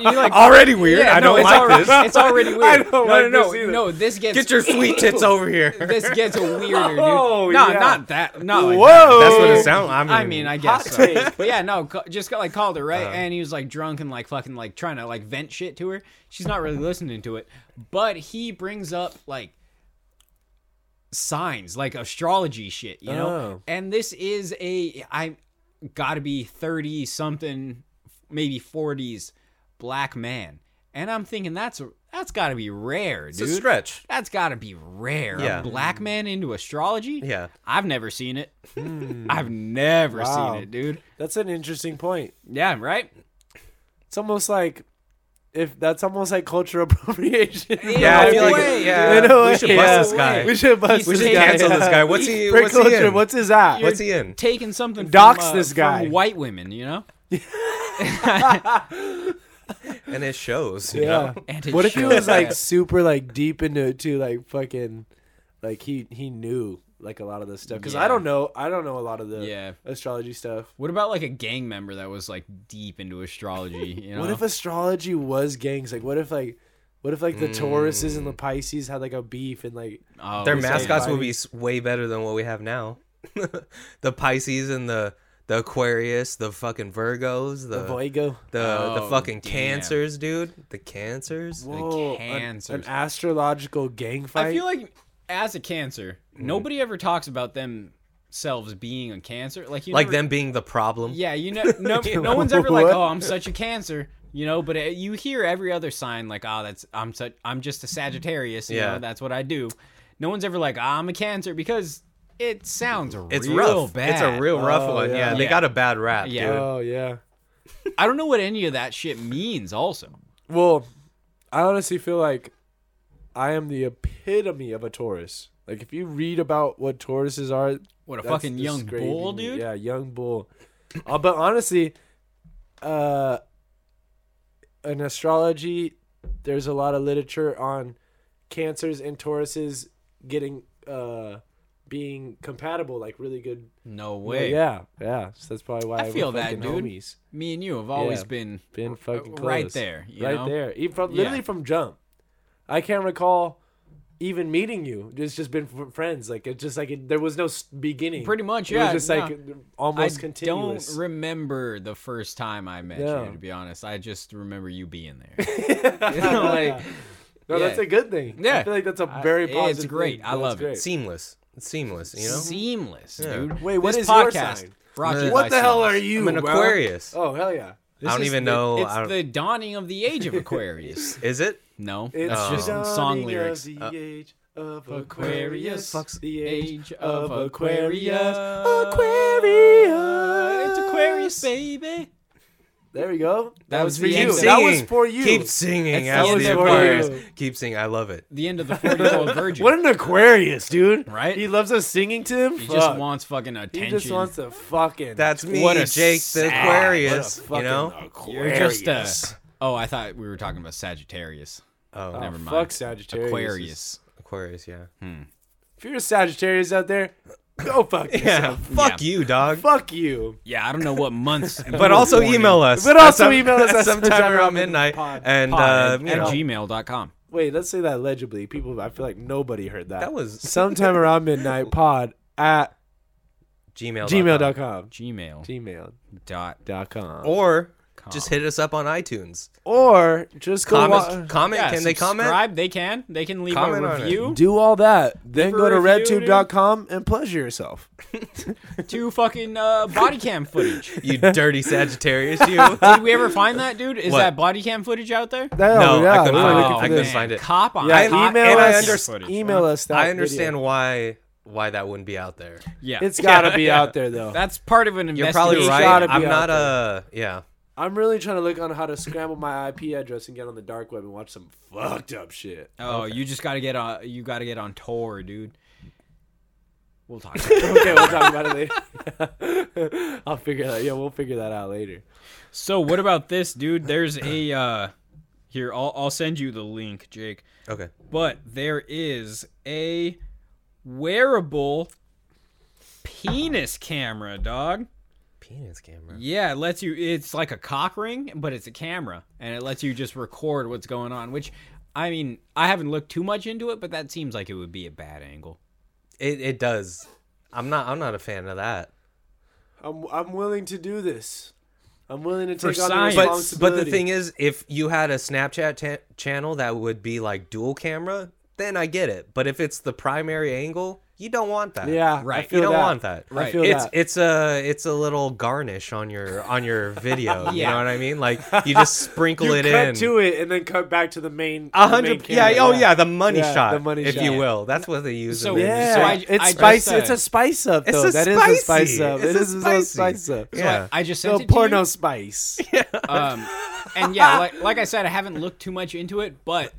[SPEAKER 2] you like
[SPEAKER 4] Already weird.
[SPEAKER 2] yeah,
[SPEAKER 4] I
[SPEAKER 2] no,
[SPEAKER 4] don't
[SPEAKER 2] it's
[SPEAKER 4] like
[SPEAKER 2] already,
[SPEAKER 4] this.
[SPEAKER 2] It's already weird.
[SPEAKER 3] I don't
[SPEAKER 2] no,
[SPEAKER 3] like
[SPEAKER 2] no, no,
[SPEAKER 3] this either.
[SPEAKER 2] no. This gets
[SPEAKER 4] Get your sweet tits over here.
[SPEAKER 2] this gets weirder, dude.
[SPEAKER 3] Oh,
[SPEAKER 2] no,
[SPEAKER 3] yeah.
[SPEAKER 2] not that. No, like that.
[SPEAKER 3] Whoa.
[SPEAKER 4] That's what it sounds. I mean,
[SPEAKER 2] I mean, I
[SPEAKER 3] Hot Uh-huh.
[SPEAKER 2] guess. So.
[SPEAKER 3] take.
[SPEAKER 2] But yeah, no, ca- just got like called her right, and he was like drunk and like fucking like trying to like vent shit to her. She's not really listening to it, but he brings up like signs, like astrology shit, you know.
[SPEAKER 3] Oh.
[SPEAKER 2] And this is a I gotta be thirty something, maybe forties, black man, and I'm thinking that's that's gotta be rare,
[SPEAKER 4] it's a
[SPEAKER 2] dude.
[SPEAKER 4] stretch.
[SPEAKER 2] That's got to be rare.
[SPEAKER 4] Yeah.
[SPEAKER 2] A black man into astrology?
[SPEAKER 4] Yeah. Hmm.
[SPEAKER 2] I've never seen it. I've never
[SPEAKER 3] Wow.
[SPEAKER 2] seen it, dude.
[SPEAKER 3] That's an interesting point.
[SPEAKER 2] Yeah, right?
[SPEAKER 3] It's almost like if that's almost like cultural appropriation.
[SPEAKER 4] Yeah, I
[SPEAKER 2] No
[SPEAKER 4] feel like
[SPEAKER 2] way,
[SPEAKER 4] yeah.
[SPEAKER 3] dude. No
[SPEAKER 4] we should
[SPEAKER 3] way.
[SPEAKER 4] bust
[SPEAKER 3] Yeah.
[SPEAKER 4] this guy.
[SPEAKER 3] we should bust.
[SPEAKER 4] We
[SPEAKER 3] this
[SPEAKER 4] should
[SPEAKER 3] guy.
[SPEAKER 4] cancel this guy. What's he?
[SPEAKER 3] Prick
[SPEAKER 4] What's he
[SPEAKER 3] culture.
[SPEAKER 4] in?
[SPEAKER 3] What's his app?
[SPEAKER 4] What's he in?
[SPEAKER 2] Taking something
[SPEAKER 3] Dox
[SPEAKER 2] from, uh,
[SPEAKER 3] this guy.
[SPEAKER 2] from white women, you know?
[SPEAKER 4] And it shows. You
[SPEAKER 3] yeah.
[SPEAKER 4] Know?
[SPEAKER 2] And it
[SPEAKER 3] What if he
[SPEAKER 2] shows
[SPEAKER 3] was like
[SPEAKER 2] that.
[SPEAKER 3] super like deep into it too, like fucking, like he he knew like a lot of this stuff because I
[SPEAKER 2] Yeah.
[SPEAKER 3] don't know I don't know a lot of the
[SPEAKER 2] Yeah.
[SPEAKER 3] astrology stuff.
[SPEAKER 2] What about like a gang member that was like deep into astrology, you know?
[SPEAKER 3] What if astrology was gangs? Like what if like what if like the Tauruses
[SPEAKER 4] Mm.
[SPEAKER 3] and the Pisces had like a beef and like
[SPEAKER 2] Oh,
[SPEAKER 4] Their
[SPEAKER 2] it's like-
[SPEAKER 4] mascots
[SPEAKER 3] like-
[SPEAKER 4] will be s- way better than what we have now. the Pisces and the the Aquarius, the fucking Virgos, the
[SPEAKER 3] a Virgo?
[SPEAKER 4] the, the
[SPEAKER 2] Oh,
[SPEAKER 4] fucking
[SPEAKER 2] damn.
[SPEAKER 4] cancers, dude. The cancers.
[SPEAKER 3] Whoa, an,
[SPEAKER 2] Cancers.
[SPEAKER 3] an astrological gang fight.
[SPEAKER 2] I feel like as a cancer,
[SPEAKER 4] Hmm.
[SPEAKER 2] nobody ever talks about themselves being a cancer. Like you
[SPEAKER 4] Like
[SPEAKER 2] never-
[SPEAKER 4] them being the problem.
[SPEAKER 2] Yeah, you know, no, no one's ever like,
[SPEAKER 3] What?
[SPEAKER 2] "Oh, I'm such a Cancer," you know. But uh you hear every other sign like, "Oh, that's I'm such I'm just a Sagittarius," you
[SPEAKER 4] Yeah.
[SPEAKER 2] know. That's what I do. No one's ever like, "Ah, "I'm a Cancer," because it sounds
[SPEAKER 4] It's
[SPEAKER 2] real
[SPEAKER 4] rough.
[SPEAKER 2] bad.
[SPEAKER 4] It's a real rough
[SPEAKER 3] Oh,
[SPEAKER 4] one.
[SPEAKER 3] yeah.
[SPEAKER 4] Yeah. they
[SPEAKER 2] Yeah.
[SPEAKER 4] got a bad rap,
[SPEAKER 2] Yeah.
[SPEAKER 4] dude.
[SPEAKER 3] oh yeah.
[SPEAKER 2] I don't know what any of that shit means. Also,
[SPEAKER 3] Well, I honestly feel like I am the epitome of a Taurus. Like if you read about what Tauruses are,
[SPEAKER 2] what a
[SPEAKER 3] that's
[SPEAKER 2] fucking young
[SPEAKER 3] describing-
[SPEAKER 2] bull, dude.
[SPEAKER 3] Yeah, young bull. Uh, but honestly, uh, in astrology, there's a lot of literature on cancers and Tauruses getting uh being compatible, like really good. Oh,
[SPEAKER 2] No way.
[SPEAKER 3] Yeah, yeah. So that's probably why
[SPEAKER 2] I
[SPEAKER 3] we're
[SPEAKER 2] feel that,
[SPEAKER 3] fucking
[SPEAKER 2] dude.
[SPEAKER 3] Homies.
[SPEAKER 2] Me and you have always
[SPEAKER 3] Yeah.
[SPEAKER 2] been
[SPEAKER 3] Been fucking close.
[SPEAKER 2] Uh, right there. You
[SPEAKER 3] right
[SPEAKER 2] know?
[SPEAKER 3] there. Even from
[SPEAKER 2] Yeah.
[SPEAKER 3] literally from jump. I can't recall even meeting you. It's just been f- friends. Like it's just like it, there was no s- beginning.
[SPEAKER 2] Pretty much,
[SPEAKER 3] It
[SPEAKER 2] yeah,
[SPEAKER 3] was just like
[SPEAKER 2] I
[SPEAKER 3] almost
[SPEAKER 2] don't
[SPEAKER 3] continuous.
[SPEAKER 2] remember the first time I met
[SPEAKER 3] Yeah.
[SPEAKER 2] you. To be honest, I just remember you being there. You know, like,
[SPEAKER 3] no, that's
[SPEAKER 2] yeah.
[SPEAKER 3] a good thing. I
[SPEAKER 2] Yeah.
[SPEAKER 3] feel like that's a very positive.
[SPEAKER 2] it's great.
[SPEAKER 3] thing.
[SPEAKER 2] I
[SPEAKER 3] No, it's
[SPEAKER 2] love it.
[SPEAKER 3] great.
[SPEAKER 4] Seamless. It's seamless, you know?
[SPEAKER 2] seamless, dude.
[SPEAKER 3] Wait, what
[SPEAKER 2] this
[SPEAKER 3] is your
[SPEAKER 2] podcast
[SPEAKER 3] sign?
[SPEAKER 2] brought to you by
[SPEAKER 3] What the hell
[SPEAKER 2] Seamless.
[SPEAKER 3] are you?
[SPEAKER 4] I'm an
[SPEAKER 3] bro?
[SPEAKER 4] Aquarius.
[SPEAKER 3] Oh hell yeah!
[SPEAKER 4] I don't
[SPEAKER 3] is
[SPEAKER 4] even
[SPEAKER 3] the-
[SPEAKER 4] know.
[SPEAKER 2] It's
[SPEAKER 4] I don't,
[SPEAKER 2] the dawning of the age of Aquarius.
[SPEAKER 4] is it?
[SPEAKER 2] no,
[SPEAKER 3] It's
[SPEAKER 2] that's Oh. just
[SPEAKER 3] the
[SPEAKER 2] song
[SPEAKER 3] dawning of
[SPEAKER 2] lyrics. Uh,
[SPEAKER 3] The age of
[SPEAKER 2] Aquarius,
[SPEAKER 3] Aquarius.
[SPEAKER 2] fucks
[SPEAKER 3] the
[SPEAKER 2] age of Aquarius. Uh,
[SPEAKER 3] Aquarius.
[SPEAKER 2] It's Aquarius, baby.
[SPEAKER 3] There we go. That,
[SPEAKER 2] That
[SPEAKER 3] was
[SPEAKER 2] was
[SPEAKER 3] for
[SPEAKER 2] the
[SPEAKER 3] you.
[SPEAKER 2] end of-
[SPEAKER 3] That was for you.
[SPEAKER 4] Keep singing.
[SPEAKER 2] That's
[SPEAKER 4] as
[SPEAKER 2] the
[SPEAKER 4] the
[SPEAKER 3] end of
[SPEAKER 4] Aquarius.
[SPEAKER 3] you.
[SPEAKER 4] Keep singing. I love it.
[SPEAKER 2] The end of the forty-year-old virgin.
[SPEAKER 3] What an Aquarius, dude.
[SPEAKER 2] Right?
[SPEAKER 3] He loves us singing to him.
[SPEAKER 2] he
[SPEAKER 3] Fuck.
[SPEAKER 2] just wants fucking attention.
[SPEAKER 3] He just wants to fucking.
[SPEAKER 4] That's me,
[SPEAKER 2] What a
[SPEAKER 4] Jake the
[SPEAKER 2] sad-
[SPEAKER 4] Aquarius.
[SPEAKER 3] fucking
[SPEAKER 4] You know?
[SPEAKER 2] You're
[SPEAKER 3] Aquarius.
[SPEAKER 2] just a. Oh, I thought we were talking about Sagittarius.
[SPEAKER 4] Oh,
[SPEAKER 2] Never mind.
[SPEAKER 3] Fuck Sagittarius.
[SPEAKER 2] Aquarius.
[SPEAKER 4] Aquarius. Yeah.
[SPEAKER 3] If you're a Sagittarius out there, go fuck
[SPEAKER 4] Yeah.
[SPEAKER 3] yourself.
[SPEAKER 4] Fuck you, dog.
[SPEAKER 3] Fuck you.
[SPEAKER 2] Yeah, I don't know what months.
[SPEAKER 4] But also email us.
[SPEAKER 3] But
[SPEAKER 4] at
[SPEAKER 3] also
[SPEAKER 4] some-
[SPEAKER 3] email us at
[SPEAKER 4] sometime around midnight.
[SPEAKER 3] pod-
[SPEAKER 4] and
[SPEAKER 3] pod
[SPEAKER 4] uh,
[SPEAKER 2] at
[SPEAKER 4] you know,
[SPEAKER 2] gmail.com.
[SPEAKER 3] Wait, let's say that legibly. People, I feel like nobody heard that.
[SPEAKER 4] that was
[SPEAKER 3] sometime around midnight pod at
[SPEAKER 4] Gmail.
[SPEAKER 3] gmail.com.
[SPEAKER 2] Gmail.
[SPEAKER 3] Gmail.com.
[SPEAKER 2] Dot.
[SPEAKER 4] Or just hit us up on iTunes.
[SPEAKER 3] Or just go
[SPEAKER 4] Comment.
[SPEAKER 3] wa-
[SPEAKER 4] comment.
[SPEAKER 2] Yeah,
[SPEAKER 4] Can they comment?
[SPEAKER 2] subscribe. They can. They can leave
[SPEAKER 4] Comment
[SPEAKER 2] a
[SPEAKER 4] on it.
[SPEAKER 2] review.
[SPEAKER 3] do all that. Then
[SPEAKER 2] a
[SPEAKER 3] go to
[SPEAKER 2] review, dude.
[SPEAKER 3] redtube.com and pleasure yourself.
[SPEAKER 2] to fucking uh, body cam footage.
[SPEAKER 4] You dirty Sagittarius. You.
[SPEAKER 2] Did we ever find that, dude? Is
[SPEAKER 4] What?
[SPEAKER 2] that body cam footage out there?
[SPEAKER 4] No, I couldn't
[SPEAKER 3] we're
[SPEAKER 4] find
[SPEAKER 3] looking
[SPEAKER 4] it. I
[SPEAKER 3] for
[SPEAKER 4] couldn't
[SPEAKER 3] this.
[SPEAKER 4] find it.
[SPEAKER 2] Cop on
[SPEAKER 3] Yeah,
[SPEAKER 2] cop
[SPEAKER 3] email
[SPEAKER 2] body
[SPEAKER 4] us-
[SPEAKER 2] cam
[SPEAKER 4] unders-
[SPEAKER 2] footage,
[SPEAKER 3] Email
[SPEAKER 2] huh?
[SPEAKER 3] us that.
[SPEAKER 4] I understand
[SPEAKER 3] video.
[SPEAKER 4] why why that wouldn't be out there.
[SPEAKER 2] Yeah,
[SPEAKER 3] It's got to
[SPEAKER 4] Yeah,
[SPEAKER 3] be
[SPEAKER 4] yeah.
[SPEAKER 3] out there though.
[SPEAKER 2] that's part of an
[SPEAKER 4] You're probably
[SPEAKER 2] investigation.
[SPEAKER 4] right.
[SPEAKER 3] gotta be
[SPEAKER 4] I'm
[SPEAKER 3] out
[SPEAKER 4] not a yeah.
[SPEAKER 3] I'm really trying to look on how to scramble my IP address and get on the dark web and watch some fucked up shit.
[SPEAKER 2] Oh, you just gotta get on. You gotta get on tour, dude. We'll talk.
[SPEAKER 3] Okay, we'll talk about it later. I'll figure that. Yeah, we'll figure that out later.
[SPEAKER 2] so, what about this, dude? There's a uh, here. I'll I'll send you the link, Jake.
[SPEAKER 4] Okay.
[SPEAKER 2] but there is a wearable penis camera, dog.
[SPEAKER 4] Penis camera.
[SPEAKER 2] Yeah, it lets you. It's like a cock ring, but it's a camera, and it lets you just record what's going on. Which, I mean, I haven't looked too much into it, but that seems like it would be a bad angle.
[SPEAKER 4] It it does. I'm not I'm not a fan of that.
[SPEAKER 3] I'm I'm willing to do this. I'm willing to
[SPEAKER 2] For
[SPEAKER 3] take on
[SPEAKER 2] science.
[SPEAKER 3] the
[SPEAKER 2] But-
[SPEAKER 4] But
[SPEAKER 3] responsibility.
[SPEAKER 4] but the thing is, if you had a Snapchat ta- channel that would be like dual camera, then I get it. But if it's the primary angle, you don't want that.
[SPEAKER 3] yeah,
[SPEAKER 2] Right.
[SPEAKER 3] I
[SPEAKER 4] you
[SPEAKER 3] feel
[SPEAKER 4] don't
[SPEAKER 3] that.
[SPEAKER 4] want that.
[SPEAKER 3] I
[SPEAKER 2] Right.
[SPEAKER 3] feel
[SPEAKER 4] it's
[SPEAKER 3] that.
[SPEAKER 4] it's a it's a little garnish on your on your video. You
[SPEAKER 2] Yeah.
[SPEAKER 4] know what I mean? Like you just sprinkle
[SPEAKER 3] you
[SPEAKER 4] it
[SPEAKER 3] cut
[SPEAKER 4] in.
[SPEAKER 3] to it and then cut back to the main. the
[SPEAKER 4] A
[SPEAKER 3] main
[SPEAKER 4] hundred, yeah,
[SPEAKER 3] camera.
[SPEAKER 4] oh yeah, the money
[SPEAKER 3] Yeah,
[SPEAKER 4] shot,
[SPEAKER 3] the money
[SPEAKER 4] if
[SPEAKER 3] shot.
[SPEAKER 4] you will. That's what they use.
[SPEAKER 2] So-
[SPEAKER 4] in the-
[SPEAKER 3] Yeah,
[SPEAKER 2] So I-
[SPEAKER 3] it's
[SPEAKER 2] I just,
[SPEAKER 3] spicy.
[SPEAKER 2] uh,
[SPEAKER 3] it's a spice up
[SPEAKER 4] It's
[SPEAKER 3] though.
[SPEAKER 4] a
[SPEAKER 3] That is a
[SPEAKER 4] spicy.
[SPEAKER 3] spice up.
[SPEAKER 4] It's
[SPEAKER 3] It
[SPEAKER 4] a
[SPEAKER 3] is a
[SPEAKER 4] spicy.
[SPEAKER 3] spice up.
[SPEAKER 4] Yeah.
[SPEAKER 2] I just sent
[SPEAKER 3] So
[SPEAKER 2] it to you.
[SPEAKER 3] porno spice.
[SPEAKER 2] Um, and yeah, like, like I said, I haven't looked too much into it, but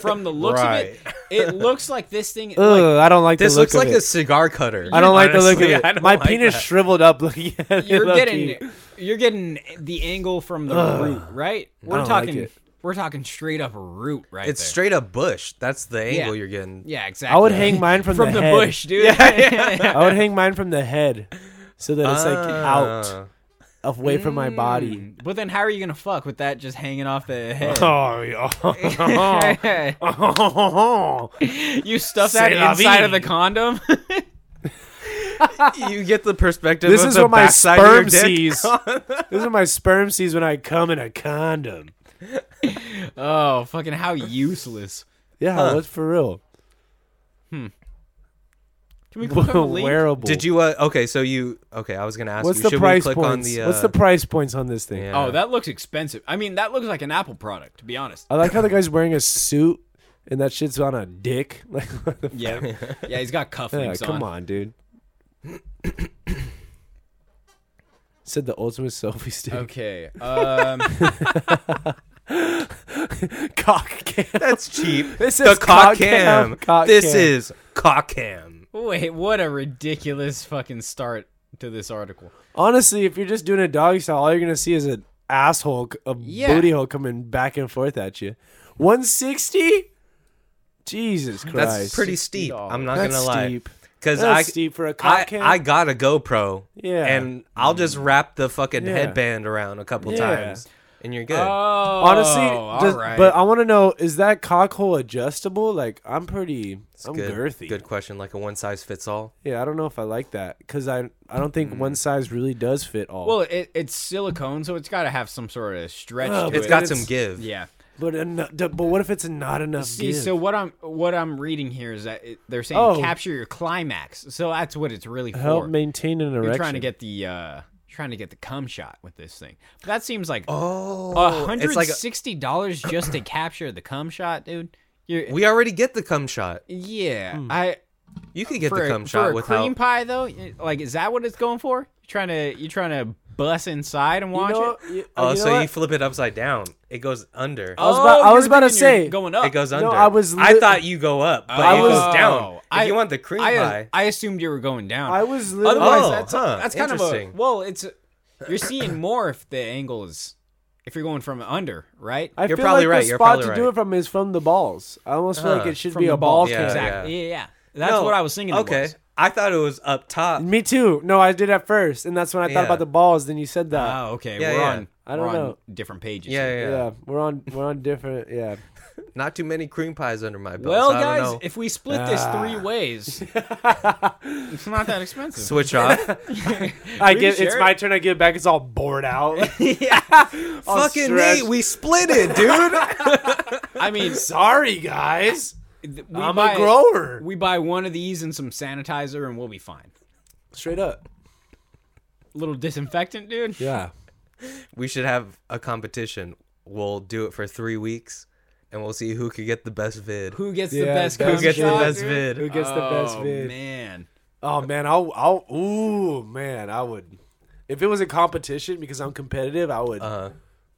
[SPEAKER 2] from the looks of
[SPEAKER 4] Right.
[SPEAKER 2] it, it looks like this thing. Like,
[SPEAKER 3] Ugh, I don't like
[SPEAKER 4] this
[SPEAKER 3] the look
[SPEAKER 4] looks like
[SPEAKER 3] of
[SPEAKER 4] a
[SPEAKER 3] it.
[SPEAKER 4] cigar cutter.
[SPEAKER 3] I don't like the
[SPEAKER 4] honestly.
[SPEAKER 3] look of
[SPEAKER 4] I
[SPEAKER 3] it.
[SPEAKER 4] don't
[SPEAKER 3] My
[SPEAKER 4] like
[SPEAKER 3] penis
[SPEAKER 4] that.
[SPEAKER 3] shriveled up looking at it.
[SPEAKER 2] you're
[SPEAKER 3] low-key.
[SPEAKER 2] getting you're getting the angle from the root, right? We're
[SPEAKER 3] don't like
[SPEAKER 2] talking
[SPEAKER 3] it.
[SPEAKER 2] we're talking straight up root, right?
[SPEAKER 4] It's
[SPEAKER 2] there.
[SPEAKER 4] straight up bush. That's the
[SPEAKER 2] Yeah.
[SPEAKER 4] angle you're getting.
[SPEAKER 2] Yeah, exactly.
[SPEAKER 3] I would hang mine from,
[SPEAKER 2] from the,
[SPEAKER 3] head.
[SPEAKER 2] bush, dude.
[SPEAKER 3] I would hang mine from the head, so that it's like out
[SPEAKER 4] Ah.
[SPEAKER 3] away from my body.
[SPEAKER 2] But then, how are you gonna fuck with that just hanging off the head?
[SPEAKER 3] Oh,
[SPEAKER 4] Mm.
[SPEAKER 3] yeah.
[SPEAKER 2] you stuff that
[SPEAKER 3] C'est la
[SPEAKER 2] inside of
[SPEAKER 3] vie.
[SPEAKER 2] the condom.
[SPEAKER 4] You get the perspective.
[SPEAKER 3] this
[SPEAKER 4] of
[SPEAKER 3] is
[SPEAKER 4] the
[SPEAKER 3] what my
[SPEAKER 4] backside of your
[SPEAKER 3] sperm
[SPEAKER 4] dick.
[SPEAKER 3] sees. this is what my sperm sees when I come in a condom.
[SPEAKER 2] oh, fucking how useless!
[SPEAKER 3] Yeah,
[SPEAKER 4] Huh.
[SPEAKER 3] that's for real.
[SPEAKER 2] Can we click on the link?
[SPEAKER 3] Wearable.
[SPEAKER 4] Did you? Uh, okay, so you. Okay, I was gonna ask
[SPEAKER 3] What's
[SPEAKER 4] you.
[SPEAKER 3] the
[SPEAKER 4] should
[SPEAKER 3] price
[SPEAKER 4] we click
[SPEAKER 3] points?
[SPEAKER 4] on the? Uh,
[SPEAKER 3] What's the price points on this thing?
[SPEAKER 4] yeah.
[SPEAKER 2] Oh, that looks expensive. I mean, that looks like an Apple product, to be honest.
[SPEAKER 3] I like how the guy's wearing a suit and that shit's on a dick. Like, what the
[SPEAKER 2] Yeah, yeah, he's got
[SPEAKER 3] yeah,
[SPEAKER 2] cufflinks
[SPEAKER 3] come on, dude. Said the ultimate selfie stick.
[SPEAKER 2] Okay. Um,
[SPEAKER 3] Cock cam.
[SPEAKER 4] That's cheap.
[SPEAKER 3] This
[SPEAKER 4] the
[SPEAKER 3] is
[SPEAKER 4] cock
[SPEAKER 3] cock
[SPEAKER 4] cam.
[SPEAKER 3] cam, cock
[SPEAKER 4] this
[SPEAKER 3] cam.
[SPEAKER 4] is cock cam.
[SPEAKER 2] wait, what a ridiculous fucking start to this article.
[SPEAKER 3] Honestly, if you're just doing a doggy style, all you're gonna see is an asshole, c- a
[SPEAKER 2] Yeah.
[SPEAKER 3] booty hole coming back and forth at you. 160. Jesus Christ.
[SPEAKER 4] That's pretty steep. I'm not
[SPEAKER 3] That's
[SPEAKER 4] gonna lie.
[SPEAKER 3] steep.
[SPEAKER 4] Because
[SPEAKER 3] That's
[SPEAKER 4] I
[SPEAKER 3] steep for a cock
[SPEAKER 4] I,
[SPEAKER 3] cam.
[SPEAKER 4] I got a GoPro.
[SPEAKER 3] Yeah.
[SPEAKER 4] And I'll just wrap the fucking
[SPEAKER 3] Yeah.
[SPEAKER 4] headband around a couple
[SPEAKER 3] Yeah. Uh,
[SPEAKER 4] times, and you're good.
[SPEAKER 2] Oh,
[SPEAKER 3] Honestly, does-
[SPEAKER 2] alright.
[SPEAKER 3] but I want to know is that cock hole adjustable? Like, I'm pretty, I'm
[SPEAKER 4] good,
[SPEAKER 3] girthy.
[SPEAKER 4] Good question. Like a one size fits all.
[SPEAKER 3] Yeah, I don't know if I like that because I, I don't think
[SPEAKER 4] Mm.
[SPEAKER 3] one size really does fit all.
[SPEAKER 2] well, it, it's silicone, so it's got to have some sort of stretch
[SPEAKER 3] Oh,
[SPEAKER 2] to
[SPEAKER 3] but
[SPEAKER 4] It's
[SPEAKER 2] it.
[SPEAKER 4] got
[SPEAKER 3] it's-
[SPEAKER 4] some give.
[SPEAKER 2] yeah.
[SPEAKER 3] but eno- d- but what if it's not enough?
[SPEAKER 2] See,
[SPEAKER 3] give?
[SPEAKER 2] so what I'm what I'm reading here is that it, they're saying
[SPEAKER 3] Oh.
[SPEAKER 2] capture your climax. So that's what it's really for.
[SPEAKER 3] help maintain an erection.
[SPEAKER 2] You're trying to get the uh, trying to get the cum shot with this thing. But that seems like Uh,
[SPEAKER 4] Oh, it's like a-
[SPEAKER 2] $160 just to capture the cum shot, dude. You're,
[SPEAKER 4] we already get the cum shot.
[SPEAKER 2] yeah,
[SPEAKER 4] Hmm.
[SPEAKER 2] I
[SPEAKER 4] You could get
[SPEAKER 2] for
[SPEAKER 4] the
[SPEAKER 2] a,
[SPEAKER 4] cum
[SPEAKER 2] for
[SPEAKER 4] shot
[SPEAKER 2] a
[SPEAKER 4] without.
[SPEAKER 2] cream pie though. y- Like, is that what it's going for? You trying to you trying to bust inside and
[SPEAKER 3] You
[SPEAKER 2] watch
[SPEAKER 3] know,
[SPEAKER 2] it?
[SPEAKER 3] you-
[SPEAKER 4] oh,
[SPEAKER 3] you know
[SPEAKER 4] so
[SPEAKER 3] what?
[SPEAKER 4] you flip it upside down. It goes under.
[SPEAKER 3] was about- I
[SPEAKER 2] Oh, you
[SPEAKER 3] was
[SPEAKER 2] were
[SPEAKER 3] about to
[SPEAKER 2] thinking you're
[SPEAKER 3] say-
[SPEAKER 2] going up.
[SPEAKER 4] It goes under.
[SPEAKER 3] I was
[SPEAKER 4] I
[SPEAKER 3] li-
[SPEAKER 4] thought you go up, but
[SPEAKER 2] I
[SPEAKER 4] it
[SPEAKER 3] was-
[SPEAKER 4] goes down.
[SPEAKER 2] Oh,
[SPEAKER 4] If
[SPEAKER 2] I-
[SPEAKER 4] you want the cream
[SPEAKER 2] I, uh,
[SPEAKER 4] pie,
[SPEAKER 2] I assumed you were going down.
[SPEAKER 3] I was
[SPEAKER 2] Otherwise,
[SPEAKER 3] literally.
[SPEAKER 4] Oh,
[SPEAKER 2] that's
[SPEAKER 4] huh,
[SPEAKER 2] that's kind of a
[SPEAKER 4] interesting.
[SPEAKER 2] well. It's you're seeing more if the angle is if you're going from under, right?
[SPEAKER 3] I
[SPEAKER 4] You're
[SPEAKER 3] feel
[SPEAKER 4] probably
[SPEAKER 3] like
[SPEAKER 4] right,
[SPEAKER 3] the
[SPEAKER 4] you're
[SPEAKER 3] spot
[SPEAKER 4] probably
[SPEAKER 3] to do
[SPEAKER 4] right. Uh,
[SPEAKER 3] it from is from the balls. I almost feel like
[SPEAKER 4] Huh,
[SPEAKER 3] it should
[SPEAKER 2] from
[SPEAKER 3] be
[SPEAKER 2] the
[SPEAKER 3] a ball
[SPEAKER 2] balls,
[SPEAKER 3] cam.
[SPEAKER 2] exactly. Yeah, yeah. That's
[SPEAKER 4] No,
[SPEAKER 2] what I was thinking. it
[SPEAKER 4] Okay,
[SPEAKER 2] was. Mm.
[SPEAKER 4] I thought it was up top.
[SPEAKER 3] Me too. No, I did at first, and that's when I
[SPEAKER 4] Yeah.
[SPEAKER 3] thought about the balls. Then you said that.
[SPEAKER 2] Oh, okay.
[SPEAKER 4] Yeah,
[SPEAKER 2] we're
[SPEAKER 4] yeah.
[SPEAKER 2] on.
[SPEAKER 3] I don't
[SPEAKER 2] we're on
[SPEAKER 3] know.
[SPEAKER 2] different pages.
[SPEAKER 4] Yeah,
[SPEAKER 2] here.
[SPEAKER 4] yeah,
[SPEAKER 3] yeah.
[SPEAKER 4] Oh, yeah.
[SPEAKER 3] we're on we're on different. Yeah,
[SPEAKER 4] Not too many cream pies under my belt.
[SPEAKER 2] Well,
[SPEAKER 4] so I don't
[SPEAKER 2] guys,
[SPEAKER 4] know.
[SPEAKER 2] if we split this three ways, it's not that expensive.
[SPEAKER 4] switch off.
[SPEAKER 3] I
[SPEAKER 2] We
[SPEAKER 3] get.
[SPEAKER 2] share
[SPEAKER 3] It's
[SPEAKER 2] it.
[SPEAKER 3] my turn. I give it back. It's all bored out. All
[SPEAKER 4] Fucking
[SPEAKER 3] stressed.
[SPEAKER 4] Nate, we split it, dude.
[SPEAKER 2] I mean,
[SPEAKER 3] Sorry, guys.
[SPEAKER 2] th- we
[SPEAKER 3] I'm
[SPEAKER 2] buy,
[SPEAKER 3] a grower.
[SPEAKER 2] We buy one of these and some sanitizer, and we'll be fine.
[SPEAKER 3] Straight up.
[SPEAKER 2] Little disinfectant, dude.
[SPEAKER 3] Yeah.
[SPEAKER 4] we should have a competition. We'll do it for three weeks, and we'll see who could get the best vid.
[SPEAKER 2] Who gets the
[SPEAKER 3] Yeah, best
[SPEAKER 2] best? cum
[SPEAKER 4] Who gets the
[SPEAKER 2] shot,
[SPEAKER 4] best
[SPEAKER 2] dude?
[SPEAKER 4] vid?
[SPEAKER 3] Who gets the best
[SPEAKER 2] Oh,
[SPEAKER 3] vid?
[SPEAKER 2] man.
[SPEAKER 3] Oh man, I'll, I'll. Ooh man, I would. If it was a competition, because I'm competitive, I would.
[SPEAKER 4] Uh,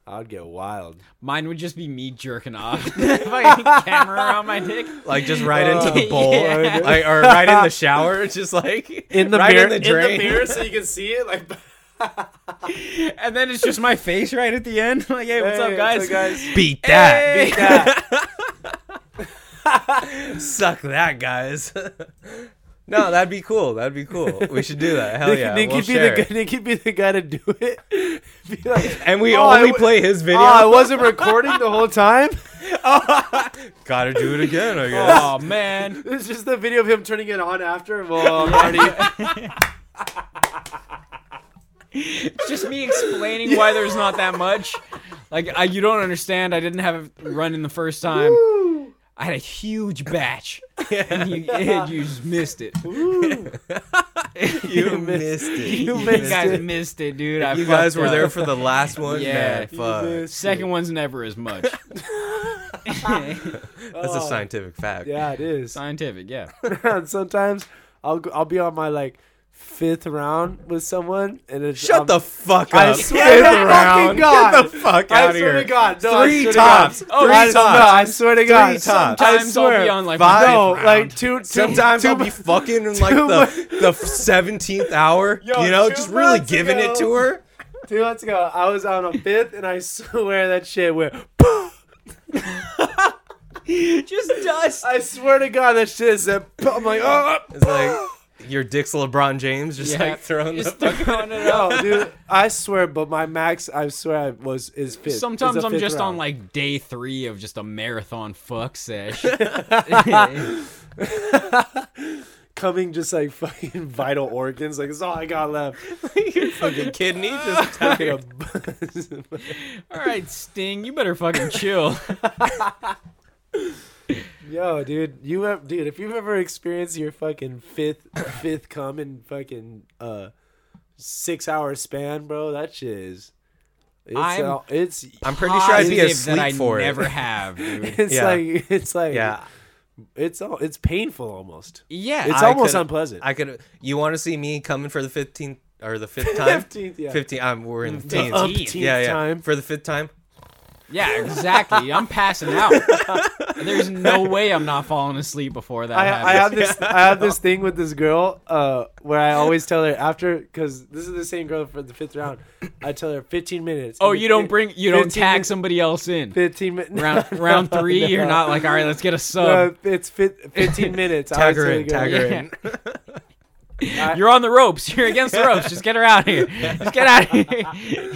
[SPEAKER 3] I'd get wild.
[SPEAKER 2] Mine would just be me jerking off the fucking camera on my dick.
[SPEAKER 4] like just right into the
[SPEAKER 2] Oh,
[SPEAKER 4] bowl,
[SPEAKER 2] yeah.
[SPEAKER 4] like, or right in the shower, just like
[SPEAKER 3] In the
[SPEAKER 4] right
[SPEAKER 3] mirror,
[SPEAKER 4] in the drain.
[SPEAKER 3] mirror, so you can see it. Like,
[SPEAKER 2] And then it's just my face right at the end. Like, hey, what's
[SPEAKER 3] Hey,
[SPEAKER 2] up, guys?
[SPEAKER 4] Beat that,
[SPEAKER 2] Hey!
[SPEAKER 4] beat
[SPEAKER 3] Yeah.
[SPEAKER 4] suck that, guys. No, that'd be cool. That'd be cool. We should do that. Hell yeah.
[SPEAKER 3] Nikki
[SPEAKER 4] we'll
[SPEAKER 3] be
[SPEAKER 4] share
[SPEAKER 3] the
[SPEAKER 4] it.
[SPEAKER 3] guy, Nikki be the guy to do it. Be like,
[SPEAKER 4] And we
[SPEAKER 3] "Oh, I
[SPEAKER 4] only
[SPEAKER 3] w-
[SPEAKER 4] play his video.
[SPEAKER 3] Oh, I wasn't recording the whole time.
[SPEAKER 4] Gotta do it again, I guess.
[SPEAKER 2] oh man.
[SPEAKER 3] It's just the video of him turning it on after. Well, I'm already.
[SPEAKER 2] It's just me explaining why there's not that much. Like I, you don't understand. I didn't have a run in the first time. I had a huge batch, and you, and you just missed it.
[SPEAKER 4] you missed it.
[SPEAKER 3] You
[SPEAKER 2] You
[SPEAKER 3] missed
[SPEAKER 2] guys
[SPEAKER 3] it.
[SPEAKER 2] missed it, dude. I
[SPEAKER 4] You guys
[SPEAKER 2] fucked
[SPEAKER 4] were there
[SPEAKER 2] up.
[SPEAKER 4] for the last one.
[SPEAKER 2] Yeah.
[SPEAKER 4] Man, fuck.
[SPEAKER 3] missed-
[SPEAKER 2] Second one's never as much.
[SPEAKER 4] That's a scientific fact.
[SPEAKER 3] Oh. Yeah, it is.
[SPEAKER 2] Scientific, yeah.
[SPEAKER 3] And sometimes I'll go- I'll be on my like fifth round with someone, and it's
[SPEAKER 4] Shut
[SPEAKER 3] I'm-
[SPEAKER 4] the fuck
[SPEAKER 3] Um, I
[SPEAKER 4] up.
[SPEAKER 3] swear to
[SPEAKER 4] Fifth round.
[SPEAKER 3] fucking God.
[SPEAKER 4] Get the fuck
[SPEAKER 3] I
[SPEAKER 4] out of
[SPEAKER 3] swear
[SPEAKER 4] here.
[SPEAKER 3] to God, no, I
[SPEAKER 4] Three
[SPEAKER 3] swear to
[SPEAKER 4] tops.
[SPEAKER 3] God.
[SPEAKER 4] Three
[SPEAKER 3] I, no,
[SPEAKER 4] tops.
[SPEAKER 3] I swear to God,
[SPEAKER 4] Three tops.
[SPEAKER 3] I
[SPEAKER 2] Sometimes I'll
[SPEAKER 3] swear.
[SPEAKER 2] be on like
[SPEAKER 4] Five.
[SPEAKER 2] my
[SPEAKER 3] no,
[SPEAKER 2] fifth
[SPEAKER 3] like
[SPEAKER 2] round.
[SPEAKER 3] two. two
[SPEAKER 4] Sometimes
[SPEAKER 3] two,
[SPEAKER 4] I'll be fucking in like
[SPEAKER 3] too
[SPEAKER 4] the the seventeenth hour,
[SPEAKER 3] Yo,
[SPEAKER 4] you know,
[SPEAKER 3] two
[SPEAKER 4] just really
[SPEAKER 3] months
[SPEAKER 4] giving
[SPEAKER 3] ago.
[SPEAKER 4] it to her.
[SPEAKER 3] two months ago. I was on a fifth, and I swear that shit went.
[SPEAKER 2] Just dust.
[SPEAKER 3] I swear to God, that shit said. I'm like, oh,
[SPEAKER 4] It's like your dick's LeBron James, just
[SPEAKER 2] Yeah.
[SPEAKER 4] like throwing the
[SPEAKER 2] Just
[SPEAKER 4] fuck-
[SPEAKER 2] throwing it up.
[SPEAKER 3] oh, dude, I swear. But my max, I swear, I was is fifth. Is
[SPEAKER 2] Sometimes
[SPEAKER 3] a
[SPEAKER 2] I'm
[SPEAKER 3] fifth
[SPEAKER 2] just
[SPEAKER 3] round.
[SPEAKER 2] on like day three of just a marathon fuck sesh.
[SPEAKER 3] coming just like fucking vital organs. Like it's all I got left.
[SPEAKER 4] your fucking kidney. Just
[SPEAKER 3] Fucking a buzz.
[SPEAKER 2] All right, Sting, you better fucking chill.
[SPEAKER 3] Yo, dude, you have, dude, if you've ever experienced your fucking fifth fifth come in fucking uh six hour span, bro, that shit is. It's
[SPEAKER 2] I'm-
[SPEAKER 3] uh, it's
[SPEAKER 4] I'm pretty sure I'd be
[SPEAKER 2] Positive that I
[SPEAKER 4] asleep for
[SPEAKER 2] never
[SPEAKER 4] it.
[SPEAKER 2] have, dude.
[SPEAKER 3] it's
[SPEAKER 4] yeah.
[SPEAKER 3] like it's like
[SPEAKER 4] Yeah,
[SPEAKER 3] it's all it's painful almost.
[SPEAKER 2] Yeah,
[SPEAKER 3] It's
[SPEAKER 2] I-
[SPEAKER 4] I
[SPEAKER 3] almost
[SPEAKER 4] could-
[SPEAKER 3] unpleasant.
[SPEAKER 4] I could. You want to see me coming for the fifteenth or the fifth time?
[SPEAKER 3] 15th, yeah.
[SPEAKER 4] 15 I'm, we're in the
[SPEAKER 2] Fifteenth.
[SPEAKER 4] teens.
[SPEAKER 3] Umpteenth
[SPEAKER 4] Yeah, yeah.
[SPEAKER 3] time.
[SPEAKER 4] For the fifth time.
[SPEAKER 2] yeah, exactly. I'm passing out. There's no way I'm not falling asleep before that
[SPEAKER 3] I, I have
[SPEAKER 2] happens.
[SPEAKER 3] this I have this thing with this girl uh, where I always tell her after because this is the same girl for the fifth round. I tell her 15 minutes.
[SPEAKER 2] oh,
[SPEAKER 3] And the
[SPEAKER 2] you don't
[SPEAKER 3] fif-
[SPEAKER 2] bring, you don't
[SPEAKER 3] 15
[SPEAKER 2] tag
[SPEAKER 3] minutes-
[SPEAKER 2] somebody else in.
[SPEAKER 3] 15 minutes.
[SPEAKER 2] Round round three, you're not like, all right, let's get a
[SPEAKER 3] No,
[SPEAKER 2] sub.
[SPEAKER 3] Uh, it's fit, 15 minutes. I
[SPEAKER 4] Tag her
[SPEAKER 3] always
[SPEAKER 4] in,
[SPEAKER 3] tell the
[SPEAKER 4] tag
[SPEAKER 3] girl.
[SPEAKER 4] her
[SPEAKER 2] Yeah. You're on the ropes. You're against the ropes. Just get her out here. Just get out of here.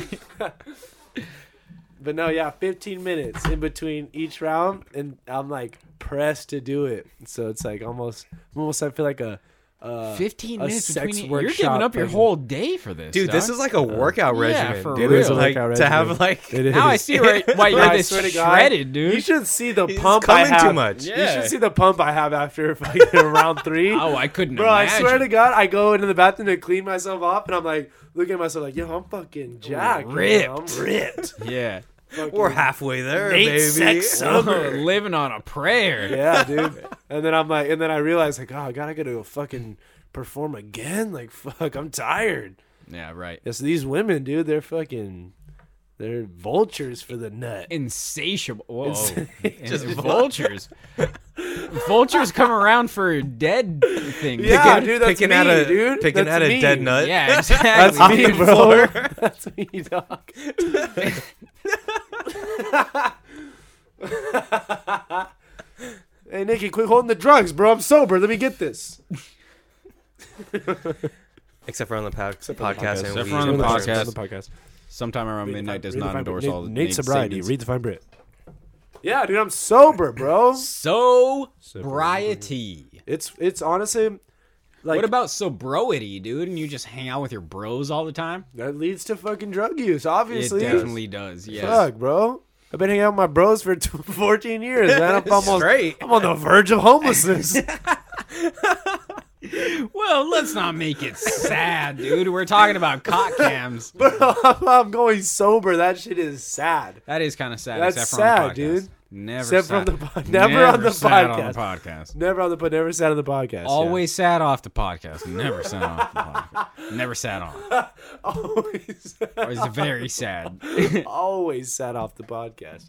[SPEAKER 3] But no, yeah, 15 minutes in between each round, and I'm like pressed to do it. So it's like almost, almost I feel like a. Uh,
[SPEAKER 2] 15
[SPEAKER 3] A
[SPEAKER 2] minutes
[SPEAKER 3] sex
[SPEAKER 2] between You're
[SPEAKER 3] workshop
[SPEAKER 2] giving up your
[SPEAKER 3] person.
[SPEAKER 2] whole day for this.
[SPEAKER 4] Dude, this
[SPEAKER 2] dog.
[SPEAKER 4] is like a workout
[SPEAKER 2] yeah,
[SPEAKER 4] regimen.
[SPEAKER 2] for
[SPEAKER 4] dude.
[SPEAKER 2] real. It is a
[SPEAKER 4] Like
[SPEAKER 3] workout
[SPEAKER 4] to have
[SPEAKER 3] regimen.
[SPEAKER 4] like
[SPEAKER 3] It is.
[SPEAKER 2] Now I see why, why you're
[SPEAKER 3] I
[SPEAKER 2] this
[SPEAKER 3] swear to God,
[SPEAKER 2] shredded, dude.
[SPEAKER 3] You should see the
[SPEAKER 4] He's
[SPEAKER 3] pump I
[SPEAKER 4] coming too
[SPEAKER 3] have.
[SPEAKER 4] much.
[SPEAKER 3] You
[SPEAKER 2] Yeah.
[SPEAKER 3] should see the pump I have after fucking round three.
[SPEAKER 2] oh, I couldn't
[SPEAKER 3] Bro,
[SPEAKER 2] imagine.
[SPEAKER 3] I swear to God, I go into the bathroom to clean myself off, and I'm like looking at myself like, yo, I'm fucking jacked. you know,
[SPEAKER 2] ripped.
[SPEAKER 3] I'm ripped.
[SPEAKER 2] Yeah.
[SPEAKER 4] we're halfway there,
[SPEAKER 3] Nate
[SPEAKER 4] baby.
[SPEAKER 3] sex
[SPEAKER 2] Oh, living on a prayer.
[SPEAKER 3] yeah, dude. And then I'm like, and then I realize like, oh God, I gotta go fucking perform again. Like, fuck, I'm tired.
[SPEAKER 2] Yeah, right.
[SPEAKER 3] Yes, these women, dude, they're fucking, they're vultures for the nut.
[SPEAKER 2] Insatiable. Whoa.
[SPEAKER 3] Insatiable.
[SPEAKER 2] Just vultures. vultures come around for dead things.
[SPEAKER 3] Yeah, Ah, dude, that's
[SPEAKER 4] picking
[SPEAKER 3] me,
[SPEAKER 4] out a
[SPEAKER 3] dude.
[SPEAKER 4] picking
[SPEAKER 3] That's
[SPEAKER 4] out a
[SPEAKER 3] me.
[SPEAKER 4] dead nut.
[SPEAKER 2] Yeah,
[SPEAKER 3] That's
[SPEAKER 2] exactly.
[SPEAKER 3] me, bro. That's me, dog. hey, Nikki, quit holding the drugs, bro. I'm sober. Let me get this.
[SPEAKER 4] Except for on the po- podcast. and
[SPEAKER 2] Except
[SPEAKER 4] we
[SPEAKER 2] for on
[SPEAKER 4] use
[SPEAKER 2] the podcast.
[SPEAKER 4] mushrooms.
[SPEAKER 3] podcast.
[SPEAKER 2] Sometime around midnight does not endorse all the
[SPEAKER 3] Nate
[SPEAKER 2] Nate's
[SPEAKER 3] sobriety.
[SPEAKER 2] statements.
[SPEAKER 3] Read the fine print. Yeah, dude, I'm sober, bro.
[SPEAKER 2] So sobriety.
[SPEAKER 3] It's it's honestly like
[SPEAKER 2] What about sobriety, dude? And you just hang out with your bros all the time?
[SPEAKER 3] that leads to fucking drug use. Obviously,
[SPEAKER 2] it definitely does. Yes.
[SPEAKER 3] fuck, bro. I've been hanging out with my bros for 14 years, man. I'm almost
[SPEAKER 4] Straight.
[SPEAKER 3] I'm on the verge of homelessness.
[SPEAKER 2] Well, let's not make it sad, dude. We're talking about cock cams.
[SPEAKER 3] bro, I'm going sober. That shit is sad.
[SPEAKER 2] That is kind of sad.
[SPEAKER 3] That's
[SPEAKER 2] except for on
[SPEAKER 3] sad,
[SPEAKER 2] the podcast.
[SPEAKER 3] dude.
[SPEAKER 2] Never
[SPEAKER 3] Except
[SPEAKER 2] sad.
[SPEAKER 3] from the po- never on the
[SPEAKER 2] sad on
[SPEAKER 3] podcast.
[SPEAKER 2] the podcast.
[SPEAKER 3] Never on the but never sat on the podcast. yeah.
[SPEAKER 2] Always sad off the podcast. Never sad off the podcast. Never sad on.
[SPEAKER 3] always,
[SPEAKER 2] Always very sad.
[SPEAKER 3] always sat off the podcast.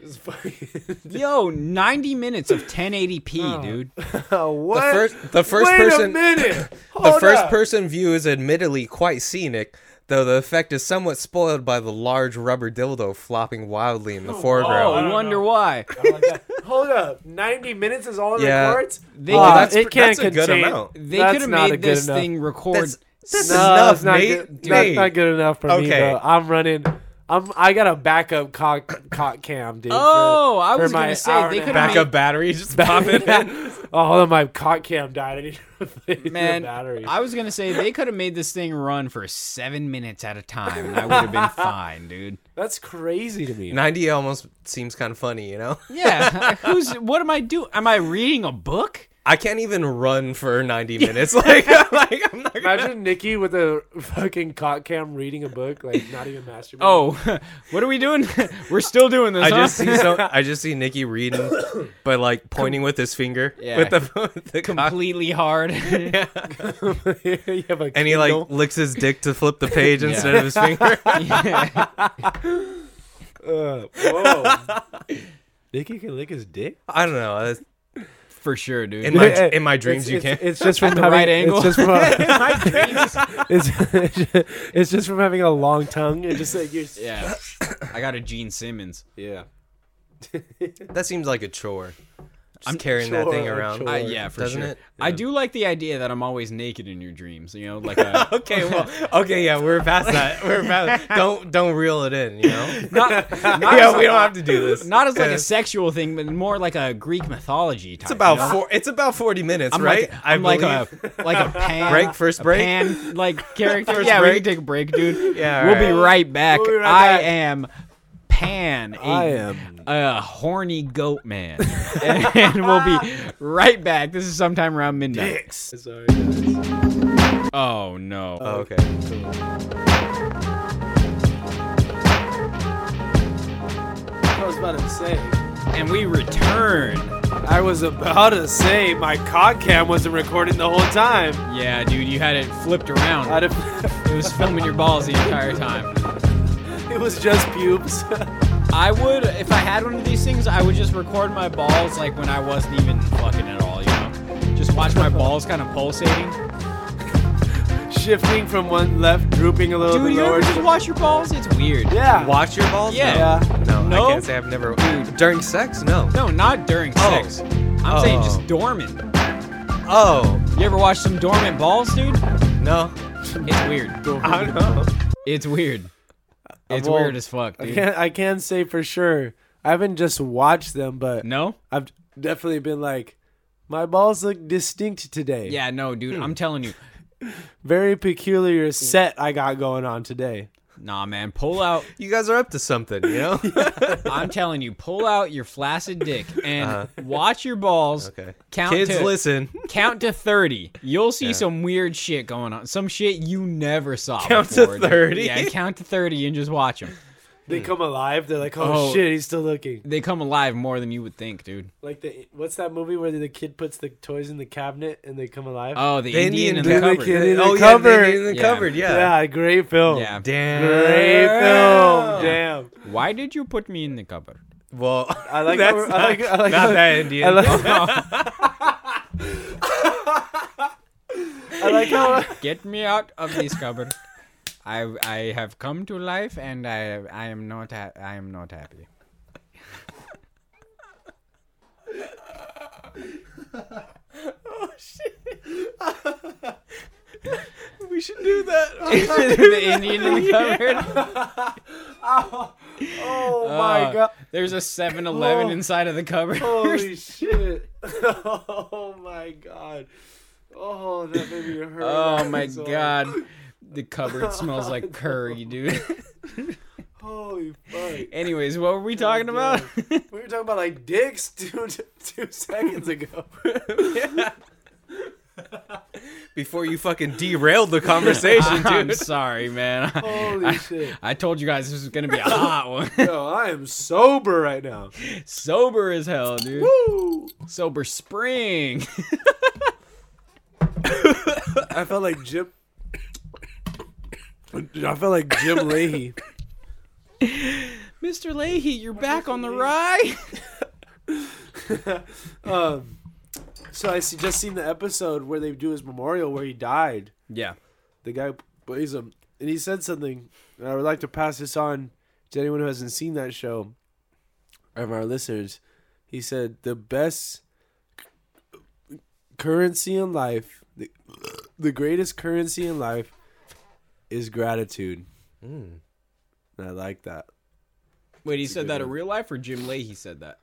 [SPEAKER 3] It's fucking-
[SPEAKER 2] Yo, 90 minutes of
[SPEAKER 3] Oh.
[SPEAKER 2] 1080p, dude.
[SPEAKER 3] what?
[SPEAKER 4] first- the first
[SPEAKER 3] Wait
[SPEAKER 4] person-
[SPEAKER 3] A minute.
[SPEAKER 4] The
[SPEAKER 3] Hold
[SPEAKER 4] first
[SPEAKER 3] up.
[SPEAKER 4] person view is admittedly quite scenic, though the effect is somewhat spoiled by the large rubber dildo flopping wildly in the
[SPEAKER 2] Oh,
[SPEAKER 4] foreground.
[SPEAKER 2] wonder why.
[SPEAKER 3] I don't like that. Oh Hold up, ninety minutes is all it
[SPEAKER 4] Yeah.
[SPEAKER 3] records.
[SPEAKER 2] They
[SPEAKER 4] Well,
[SPEAKER 2] could-
[SPEAKER 4] that's,
[SPEAKER 3] it can't
[SPEAKER 4] that's a good
[SPEAKER 3] contain-
[SPEAKER 4] amount.
[SPEAKER 2] They
[SPEAKER 3] That's
[SPEAKER 2] could have
[SPEAKER 3] not a
[SPEAKER 2] made
[SPEAKER 3] good
[SPEAKER 2] this
[SPEAKER 3] enough.
[SPEAKER 2] thing record.
[SPEAKER 4] That's, that's
[SPEAKER 3] no,
[SPEAKER 4] enough,
[SPEAKER 3] it's not
[SPEAKER 4] Nate.
[SPEAKER 3] good.
[SPEAKER 4] Nate.
[SPEAKER 3] That's not good enough for me.
[SPEAKER 4] Okay.
[SPEAKER 3] Though. I'm running. I'm. I got a backup cock, cock cam, dude. for-
[SPEAKER 2] Oh, I
[SPEAKER 3] for
[SPEAKER 2] was
[SPEAKER 3] my
[SPEAKER 2] gonna say,
[SPEAKER 3] hour and
[SPEAKER 2] they
[SPEAKER 3] a
[SPEAKER 2] could
[SPEAKER 3] half.
[SPEAKER 2] have
[SPEAKER 4] Backup battery, just pop it in.
[SPEAKER 3] oh, hold on, my cock cam died. I need to replace the
[SPEAKER 2] Man,
[SPEAKER 3] battery.
[SPEAKER 2] I was gonna say they could have made this thing run for seven minutes at a time, and I would have been fine, dude.
[SPEAKER 3] That's crazy to me.
[SPEAKER 4] Ninety almost seems kind of funny, you know.
[SPEAKER 2] Yeah, who's? What am I doing? Am I reading a book?
[SPEAKER 4] I can't even run for ninety minutes. Like, like I'm not. Gonna,
[SPEAKER 3] Imagine Nikki with a fucking cock cam reading a book, like not even masturbating.
[SPEAKER 2] Oh, what are we doing? We're still doing this.
[SPEAKER 4] I
[SPEAKER 2] huh?
[SPEAKER 4] just see so. I just see Nikki reading, but like pointing with his finger.
[SPEAKER 2] Yeah.
[SPEAKER 4] With the, with the cock.
[SPEAKER 2] completely hard.
[SPEAKER 3] you have a
[SPEAKER 4] and he like
[SPEAKER 3] Kindle?
[SPEAKER 4] licks his dick to flip the page instead of his finger.
[SPEAKER 3] Uh, whoa. Nikki can lick his dick.
[SPEAKER 4] I don't know. that's-
[SPEAKER 2] For sure, dude.
[SPEAKER 4] In my in my dreams,
[SPEAKER 3] it's,
[SPEAKER 4] you
[SPEAKER 3] it's-
[SPEAKER 4] can.
[SPEAKER 3] It's just from
[SPEAKER 2] the
[SPEAKER 3] having-
[SPEAKER 2] right angle.
[SPEAKER 3] It's just from, it's, it's just from having a long tongue and just like you're.
[SPEAKER 2] yeah. I got a Gene Simmons.
[SPEAKER 3] yeah.
[SPEAKER 4] That seems like a chore. Just
[SPEAKER 2] I'm-
[SPEAKER 4] carrying that
[SPEAKER 3] Chore,
[SPEAKER 4] thing
[SPEAKER 3] a
[SPEAKER 4] around.
[SPEAKER 3] chore.
[SPEAKER 2] I, yeah, for
[SPEAKER 4] Doesn't
[SPEAKER 2] sure.
[SPEAKER 4] it?
[SPEAKER 2] I do like the idea that I'm always naked in your dreams. You know, like a,
[SPEAKER 4] Okay, well, okay, yeah, we're past that. We're past. Don't don't reel it in, you know.
[SPEAKER 2] not, not as,
[SPEAKER 4] yeah, we don't have to do this.
[SPEAKER 2] not as like
[SPEAKER 4] Yeah.
[SPEAKER 2] a sexual thing, but more like a Greek mythology type.
[SPEAKER 4] It's
[SPEAKER 2] you
[SPEAKER 4] about
[SPEAKER 2] know?
[SPEAKER 4] four. It's about forty minutes,
[SPEAKER 2] I'm
[SPEAKER 4] right?
[SPEAKER 2] Like, I'm like a
[SPEAKER 4] believe.
[SPEAKER 2] like a pan
[SPEAKER 4] Break, first
[SPEAKER 2] a
[SPEAKER 4] break?
[SPEAKER 2] pan, like character.
[SPEAKER 4] First
[SPEAKER 2] yeah,
[SPEAKER 4] break?
[SPEAKER 2] we can take a break, dude.
[SPEAKER 4] Yeah,
[SPEAKER 2] we'll be
[SPEAKER 4] alright.
[SPEAKER 2] right back.
[SPEAKER 3] We'll be right
[SPEAKER 2] I
[SPEAKER 3] back.
[SPEAKER 2] am Pan. a-
[SPEAKER 3] I am-
[SPEAKER 2] a horny goat man, and we'll be right back. This is sometime around midnight.
[SPEAKER 3] Sorry.
[SPEAKER 2] Oh no.
[SPEAKER 4] Oh, okay.
[SPEAKER 3] I was about to say.
[SPEAKER 2] And we return.
[SPEAKER 3] I was about to say my cock cam wasn't recording the whole time.
[SPEAKER 2] Yeah, dude, you had it flipped around.
[SPEAKER 3] I'd have,
[SPEAKER 2] It was filming your balls the entire time.
[SPEAKER 3] it was just pubes.
[SPEAKER 2] I would, if I had one of these things, I would just record my balls like when I wasn't even fucking at all, you know? Just watch my balls kind of pulsating.
[SPEAKER 3] Shifting from one left, drooping a little
[SPEAKER 2] Dude,
[SPEAKER 3] bit
[SPEAKER 2] you ever
[SPEAKER 3] lower.
[SPEAKER 2] just watch your balls? It's weird.
[SPEAKER 3] Yeah.
[SPEAKER 4] Watch your balls.
[SPEAKER 2] Yeah.
[SPEAKER 4] No, no,
[SPEAKER 2] No?
[SPEAKER 4] I can't say I've never during sex. No.
[SPEAKER 2] No, not during
[SPEAKER 4] Oh.
[SPEAKER 2] sex. I'm saying
[SPEAKER 4] Oh.
[SPEAKER 2] just dormant.
[SPEAKER 4] Oh
[SPEAKER 2] You ever watch some dormant balls, dude?
[SPEAKER 4] no.
[SPEAKER 2] It's weird.
[SPEAKER 4] I don't Uh, know.
[SPEAKER 2] It's weird. It's
[SPEAKER 3] Well,
[SPEAKER 2] weird as fuck,
[SPEAKER 3] I
[SPEAKER 2] dude.
[SPEAKER 3] can I can say for sure. I haven't just watched them, but
[SPEAKER 2] No?
[SPEAKER 3] I've definitely been like, my balls look distinct today.
[SPEAKER 2] Yeah, no, dude. I'm telling you.
[SPEAKER 3] Very peculiar set I got going on today.
[SPEAKER 2] Nah, man. Pull out.
[SPEAKER 4] You guys are up to something, you know.
[SPEAKER 2] I'm telling you. Pull out your flaccid dick and watch your balls.
[SPEAKER 4] Uh-huh. Okay.
[SPEAKER 2] Count
[SPEAKER 4] Kids,
[SPEAKER 2] to,
[SPEAKER 4] listen.
[SPEAKER 2] Count to 30. You'll see some weird shit going on. Some shit you never saw.
[SPEAKER 4] Count to
[SPEAKER 2] before, dude.
[SPEAKER 4] 30?
[SPEAKER 2] Yeah, count to 30 and just watch them.
[SPEAKER 3] They come alive. They're like, oh,
[SPEAKER 2] Hmm. Oh.
[SPEAKER 3] shit, he's still looking.
[SPEAKER 2] They come alive more than you would think, dude.
[SPEAKER 3] Like the what's that movie where the kid puts the toys in the cabinet and they come alive?
[SPEAKER 2] Oh, the,
[SPEAKER 4] The
[SPEAKER 2] Indian,
[SPEAKER 4] Indian
[SPEAKER 2] in
[SPEAKER 3] dude.
[SPEAKER 2] the cupboard.
[SPEAKER 3] Kid in the
[SPEAKER 4] oh yeah,
[SPEAKER 3] cupboard.
[SPEAKER 4] they in the
[SPEAKER 2] Yeah.
[SPEAKER 4] cupboard. Yeah.
[SPEAKER 3] yeah, great film.
[SPEAKER 2] Yeah.
[SPEAKER 3] Great
[SPEAKER 4] Damn.
[SPEAKER 3] film. Damn.
[SPEAKER 2] Why did you put me in the cupboard?
[SPEAKER 4] Well,
[SPEAKER 3] I like
[SPEAKER 4] that's
[SPEAKER 3] how we're-
[SPEAKER 4] not,
[SPEAKER 3] I like- I like
[SPEAKER 4] not
[SPEAKER 3] how-
[SPEAKER 4] that Indian.
[SPEAKER 3] I like, I like how
[SPEAKER 2] Get me out of this cupboard. I I have come to life and I I am not ha- I am not happy.
[SPEAKER 4] we should do that.
[SPEAKER 2] the Indian in the cupboard.
[SPEAKER 3] Oh my
[SPEAKER 2] Uh,
[SPEAKER 3] god. Oh.
[SPEAKER 2] There's a 7-Eleven inside of the cupboard.
[SPEAKER 3] Holy shit. oh my god. Oh, that made me hurt.
[SPEAKER 2] Oh
[SPEAKER 3] I'm
[SPEAKER 2] my
[SPEAKER 3] sorry.
[SPEAKER 2] god. The cupboard smells like curry, dude.
[SPEAKER 3] Holy fuck.
[SPEAKER 2] Anyways, what were we talking about?
[SPEAKER 3] We were talking about like dicks two, two seconds ago.
[SPEAKER 4] Before you fucking derailed the conversation,
[SPEAKER 2] I'm
[SPEAKER 4] dude.
[SPEAKER 2] sorry, man.
[SPEAKER 3] Holy
[SPEAKER 2] I,
[SPEAKER 3] shit.
[SPEAKER 2] I told you guys this was gonna be a hot one.
[SPEAKER 3] Yo, I am sober right now.
[SPEAKER 2] Sober as hell, dude.
[SPEAKER 3] Woo!
[SPEAKER 2] Sober spring.
[SPEAKER 3] I felt like Jim. I felt like Jim Leahy.
[SPEAKER 2] Mr. Leahy, you're back on the rye.
[SPEAKER 3] Um, so I see, just seen the episode where they do his memorial where he died.
[SPEAKER 2] Yeah.
[SPEAKER 3] the guy plays him, and he said something. And I would like to pass this on to anyone who hasn't seen that show, or of our listeners, He said the best c- currency in life, the, the greatest currency in life, is gratitude. And I like that.
[SPEAKER 2] Wait, he said that in real life or Jim Leahy said that?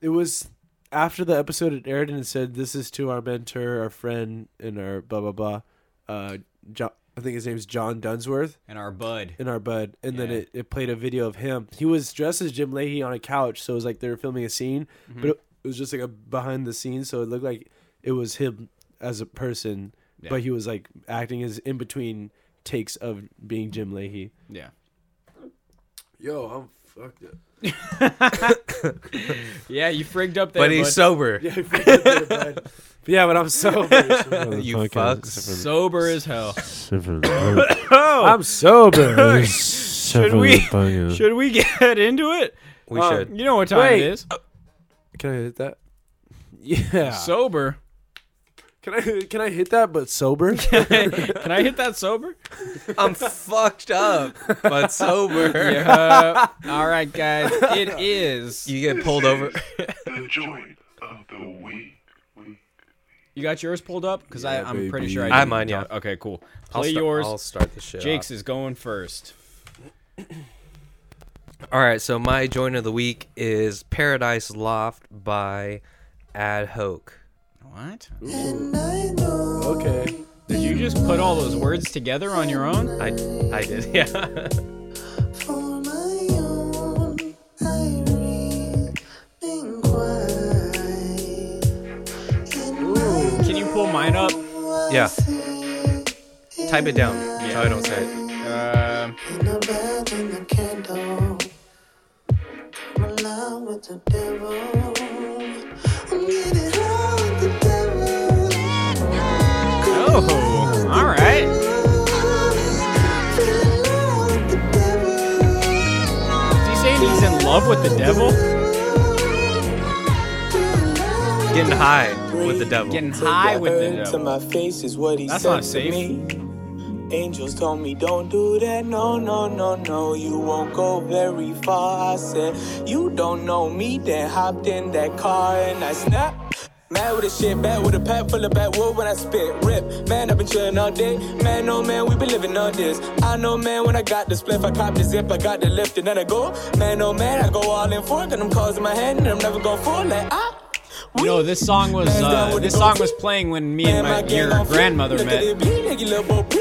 [SPEAKER 3] It was after the episode it aired, and it said, "This is to our mentor, our friend, and our blah blah blah." Uh, John, I think his name's John Dunsworth.
[SPEAKER 2] And our bud.
[SPEAKER 3] in our bud, and then
[SPEAKER 2] Yeah.
[SPEAKER 3] it, it played a video of him. He was dressed as Jim Leahy on a couch, so it was like they were filming a scene,
[SPEAKER 2] Mm-hmm.
[SPEAKER 3] but it, it was just like a behind the scenes, so it looked like it was him as a person,
[SPEAKER 2] Yeah.
[SPEAKER 3] but he was like acting as in between takes of being Jim Leahy.
[SPEAKER 2] Yeah.
[SPEAKER 3] Yo, I'm fucked up.
[SPEAKER 2] Yeah, you frigged up there.
[SPEAKER 4] But he's
[SPEAKER 2] bud.
[SPEAKER 4] sober.
[SPEAKER 3] Yeah, but yeah, but I'm sober.
[SPEAKER 4] You fucks.
[SPEAKER 2] sober as hell.
[SPEAKER 3] I'm sober.
[SPEAKER 2] Should we should we get into it?
[SPEAKER 4] We
[SPEAKER 3] Um,
[SPEAKER 4] should.
[SPEAKER 2] You know what time
[SPEAKER 3] Wait.
[SPEAKER 2] it is.
[SPEAKER 3] Can I hit that? Yeah.
[SPEAKER 2] Sober.
[SPEAKER 3] can I can I hit that but sober?
[SPEAKER 2] Can I hit that sober?
[SPEAKER 4] I'm fucked up, but sober.
[SPEAKER 2] Yeah. Uh, all right, guys. It is.
[SPEAKER 4] You get pulled over.
[SPEAKER 1] the joint of the week. week.
[SPEAKER 2] You got yours pulled up because I'm pretty
[SPEAKER 3] baby.
[SPEAKER 2] sure I.
[SPEAKER 3] I
[SPEAKER 2] Did.
[SPEAKER 4] have mine, yeah.
[SPEAKER 2] Okay, cool.
[SPEAKER 4] I'll
[SPEAKER 2] Play
[SPEAKER 4] sta-
[SPEAKER 2] yours.
[SPEAKER 4] I'll start the shit.
[SPEAKER 2] Jake's is going first.
[SPEAKER 4] off. All right, so my joint of the week is Paradise Loft by Ad Hoc.
[SPEAKER 2] What?
[SPEAKER 3] okay.
[SPEAKER 2] Did you just put all those words together on your own?
[SPEAKER 4] I I did, yeah.
[SPEAKER 5] For my own, I remain quiet. In my
[SPEAKER 2] Can you pull mine up?
[SPEAKER 4] Yeah.
[SPEAKER 5] seat,
[SPEAKER 4] Type it down so I don't say it.
[SPEAKER 2] Um.
[SPEAKER 5] in a bed in the candle, I'm alive with the devil. I'm getting high with the devil.
[SPEAKER 2] oh, all right.
[SPEAKER 5] Feeling low with the devil.
[SPEAKER 2] Is he saying he's in love with the devil?
[SPEAKER 4] Getting high with the devil.
[SPEAKER 2] Getting high with the
[SPEAKER 6] Bird to
[SPEAKER 2] devil.
[SPEAKER 6] my face is what he
[SPEAKER 2] That's
[SPEAKER 6] said
[SPEAKER 2] not safe.
[SPEAKER 6] to me. Angels told me don't do that, no, no, no, no. You won't go very far. I said you don't know me. Then hopped in that car and I snapped. Mad with a shit, bad with a pack full of bad wood when I spit. Rip, man, I've been chillin' all day. Man, oh man, we been living on this. I know, man, when I got the spliff, I cop the zip, I got the lift, and then I go. Man, oh man, I go all in for it, got them calls in my hand, and I'm never gonna fall. Like, ah, we
[SPEAKER 2] No, this song was uh, this song was playing when me and my your grandmother met.
[SPEAKER 6] E
[SPEAKER 4] She was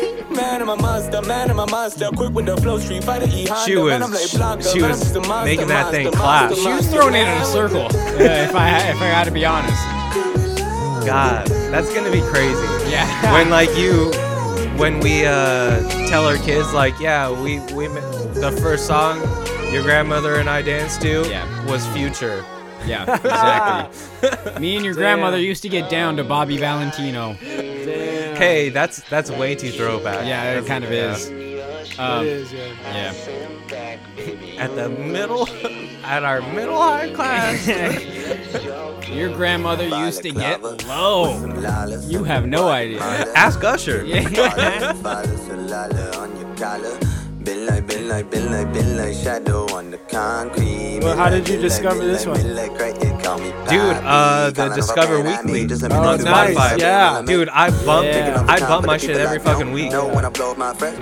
[SPEAKER 4] she was making that thing clap.
[SPEAKER 2] She was thrown in in a circle. uh, if I if I got to be honest.
[SPEAKER 4] God, that's gonna be crazy.
[SPEAKER 2] Yeah.
[SPEAKER 4] When like you, when we uh, tell our kids like, yeah, we we ma- the first song your grandmother and I danced to
[SPEAKER 2] Yeah.
[SPEAKER 4] was Future. Ah.
[SPEAKER 2] Yeah, exactly. Me and your grandmother used to get down to Bobby Valentino.
[SPEAKER 4] Hey, that's that's way too throwback.
[SPEAKER 2] Yeah, it kind of
[SPEAKER 4] Yeah.
[SPEAKER 2] is. Um,
[SPEAKER 3] is, yeah.
[SPEAKER 2] yeah.
[SPEAKER 4] At the middle, at our middle high class.
[SPEAKER 2] Your grandmother used to get low. You have no idea.
[SPEAKER 4] Ask Usher.
[SPEAKER 2] Yeah.
[SPEAKER 3] Well,
[SPEAKER 7] Well,
[SPEAKER 3] how did you discover this one?
[SPEAKER 7] Dude,
[SPEAKER 4] uh, the Discover Weekly
[SPEAKER 3] on Spotify. Yeah.
[SPEAKER 4] Dude, I bumped
[SPEAKER 3] Yeah.
[SPEAKER 4] I bump my shit every fucking week.
[SPEAKER 3] Love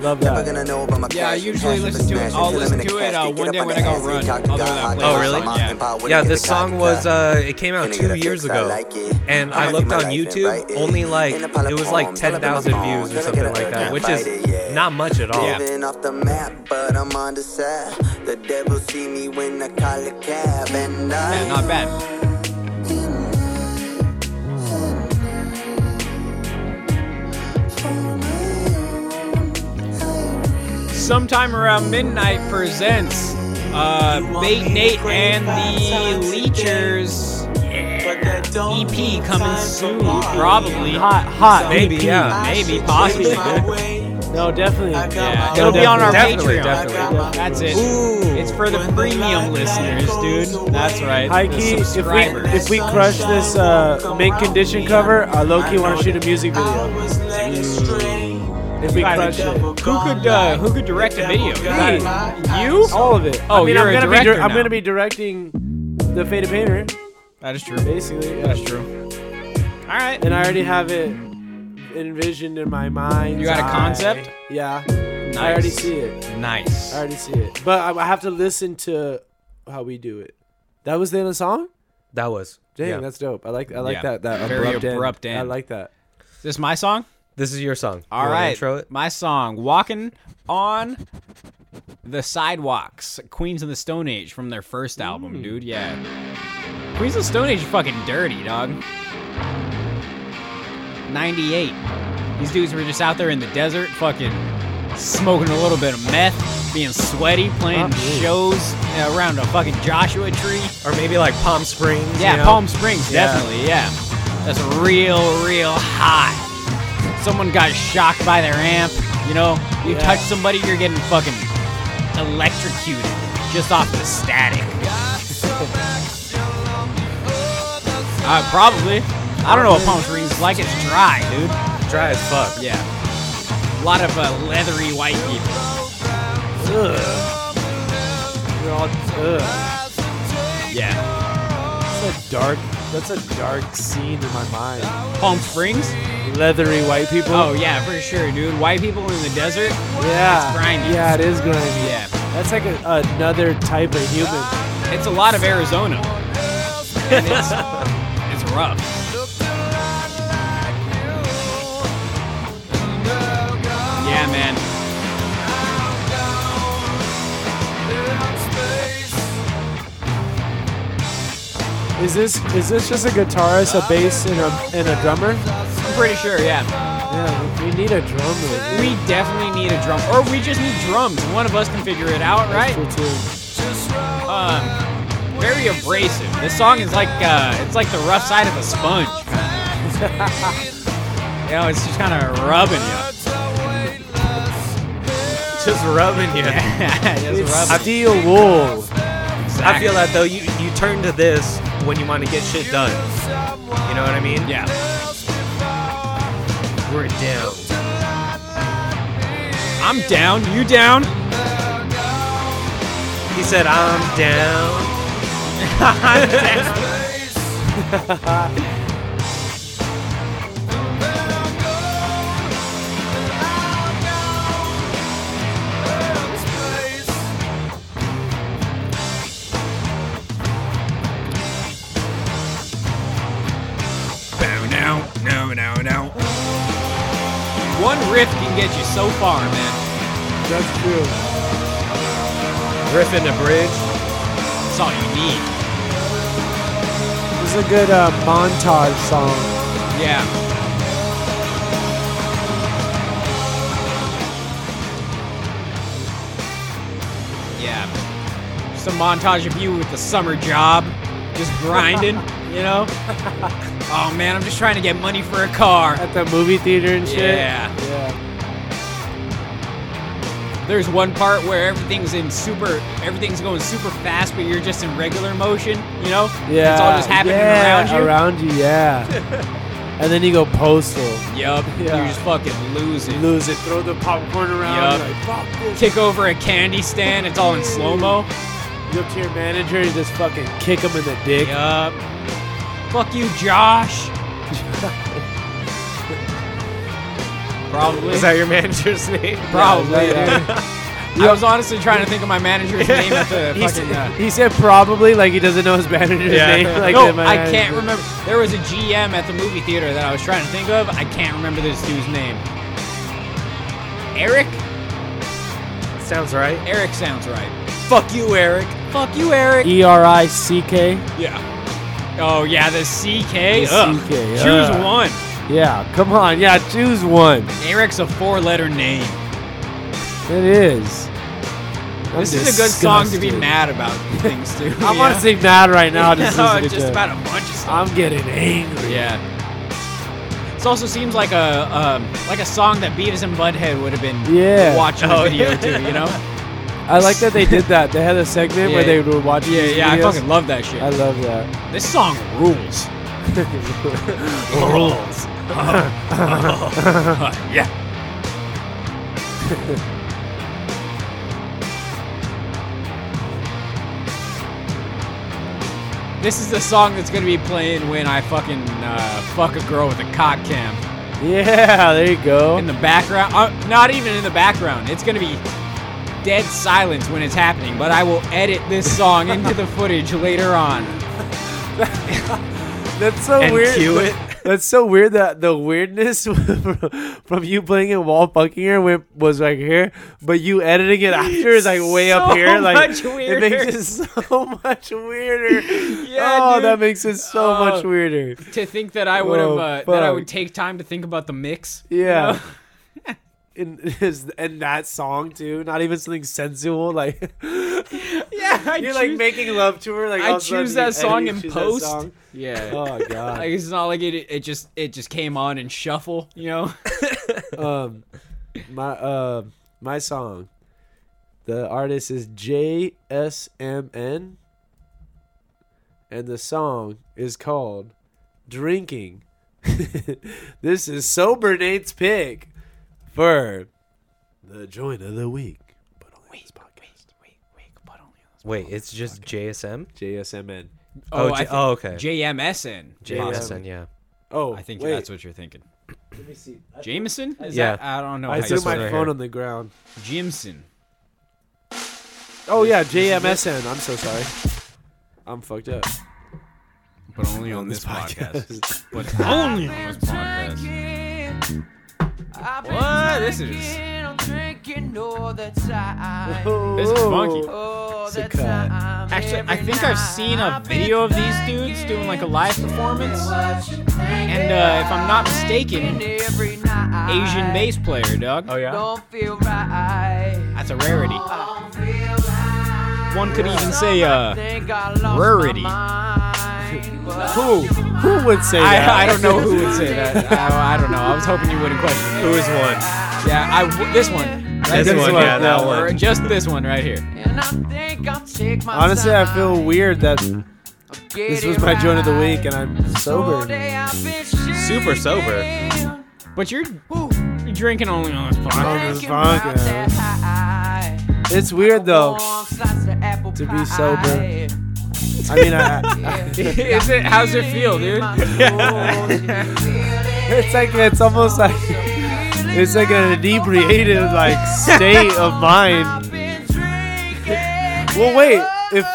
[SPEAKER 7] Love
[SPEAKER 3] that.
[SPEAKER 2] Yeah, I usually listen to it- I'll listen to it, uh, one day when I go run. I'll do that
[SPEAKER 4] Oh, really? Yeah, this song was uh it came out 2 years ago. And I looked on YouTube, only like it was like 10,000 views or something like that, which is not much at all.
[SPEAKER 2] Yeah.
[SPEAKER 7] Living off the map, but I'm on the side. The devil see me when I call a cab, and I
[SPEAKER 2] Yeah, Eh, not bad. Sometime around midnight presents uh, Bait Nate and the Leechers EP coming soon, probably.
[SPEAKER 3] Hot, hot. E
[SPEAKER 4] Maybe, yeah.
[SPEAKER 2] Maybe, possibly.
[SPEAKER 3] No, definitely.
[SPEAKER 2] Yeah, it'll be on our
[SPEAKER 4] Definitely,
[SPEAKER 2] Patreon.
[SPEAKER 4] definitely.
[SPEAKER 2] That's it. It's for the premium listeners, dude. That's right.
[SPEAKER 3] High
[SPEAKER 2] the
[SPEAKER 3] key, if we
[SPEAKER 2] subscribers.
[SPEAKER 3] if we crush this uh, main condition cover, I low key want to shoot a music video.
[SPEAKER 2] Mm.
[SPEAKER 3] If we crush
[SPEAKER 2] who
[SPEAKER 3] it,
[SPEAKER 2] could uh, who could direct a video?
[SPEAKER 3] Me.
[SPEAKER 2] You?
[SPEAKER 3] all of it.
[SPEAKER 2] Oh,
[SPEAKER 3] I mean,
[SPEAKER 2] you're
[SPEAKER 3] I'm
[SPEAKER 2] a
[SPEAKER 3] gonna be
[SPEAKER 2] director
[SPEAKER 3] I'm
[SPEAKER 2] now.
[SPEAKER 3] gonna be directing the faded painter,
[SPEAKER 2] That is true.
[SPEAKER 3] basically. yeah.
[SPEAKER 2] That's true. All right.
[SPEAKER 3] And I already have it envisioned in my mind.
[SPEAKER 2] You got a concept?
[SPEAKER 3] Yeah. I already see it.
[SPEAKER 2] Nice.
[SPEAKER 3] I already see it. But I, I have to listen to how we do it. That was the end of the song?
[SPEAKER 4] That was.
[SPEAKER 3] Dang,
[SPEAKER 4] yeah.
[SPEAKER 3] that's dope. I like I like
[SPEAKER 2] Yeah.
[SPEAKER 3] that that
[SPEAKER 2] Very
[SPEAKER 3] abrupt,
[SPEAKER 2] abrupt
[SPEAKER 3] I
[SPEAKER 2] end.
[SPEAKER 3] like that.
[SPEAKER 2] Is this my song?
[SPEAKER 4] This is your song.
[SPEAKER 2] All
[SPEAKER 4] You wanna
[SPEAKER 2] right.
[SPEAKER 4] Intro it.
[SPEAKER 2] My song, Walking on the Sidewalks, Queens of the Stone Age from their first album, dude. Yeah. Queens of the Stone Age are fucking dirty, dog. 98. These dudes were just out there in the desert, fucking smoking a little bit of meth, being sweaty, playing shows around a fucking Joshua tree.
[SPEAKER 4] Or maybe like Palm Springs.
[SPEAKER 2] Yeah,
[SPEAKER 4] you know?
[SPEAKER 2] Palm Springs,
[SPEAKER 4] Yeah.
[SPEAKER 2] definitely. Yeah, that's real, real hot. Someone got shocked by their amp. You know, you touch somebody, you're getting fucking electrocuted just off the static. uh, probably. I don't know what Palm Springs is like. It's dry, dude.
[SPEAKER 4] Dry as fuck.
[SPEAKER 2] Yeah. A lot of uh, leathery white people.
[SPEAKER 3] They're all ugh.
[SPEAKER 2] Yeah.
[SPEAKER 3] That's a dark that's a dark scene in my mind.
[SPEAKER 2] Palm Springs?
[SPEAKER 3] Leathery white people.
[SPEAKER 2] Oh, yeah, for sure, dude. White people in the desert?
[SPEAKER 3] yeah.
[SPEAKER 2] it's grimy.
[SPEAKER 3] Yeah, it is grimy.
[SPEAKER 2] Yeah.
[SPEAKER 3] That's like a, another type of human.
[SPEAKER 2] It's a lot of Arizona. And it's, it's rough. Yeah, man.
[SPEAKER 3] Is this is this just a guitarist, a bass, and a, and a drummer?
[SPEAKER 2] I'm pretty sure, yeah.
[SPEAKER 3] Yeah, we need a drummer.
[SPEAKER 2] We definitely need a drum. Or we just need drums. One of us can figure it out, right?
[SPEAKER 3] For two.
[SPEAKER 2] Um, very abrasive. This song is like, uh, it's like the rough side of a sponge, kind of. you know, it's just kind of rubbing you.
[SPEAKER 4] Just rubbing you.
[SPEAKER 2] Yeah, just rubbing.
[SPEAKER 3] Steel wool.
[SPEAKER 4] I feel that though. You you turn to this when you want to get shit done. You know what I mean?
[SPEAKER 2] Yeah.
[SPEAKER 4] We're down.
[SPEAKER 2] I'm down. You down?
[SPEAKER 4] He said, "I'm down."
[SPEAKER 2] No, no, no, no. One riff can get you so far, man.
[SPEAKER 3] That's true.
[SPEAKER 4] Riff in the bridge.
[SPEAKER 2] That's all you need.
[SPEAKER 3] This is a good uh, montage song.
[SPEAKER 2] Yeah. Yeah. Just a montage of you with the summer job, just grinding, you know? Oh man, I'm just trying to get money for a car.
[SPEAKER 3] At the movie theater and shit.
[SPEAKER 2] Yeah.
[SPEAKER 3] Yeah.
[SPEAKER 2] There's one part where everything's in super, everything's going super fast, but you're just in regular motion, you know?
[SPEAKER 3] Yeah.
[SPEAKER 2] It's all just happening
[SPEAKER 3] yeah,
[SPEAKER 2] around you.
[SPEAKER 3] Around you, yeah. and then you go postal.
[SPEAKER 2] Yup.
[SPEAKER 3] Yeah.
[SPEAKER 2] You just fucking lose it.
[SPEAKER 3] Lose it. Throw the popcorn around.
[SPEAKER 2] Yup.
[SPEAKER 3] you're Like, fuck this.
[SPEAKER 2] Kick over a candy stand. It's all in slow mo.
[SPEAKER 3] You go up to your manager and just fucking kick him in the dick.
[SPEAKER 2] Yup. Fuck you, Josh. Probably.
[SPEAKER 4] Is that your manager's name?
[SPEAKER 2] Probably.
[SPEAKER 3] Yeah,
[SPEAKER 2] I was honestly trying to think of my manager's name at the
[SPEAKER 3] He,
[SPEAKER 2] fucking.
[SPEAKER 3] said,
[SPEAKER 2] Uh,
[SPEAKER 3] he said probably like he doesn't know his manager's
[SPEAKER 4] Yeah.
[SPEAKER 3] name. Like
[SPEAKER 2] no,
[SPEAKER 3] the
[SPEAKER 2] I
[SPEAKER 3] manager.
[SPEAKER 2] can't remember. There was a GM at the movie theater that I was trying to think of. I can't remember this dude's name. Eric?
[SPEAKER 4] Sounds right.
[SPEAKER 2] Eric sounds right.
[SPEAKER 4] Fuck you, Eric.
[SPEAKER 2] Fuck you, Eric.
[SPEAKER 3] E R I C K.
[SPEAKER 2] Yeah. Oh yeah, the
[SPEAKER 3] The
[SPEAKER 2] CK. Ugh.
[SPEAKER 3] CK,
[SPEAKER 2] Choose
[SPEAKER 3] ugh.
[SPEAKER 2] one.
[SPEAKER 3] Yeah, come on. Yeah, choose one.
[SPEAKER 2] Eric's a four-letter name.
[SPEAKER 3] It is. I'm
[SPEAKER 2] this is a good song to be
[SPEAKER 3] disgusted.
[SPEAKER 2] mad about things too.
[SPEAKER 3] I
[SPEAKER 2] yeah.
[SPEAKER 3] want to sing mad right now. Just,
[SPEAKER 2] No,
[SPEAKER 3] listening to
[SPEAKER 2] just
[SPEAKER 3] that.
[SPEAKER 2] about a bunch of stuff.
[SPEAKER 3] I'm getting angry.
[SPEAKER 2] Yeah. This also seems like a um, like a song that Beavis and Butthead would have been
[SPEAKER 3] Yeah.
[SPEAKER 2] watching the video too. You know?
[SPEAKER 3] I like that they did that. They had a segment where
[SPEAKER 2] Yeah.
[SPEAKER 3] they would watch.
[SPEAKER 2] Yeah,
[SPEAKER 3] these
[SPEAKER 2] yeah. I
[SPEAKER 3] videos.
[SPEAKER 2] fucking love that shit.
[SPEAKER 3] I love that.
[SPEAKER 2] this song rules. rules. yeah. This is the song that's gonna be playing when I fucking uh, fuck a girl with a cock cam
[SPEAKER 3] Yeah, there you go.
[SPEAKER 2] in the background. Uh, not even in the background. It's gonna be dead silence when it's happening. But I will edit this song into the footage later on.
[SPEAKER 3] That's so
[SPEAKER 4] And
[SPEAKER 3] weird.
[SPEAKER 4] cue it.
[SPEAKER 3] That's so weird that the weirdness from, from you playing it while fucking her went, was right here, but you editing it after is like way up
[SPEAKER 2] So
[SPEAKER 3] here. Like
[SPEAKER 2] much
[SPEAKER 3] it makes
[SPEAKER 2] weirder.
[SPEAKER 3] it so much weirder.
[SPEAKER 2] Yeah,
[SPEAKER 3] oh, that
[SPEAKER 2] dude.
[SPEAKER 3] makes it so
[SPEAKER 2] Oh.
[SPEAKER 3] much weirder.
[SPEAKER 2] To think that I would have
[SPEAKER 3] Whoa,
[SPEAKER 2] uh, that I
[SPEAKER 3] fuck.
[SPEAKER 2] would take time to think about the mix.
[SPEAKER 3] Yeah. And, is- and that song too, not even something sensual. Like
[SPEAKER 2] Yeah, I
[SPEAKER 3] you're like
[SPEAKER 2] choose-
[SPEAKER 3] making love to her. Like all
[SPEAKER 2] I
[SPEAKER 3] of a sudden
[SPEAKER 2] choose
[SPEAKER 3] you
[SPEAKER 2] that
[SPEAKER 3] edit,
[SPEAKER 2] song
[SPEAKER 3] you
[SPEAKER 2] in
[SPEAKER 3] choose that
[SPEAKER 2] post.
[SPEAKER 3] song.
[SPEAKER 2] Yeah.
[SPEAKER 3] Oh god.
[SPEAKER 2] Like it's not like it, it just it just came on and shuffle, you know.
[SPEAKER 3] um my uh my song the artist is JSMN and the song is called Drinking. this is Sober Nate's pick for the joint of the week. But only this podcast.
[SPEAKER 4] Wait, it's just JSM.
[SPEAKER 3] JSMN.
[SPEAKER 4] Oh,
[SPEAKER 2] I
[SPEAKER 4] J-
[SPEAKER 2] thi-
[SPEAKER 4] oh, okay.
[SPEAKER 2] JMSN.
[SPEAKER 4] JSM, yeah.
[SPEAKER 3] Oh,
[SPEAKER 2] I think
[SPEAKER 3] wait.
[SPEAKER 2] that's what you're thinking. Jameson? Is
[SPEAKER 4] Yeah.
[SPEAKER 2] that I don't know.
[SPEAKER 3] I
[SPEAKER 2] how
[SPEAKER 3] threw
[SPEAKER 2] you
[SPEAKER 4] this
[SPEAKER 3] my
[SPEAKER 4] one right
[SPEAKER 3] phone
[SPEAKER 4] here.
[SPEAKER 3] on the ground.
[SPEAKER 2] Jimson.
[SPEAKER 3] Oh yeah, JMSN. I'm so sorry. I'm fucked up.
[SPEAKER 2] But only on this podcast. But only on this podcast. What? This is this is funky.
[SPEAKER 3] It's a cut.
[SPEAKER 2] Actually, I think I've seen a video of these dudes doing like a live performance. And uh, if I'm not mistaken, Asian bass player, dog. Oh yeah.
[SPEAKER 8] Don't feel right.
[SPEAKER 2] That's a rarity.
[SPEAKER 8] Don't feel right.
[SPEAKER 2] One could even say uh
[SPEAKER 8] Think I lost my
[SPEAKER 2] rarity.
[SPEAKER 8] mind, but
[SPEAKER 3] Who? Who would say that?
[SPEAKER 2] I, I don't know who would say that. I, I don't know. I was hoping you wouldn't question. Who is one? Yeah, I w- this one. Right
[SPEAKER 4] This
[SPEAKER 2] here.
[SPEAKER 4] one, yeah, that
[SPEAKER 2] Or
[SPEAKER 4] one.
[SPEAKER 2] Just this one right here.
[SPEAKER 8] And I think I'll take my
[SPEAKER 3] Honestly, I feel
[SPEAKER 8] time,
[SPEAKER 3] weird that
[SPEAKER 8] get
[SPEAKER 3] this
[SPEAKER 8] it
[SPEAKER 3] was my joint of the
[SPEAKER 8] right.
[SPEAKER 3] week and I'm
[SPEAKER 8] All
[SPEAKER 3] sober.
[SPEAKER 8] day I've been
[SPEAKER 4] Super sober.
[SPEAKER 8] shaking,
[SPEAKER 2] But you're you're drinking only on this podcast.
[SPEAKER 8] thinking
[SPEAKER 3] funk,
[SPEAKER 8] about
[SPEAKER 3] yeah.
[SPEAKER 8] that high.
[SPEAKER 3] It's weird though.
[SPEAKER 8] Warm slice of apple
[SPEAKER 3] to be
[SPEAKER 8] pie.
[SPEAKER 3] sober. I mean, I,
[SPEAKER 2] Is it? How's it feel, dude?
[SPEAKER 3] it's like it's almost like it's like an inebriated like state of mind. Well, wait, if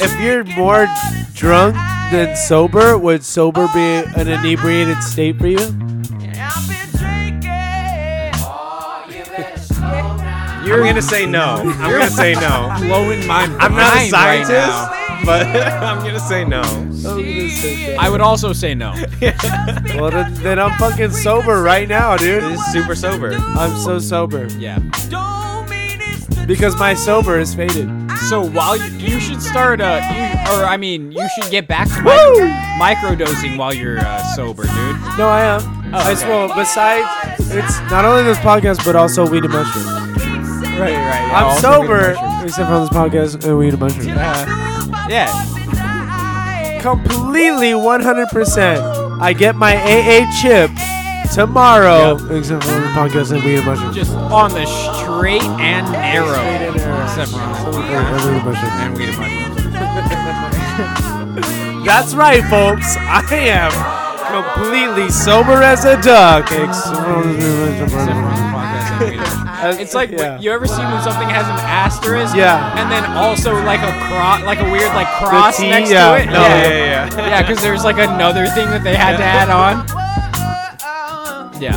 [SPEAKER 3] if you're more drunk than sober, would sober be an inebriated state for you?
[SPEAKER 4] You're gonna say no. I'm gonna say no.
[SPEAKER 2] Blowing my mind.
[SPEAKER 4] I'm not a
[SPEAKER 2] right
[SPEAKER 4] scientist,
[SPEAKER 2] now.
[SPEAKER 4] but I'm gonna say no.
[SPEAKER 3] Oh,
[SPEAKER 2] I would also say no.
[SPEAKER 3] Well, then, then I'm fucking sober right now, dude.
[SPEAKER 4] This is super sober.
[SPEAKER 3] I'm so sober
[SPEAKER 2] Yeah.
[SPEAKER 3] because my sober is faded.
[SPEAKER 2] So while you, you should start, uh, you, or I mean, you should get back to micro, microdosing while you're uh, sober, dude.
[SPEAKER 3] No, I am. I
[SPEAKER 2] okay.
[SPEAKER 3] swear. Besides, it's not only this podcast, but also weed and mushroom.
[SPEAKER 2] Right, right. yeah,
[SPEAKER 3] I'm
[SPEAKER 2] also good
[SPEAKER 3] sober,
[SPEAKER 2] measure.
[SPEAKER 3] except for on this podcast Uh, and weed and mushroom.
[SPEAKER 2] Yeah.
[SPEAKER 3] Completely 100%. I get my AA chip tomorrow, except for on this podcast and weed and mushroom.
[SPEAKER 2] Just on the straight and narrow. Except for on
[SPEAKER 3] And- and weed and mushroom.
[SPEAKER 2] and weed and mushrooms.
[SPEAKER 3] That's right, folks. I am completely sober as a duck. Except for on this
[SPEAKER 2] Except for
[SPEAKER 3] podcast.
[SPEAKER 2] on the podcast and weed and mushrooms. It's like
[SPEAKER 3] yeah.
[SPEAKER 2] when, you ever seen when something has an asterisk,
[SPEAKER 3] Yeah.
[SPEAKER 2] and then also like a cross, like a weird like cross
[SPEAKER 3] T,
[SPEAKER 2] next
[SPEAKER 3] yeah.
[SPEAKER 2] to it.
[SPEAKER 3] No,
[SPEAKER 4] yeah, yeah.
[SPEAKER 2] yeah, because there's like another thing that they had to add on. Yeah,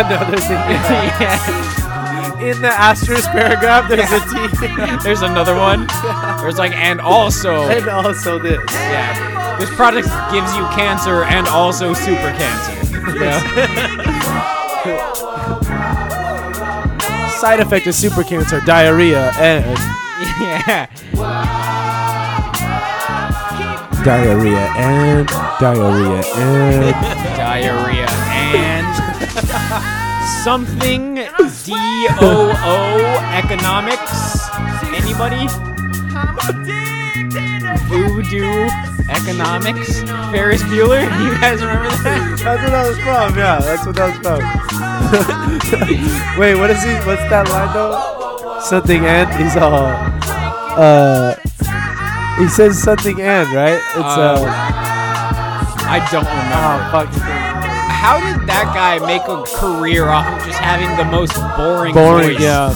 [SPEAKER 3] Another thing.
[SPEAKER 2] yeah.
[SPEAKER 3] In the asterisk paragraph, there's a T.
[SPEAKER 2] There's another one. There's like and also,
[SPEAKER 3] and also this.
[SPEAKER 2] yeah. This product gives you cancer and also super cancer. You know?
[SPEAKER 3] Side effect of super cancer, diarrhea, and
[SPEAKER 2] yeah.
[SPEAKER 3] diarrhea and diarrhea and
[SPEAKER 2] diarrhea and something D O O economics. Anybody? Voodoo economics. Ferris Bueller. You guys remember that?
[SPEAKER 3] that's what that was from. Yeah, that's what that was from. Wait, what is he? What's that line though? Something and he's all uh He says something and right. It's uh,
[SPEAKER 2] Uh, I don't remember.
[SPEAKER 3] oh fuck,
[SPEAKER 2] How did that guy make a career off of just having the most boring
[SPEAKER 3] boring.
[SPEAKER 2] voice?
[SPEAKER 3] Yeah.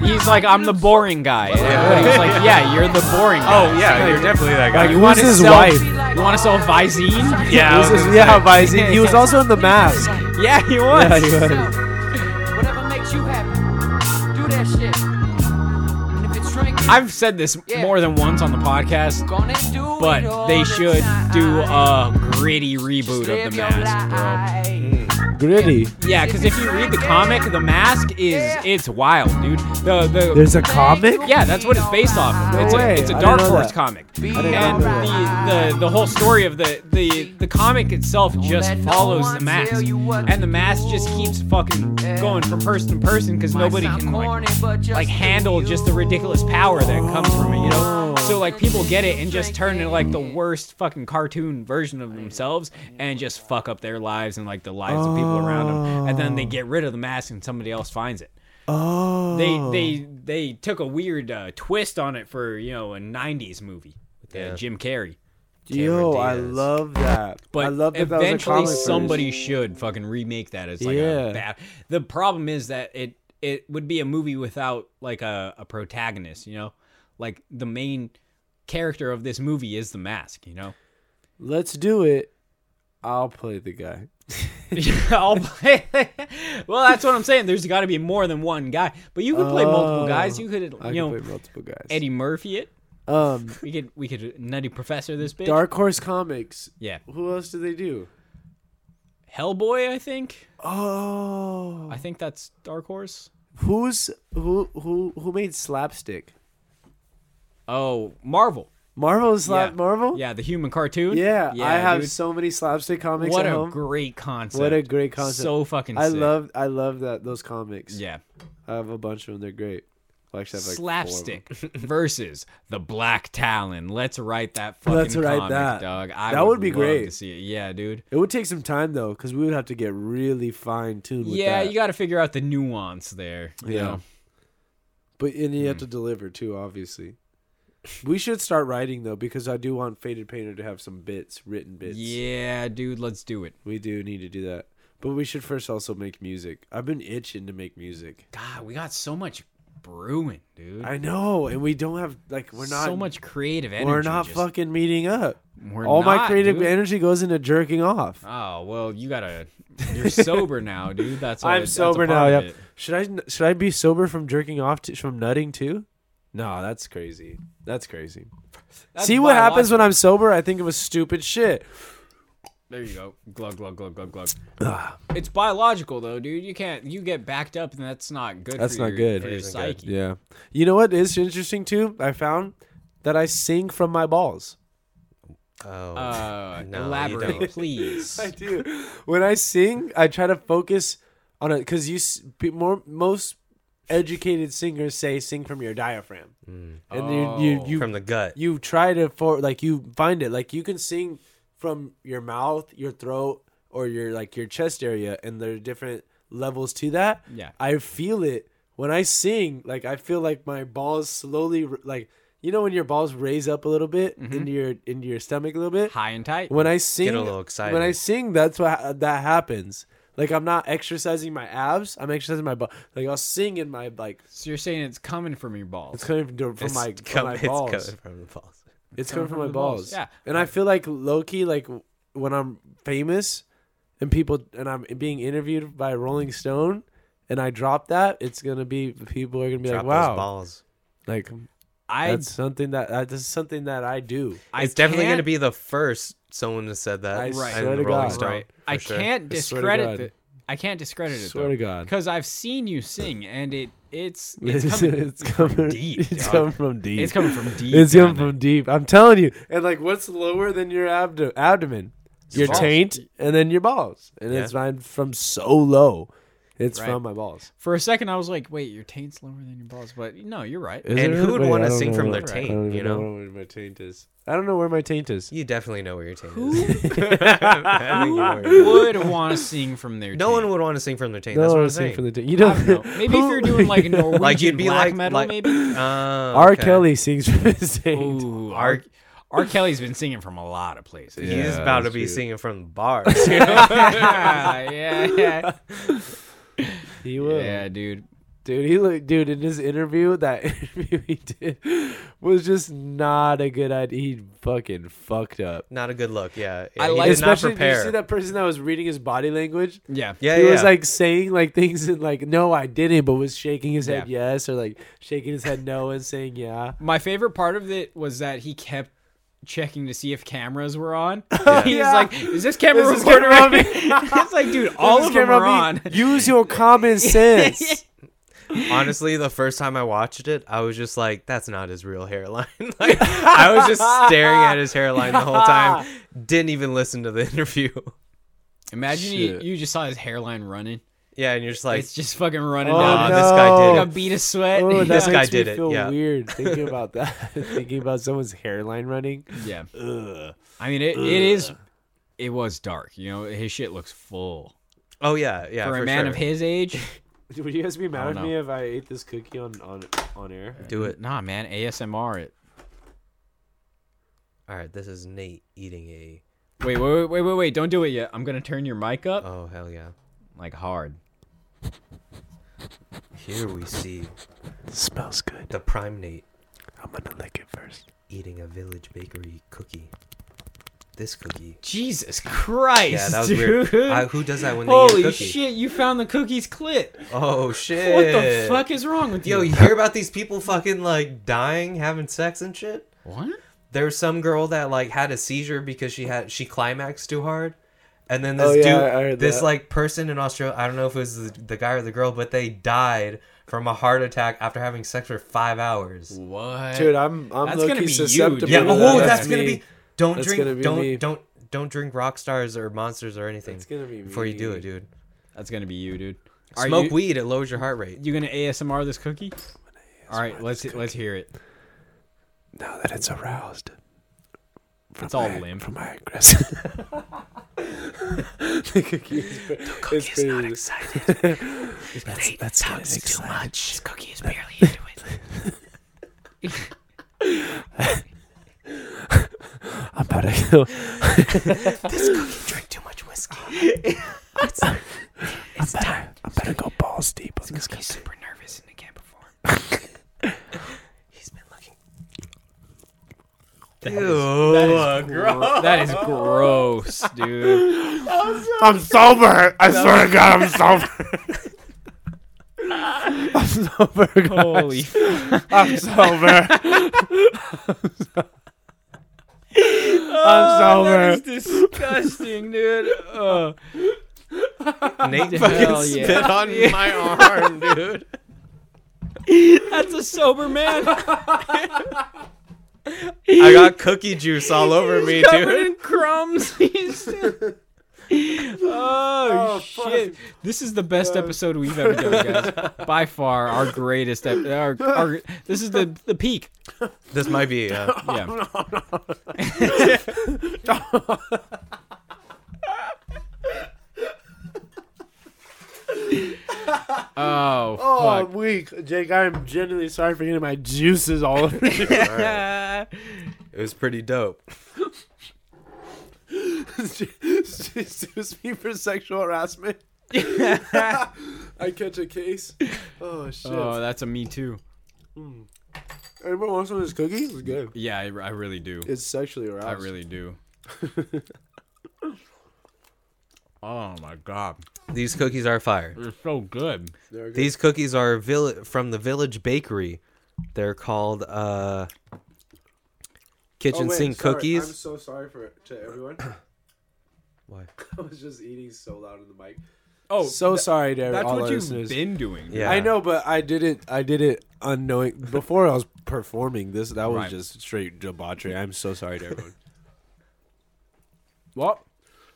[SPEAKER 2] He's like, I'm the boring guy. And everybody's like, yeah, you're the boring guy.
[SPEAKER 9] Oh yeah, you're definitely that guy.
[SPEAKER 3] Like, who's
[SPEAKER 2] wanna
[SPEAKER 3] his
[SPEAKER 2] sell-
[SPEAKER 3] wife?
[SPEAKER 2] You want to sell Visine?
[SPEAKER 9] yeah, I was
[SPEAKER 3] This is-
[SPEAKER 9] gonna
[SPEAKER 3] yeah,
[SPEAKER 9] say.
[SPEAKER 3] Visine. He was also in The Mask.
[SPEAKER 2] Yeah, he was.
[SPEAKER 3] Yeah, he was.
[SPEAKER 8] Whatever makes you happy, do that shit. And if it's drinking,
[SPEAKER 2] I've said this more than once on the podcast,
[SPEAKER 8] gonna do it
[SPEAKER 2] but
[SPEAKER 8] all
[SPEAKER 2] they
[SPEAKER 8] the
[SPEAKER 2] should do
[SPEAKER 8] time.
[SPEAKER 2] a gritty reboot
[SPEAKER 8] Just
[SPEAKER 2] of
[SPEAKER 8] live
[SPEAKER 2] The
[SPEAKER 8] your
[SPEAKER 2] Mask,
[SPEAKER 8] life.
[SPEAKER 3] Gritty.
[SPEAKER 2] bro. Yeah, because if you read the comic, The Mask is it's wild, dude. The the
[SPEAKER 3] There's a comic.
[SPEAKER 2] yeah, that's what it's based off of.
[SPEAKER 3] No
[SPEAKER 2] it's, a,
[SPEAKER 3] way.
[SPEAKER 2] it's a
[SPEAKER 3] I didn't
[SPEAKER 2] Dark
[SPEAKER 3] know
[SPEAKER 2] Horse
[SPEAKER 3] that.
[SPEAKER 2] comic.
[SPEAKER 3] didn't
[SPEAKER 2] And
[SPEAKER 3] know
[SPEAKER 2] the, the, the whole story of the, the, the comic itself just
[SPEAKER 8] let no
[SPEAKER 2] follows
[SPEAKER 8] one
[SPEAKER 2] the mask.
[SPEAKER 8] tell you what
[SPEAKER 2] And the
[SPEAKER 8] to
[SPEAKER 2] mask just
[SPEAKER 8] do.
[SPEAKER 2] keeps fucking going from person to person because
[SPEAKER 8] Might
[SPEAKER 2] nobody
[SPEAKER 8] sound
[SPEAKER 2] can like,
[SPEAKER 8] corny, but just
[SPEAKER 2] like
[SPEAKER 8] do
[SPEAKER 2] handle
[SPEAKER 8] you.
[SPEAKER 2] just the ridiculous power that comes from it, you know? So like people get it and just turn into like the worst fucking cartoon version of themselves and just fuck up their lives and like the lives of people around them. And then they get rid of the mask and somebody else finds it
[SPEAKER 3] Oh.
[SPEAKER 2] they they they took a weird uh, twist on it for you know a '90s movie with uh,
[SPEAKER 4] Yeah.
[SPEAKER 2] Jim Carrey.
[SPEAKER 3] Yo,
[SPEAKER 4] Cameron
[SPEAKER 3] I
[SPEAKER 4] Diaz.
[SPEAKER 3] love that.
[SPEAKER 2] But
[SPEAKER 3] I love that
[SPEAKER 2] eventually
[SPEAKER 3] that was a comic
[SPEAKER 2] somebody should fucking remake that as like
[SPEAKER 3] Yeah.
[SPEAKER 2] a bad. The problem is that it it would be a movie without like a, a protagonist. You know, like the main character of this movie is the mask. You know,
[SPEAKER 3] version. Let's do it. I'll play the guy.
[SPEAKER 2] I'll play. well, that's what I'm saying. There's got to be more than one guy. But you could play multiple
[SPEAKER 3] Oh,
[SPEAKER 2] guys. You could you
[SPEAKER 3] I can
[SPEAKER 2] know
[SPEAKER 3] play multiple guys.
[SPEAKER 2] Eddie Murphy it.
[SPEAKER 3] Um,
[SPEAKER 2] We could we could Nutty Professor this bitch.
[SPEAKER 3] Dark Horse Comics.
[SPEAKER 2] Yeah.
[SPEAKER 3] Who else do they do?
[SPEAKER 2] Hellboy, I think.
[SPEAKER 3] Oh,
[SPEAKER 2] I think that's Dark Horse.
[SPEAKER 3] who's who? Who who made Slapstick?
[SPEAKER 2] Oh, Marvel.
[SPEAKER 3] Marvel slap
[SPEAKER 2] yeah.
[SPEAKER 3] Marvel.
[SPEAKER 2] Yeah, the human cartoon.
[SPEAKER 3] yeah. I have
[SPEAKER 2] dude.
[SPEAKER 3] so many Slapstick comics
[SPEAKER 2] What
[SPEAKER 3] at
[SPEAKER 2] a
[SPEAKER 3] home.
[SPEAKER 2] great concept.
[SPEAKER 3] What a great concept.
[SPEAKER 2] So fucking
[SPEAKER 3] I
[SPEAKER 2] sick.
[SPEAKER 3] love I love that those comics.
[SPEAKER 2] Yeah.
[SPEAKER 3] I have a bunch of them. They're great. Well, actually, I have like four of them.
[SPEAKER 2] Slapstick versus the Black Talon. Let's write that fucking
[SPEAKER 3] Let's write
[SPEAKER 2] comic,
[SPEAKER 3] that.
[SPEAKER 2] dog. I
[SPEAKER 3] That
[SPEAKER 2] would,
[SPEAKER 3] would be
[SPEAKER 2] love
[SPEAKER 3] great.
[SPEAKER 2] to see it. Yeah, dude.
[SPEAKER 3] It would take some time though, because we would have to get really fine tuned. with
[SPEAKER 2] Yeah,
[SPEAKER 3] that.
[SPEAKER 2] you got to figure out the nuance there. You
[SPEAKER 3] Yeah.
[SPEAKER 2] know?
[SPEAKER 3] But and you have
[SPEAKER 2] Hmm.
[SPEAKER 3] to deliver too, obviously. We should start writing though, because I do want Faded Painter to have some bits, written bits.
[SPEAKER 2] Yeah, dude. Let's do it.
[SPEAKER 3] We do need to do that. But we should first also make music. I've been itching to make music.
[SPEAKER 2] God, we got so much brewing, dude.
[SPEAKER 3] I know, and we don't have like we're not
[SPEAKER 2] so much creative energy.
[SPEAKER 3] we're not
[SPEAKER 2] just-
[SPEAKER 3] fucking meeting up.
[SPEAKER 2] We're
[SPEAKER 3] All my
[SPEAKER 2] not,
[SPEAKER 3] creative
[SPEAKER 2] dude.
[SPEAKER 3] energy goes into jerking off.
[SPEAKER 2] Oh well, you gotta. You're sober now, dude. That's a-
[SPEAKER 3] I'm
[SPEAKER 2] that's a
[SPEAKER 3] sober
[SPEAKER 2] part
[SPEAKER 3] now.
[SPEAKER 2] of
[SPEAKER 3] Yeah.
[SPEAKER 2] it.
[SPEAKER 3] Should I n- should I be sober from jerking off to, from nutting too? No, that's crazy. That's crazy.
[SPEAKER 2] That's
[SPEAKER 3] See what happens
[SPEAKER 2] biological.
[SPEAKER 3] when I'm sober? I think it was stupid shit.
[SPEAKER 2] There you go. Glug glug glug glug glug. it's biological though, dude. You can't. You get backed up, and that's not good.
[SPEAKER 3] That's
[SPEAKER 2] for
[SPEAKER 3] not
[SPEAKER 2] your,
[SPEAKER 3] good.
[SPEAKER 2] for
[SPEAKER 3] It
[SPEAKER 2] your
[SPEAKER 4] isn't good.
[SPEAKER 2] psyche.
[SPEAKER 3] Yeah. You know what is interesting too? I found that I sing from my balls.
[SPEAKER 4] Oh,
[SPEAKER 2] Uh,
[SPEAKER 4] No, you
[SPEAKER 2] elaborate,
[SPEAKER 4] don't.
[SPEAKER 2] please.
[SPEAKER 3] I do. When I sing, I try to focus on it because you s- pe- more most educated singers say sing from your diaphragm, and you you
[SPEAKER 2] Oh.
[SPEAKER 3] you
[SPEAKER 4] from the gut.
[SPEAKER 3] you try to for like you find it like you can sing from your mouth, your throat, or your like your chest area, and there are different levels to that.
[SPEAKER 2] Yeah.
[SPEAKER 3] I feel it when I sing. Like I feel like my balls slowly r- like. You know when your balls raise up a little bit
[SPEAKER 2] Mm-hmm.
[SPEAKER 3] into your into your stomach a little bit
[SPEAKER 2] High and tight.
[SPEAKER 3] when I sing,
[SPEAKER 4] little excited.
[SPEAKER 3] When I sing, that's what that happens. Like I'm not exercising my abs. I'm exercising my butt. Like I'll sing in my like
[SPEAKER 2] so you're saying it's coming from your
[SPEAKER 3] it's
[SPEAKER 2] balls.
[SPEAKER 3] coming from, from
[SPEAKER 4] It's
[SPEAKER 3] my from
[SPEAKER 4] come-
[SPEAKER 3] my
[SPEAKER 4] it's
[SPEAKER 3] balls.
[SPEAKER 4] coming from the balls.
[SPEAKER 3] It's coming from my
[SPEAKER 2] the balls.
[SPEAKER 3] balls.
[SPEAKER 2] Yeah.
[SPEAKER 3] And I feel like low key, like when I'm famous and people and I'm being interviewed by Rolling Stone and I drop that, it's gonna be people are gonna be
[SPEAKER 4] Drop
[SPEAKER 3] like,
[SPEAKER 4] those
[SPEAKER 3] wow,
[SPEAKER 4] balls.
[SPEAKER 3] like
[SPEAKER 2] I
[SPEAKER 3] that's something that that's something that I do.
[SPEAKER 2] I
[SPEAKER 4] It's definitely going to
[SPEAKER 2] can't-
[SPEAKER 4] be the first someone to said that.
[SPEAKER 3] I
[SPEAKER 4] in
[SPEAKER 2] swear
[SPEAKER 4] the
[SPEAKER 3] to
[SPEAKER 4] Rolling
[SPEAKER 3] God.
[SPEAKER 4] Stone,
[SPEAKER 2] Right.
[SPEAKER 4] for
[SPEAKER 2] I
[SPEAKER 4] sure.
[SPEAKER 2] can't
[SPEAKER 3] I swear to
[SPEAKER 2] discredit
[SPEAKER 3] God.
[SPEAKER 2] it. I can't discredit it.
[SPEAKER 3] Swear
[SPEAKER 2] though,
[SPEAKER 3] to God.
[SPEAKER 2] Because I've seen you sing, and it it's it's
[SPEAKER 3] It's,
[SPEAKER 2] coming.
[SPEAKER 3] coming
[SPEAKER 2] deep,
[SPEAKER 3] It's
[SPEAKER 2] dog.
[SPEAKER 3] coming from deep.
[SPEAKER 2] It's coming from deep.
[SPEAKER 3] It's
[SPEAKER 2] down
[SPEAKER 3] coming from deep. I'm telling you. And like, what's lower than your abdo- abdomen? Your
[SPEAKER 2] balls.
[SPEAKER 3] taint, and then your balls, and it's mine from so low. It's
[SPEAKER 2] Right.
[SPEAKER 3] from my balls.
[SPEAKER 2] For a second, I was like, "Wait, your taint's lower than your balls," but no, you're right.
[SPEAKER 4] And who would wanna sing from their taint, you know?
[SPEAKER 3] where my taint is. I don't know where my taint is.
[SPEAKER 4] You definitely know where your taint
[SPEAKER 2] Who
[SPEAKER 4] is. I think you know where your-
[SPEAKER 2] would want to sing from their?
[SPEAKER 4] no
[SPEAKER 2] taint?
[SPEAKER 4] one would want to sing from their taint.
[SPEAKER 3] No
[SPEAKER 4] That's
[SPEAKER 3] one
[SPEAKER 4] what I'm
[SPEAKER 3] would sing
[SPEAKER 4] saying.
[SPEAKER 3] from the taint. You don't,
[SPEAKER 2] No. Maybe if you're doing like Norwegian
[SPEAKER 4] like you'd be
[SPEAKER 2] black
[SPEAKER 4] like
[SPEAKER 2] metal,
[SPEAKER 4] like,
[SPEAKER 2] maybe.
[SPEAKER 4] Oh,
[SPEAKER 3] R.
[SPEAKER 4] okay.
[SPEAKER 3] Kelly sings from his taint.
[SPEAKER 2] Ooh, R. R. Kelly's been singing from a lot of places.
[SPEAKER 4] He's
[SPEAKER 3] Yeah,
[SPEAKER 4] about to
[SPEAKER 3] that's
[SPEAKER 4] be
[SPEAKER 3] true.
[SPEAKER 4] singing from the bars. you know?
[SPEAKER 2] yeah, yeah,
[SPEAKER 3] He will.
[SPEAKER 2] yeah, dude.
[SPEAKER 3] Dude, he look, dude, in his interview, that interview he did was just not a good idea. He fucking fucked up.
[SPEAKER 4] not a good look. Yeah,
[SPEAKER 2] I
[SPEAKER 4] He
[SPEAKER 2] like-
[SPEAKER 4] did not
[SPEAKER 3] Especially, did you
[SPEAKER 4] prepare.
[SPEAKER 3] see that person that was reading his body language?
[SPEAKER 2] Yeah,
[SPEAKER 4] Yeah,
[SPEAKER 3] he
[SPEAKER 4] yeah.
[SPEAKER 3] was like saying like things and like no, I didn't, but was shaking his head yes or like shaking his head no and saying yeah.
[SPEAKER 2] My favorite part of it was that he kept checking to see if cameras were on. He was
[SPEAKER 3] Yeah.
[SPEAKER 2] like, "Is this camera
[SPEAKER 3] Is this
[SPEAKER 2] recording?"
[SPEAKER 3] camera on me?
[SPEAKER 2] it's like, dude, all
[SPEAKER 3] This
[SPEAKER 2] of them
[SPEAKER 3] camera
[SPEAKER 2] are on.
[SPEAKER 3] be- Use your common sense.
[SPEAKER 4] Honestly, the first time I watched it, I was just like, "That's not his real hairline." like, I was just staring at his hairline the whole time. Didn't even listen to the interview.
[SPEAKER 2] Imagine you,
[SPEAKER 3] Shit.
[SPEAKER 2] you just saw his hairline running.
[SPEAKER 4] yeah, and you're just like,
[SPEAKER 2] it's just fucking running
[SPEAKER 3] Oh,
[SPEAKER 4] "Nah,
[SPEAKER 2] down.
[SPEAKER 3] no.
[SPEAKER 4] this guy
[SPEAKER 2] Like
[SPEAKER 4] did
[SPEAKER 2] a
[SPEAKER 4] it."
[SPEAKER 2] bead of sweat.
[SPEAKER 3] Oh, that
[SPEAKER 4] This guy
[SPEAKER 3] makes me
[SPEAKER 4] did it,
[SPEAKER 3] Feel
[SPEAKER 4] yeah.
[SPEAKER 3] weird thinking about that. thinking about someone's hairline running.
[SPEAKER 2] yeah. I mean, it, it is. It was dark. You know, his shit looks full
[SPEAKER 4] Oh yeah, yeah.
[SPEAKER 2] for a man
[SPEAKER 4] sure.
[SPEAKER 2] of his age.
[SPEAKER 3] Would you guys be mad
[SPEAKER 2] don't
[SPEAKER 3] at
[SPEAKER 2] know.
[SPEAKER 3] me if I ate this cookie on on on air?
[SPEAKER 4] do it.
[SPEAKER 2] Nah, man, ASMR it.
[SPEAKER 4] All right, this is Nate eating a.
[SPEAKER 2] Wait, wait, wait, wait, wait! Don't do it yet. I'm gonna turn your mic up
[SPEAKER 4] Oh hell yeah!
[SPEAKER 2] like hard.
[SPEAKER 4] Here we see
[SPEAKER 3] Smells good.
[SPEAKER 4] the prime Nate
[SPEAKER 3] I'm gonna lick it first.
[SPEAKER 4] eating a village bakery cookie. This cookie.
[SPEAKER 2] Jesus Christ,
[SPEAKER 4] Yeah, that was
[SPEAKER 2] dude.
[SPEAKER 4] weird. I, who does that when they eat a
[SPEAKER 2] Holy
[SPEAKER 4] cookie?
[SPEAKER 2] shit, you found the cookie's clit.
[SPEAKER 4] Oh shit!
[SPEAKER 2] What the fuck is wrong with
[SPEAKER 4] Yo,
[SPEAKER 2] you?
[SPEAKER 4] you hear about these people fucking like dying, having sex and shit?
[SPEAKER 2] What?
[SPEAKER 4] There's some girl that like had a seizure because she had she climaxed too hard, and then this
[SPEAKER 3] Oh, yeah, I
[SPEAKER 4] dude,
[SPEAKER 3] heard
[SPEAKER 4] this
[SPEAKER 3] that.
[SPEAKER 4] like person in Australia, I don't know if it was the, the guy or the girl, but they died from a heart attack after having sex for five hours.
[SPEAKER 2] What?
[SPEAKER 3] Dude, I'm I'm
[SPEAKER 2] That's
[SPEAKER 3] low
[SPEAKER 2] gonna be
[SPEAKER 3] key
[SPEAKER 2] you,
[SPEAKER 3] susceptible.
[SPEAKER 2] dude.
[SPEAKER 4] Yeah,
[SPEAKER 3] to
[SPEAKER 4] oh,
[SPEAKER 3] that.
[SPEAKER 4] that's, gonna
[SPEAKER 3] me.
[SPEAKER 4] be. Don't
[SPEAKER 3] That's gonna
[SPEAKER 4] drink.
[SPEAKER 3] be
[SPEAKER 4] don't
[SPEAKER 3] me.
[SPEAKER 4] don't don't drink rock stars or monsters or anything
[SPEAKER 3] That's gonna be
[SPEAKER 4] before you do
[SPEAKER 3] me.
[SPEAKER 4] it, dude.
[SPEAKER 2] That's gonna be you, dude.
[SPEAKER 4] Smoke
[SPEAKER 2] you,
[SPEAKER 4] weed; it lowers your heart rate.
[SPEAKER 2] You gonna ASMR this cookie? All right, let's let's hear it.
[SPEAKER 3] Now that it's aroused from
[SPEAKER 2] It's all
[SPEAKER 3] my,
[SPEAKER 2] limp.
[SPEAKER 3] from my aggressive. the cookie is, it's pretty- that's that's kind of exciting.
[SPEAKER 8] This cookie is barely into it.
[SPEAKER 3] I'm about to go.
[SPEAKER 8] Drink too much whiskey.
[SPEAKER 3] I'm better. I'm better go balls deep on this cookie.
[SPEAKER 8] Super nervous and it can't perform. He's been looking.
[SPEAKER 4] Ew, gross.
[SPEAKER 2] That is gross, dude.
[SPEAKER 3] I'm sober. I swear to God, I'm sober. I'm sober. guys.
[SPEAKER 2] Holy.
[SPEAKER 3] I'm sober. Oh, I'm sober.
[SPEAKER 2] That is disgusting, dude. Oh.
[SPEAKER 4] Nate
[SPEAKER 2] Hell
[SPEAKER 4] fucking
[SPEAKER 2] yeah.
[SPEAKER 4] spit on my arm, dude.
[SPEAKER 2] That's a sober man
[SPEAKER 4] I got cookie juice all over me,
[SPEAKER 2] covered
[SPEAKER 4] dude.
[SPEAKER 2] in crumbs. He's- oh, shit! This is the best episode we've ever done, guys. By far, our greatest. Ep- our, our, this is the the peak.
[SPEAKER 4] This might be. Uh,
[SPEAKER 2] Yeah. oh,
[SPEAKER 3] Oh,
[SPEAKER 2] fuck.
[SPEAKER 3] I'm weak, Jake. I'm genuinely sorry for getting my juices all over you.
[SPEAKER 4] it was pretty dope.
[SPEAKER 3] she sues me for sexual harassment. I catch a case. Oh shit!
[SPEAKER 2] oh, that's a me too.
[SPEAKER 3] Everyone wants one of this cookie. It's good.
[SPEAKER 2] Yeah, I, I really do.
[SPEAKER 3] It's sexually aroused.
[SPEAKER 2] I really do. oh my god,
[SPEAKER 4] These cookies are fire.
[SPEAKER 2] they're so good.
[SPEAKER 4] These cookies are vill- from the Village Bakery. They're called uh, Kitchen Sink Cookies.
[SPEAKER 3] I'm so Oh, sorry for to everyone.
[SPEAKER 4] Why?
[SPEAKER 3] I was just eating so loud in the mic.
[SPEAKER 2] Oh,
[SPEAKER 3] So sorry to
[SPEAKER 2] that's
[SPEAKER 3] all
[SPEAKER 2] what
[SPEAKER 3] our
[SPEAKER 2] you've
[SPEAKER 3] listeners.
[SPEAKER 2] been doing.
[SPEAKER 4] Yeah.
[SPEAKER 3] I know, but I did it. I did it unknowing. Before I was performing this, that was
[SPEAKER 2] Right.
[SPEAKER 3] just straight debauchery. I'm so sorry to everyone.
[SPEAKER 2] Well,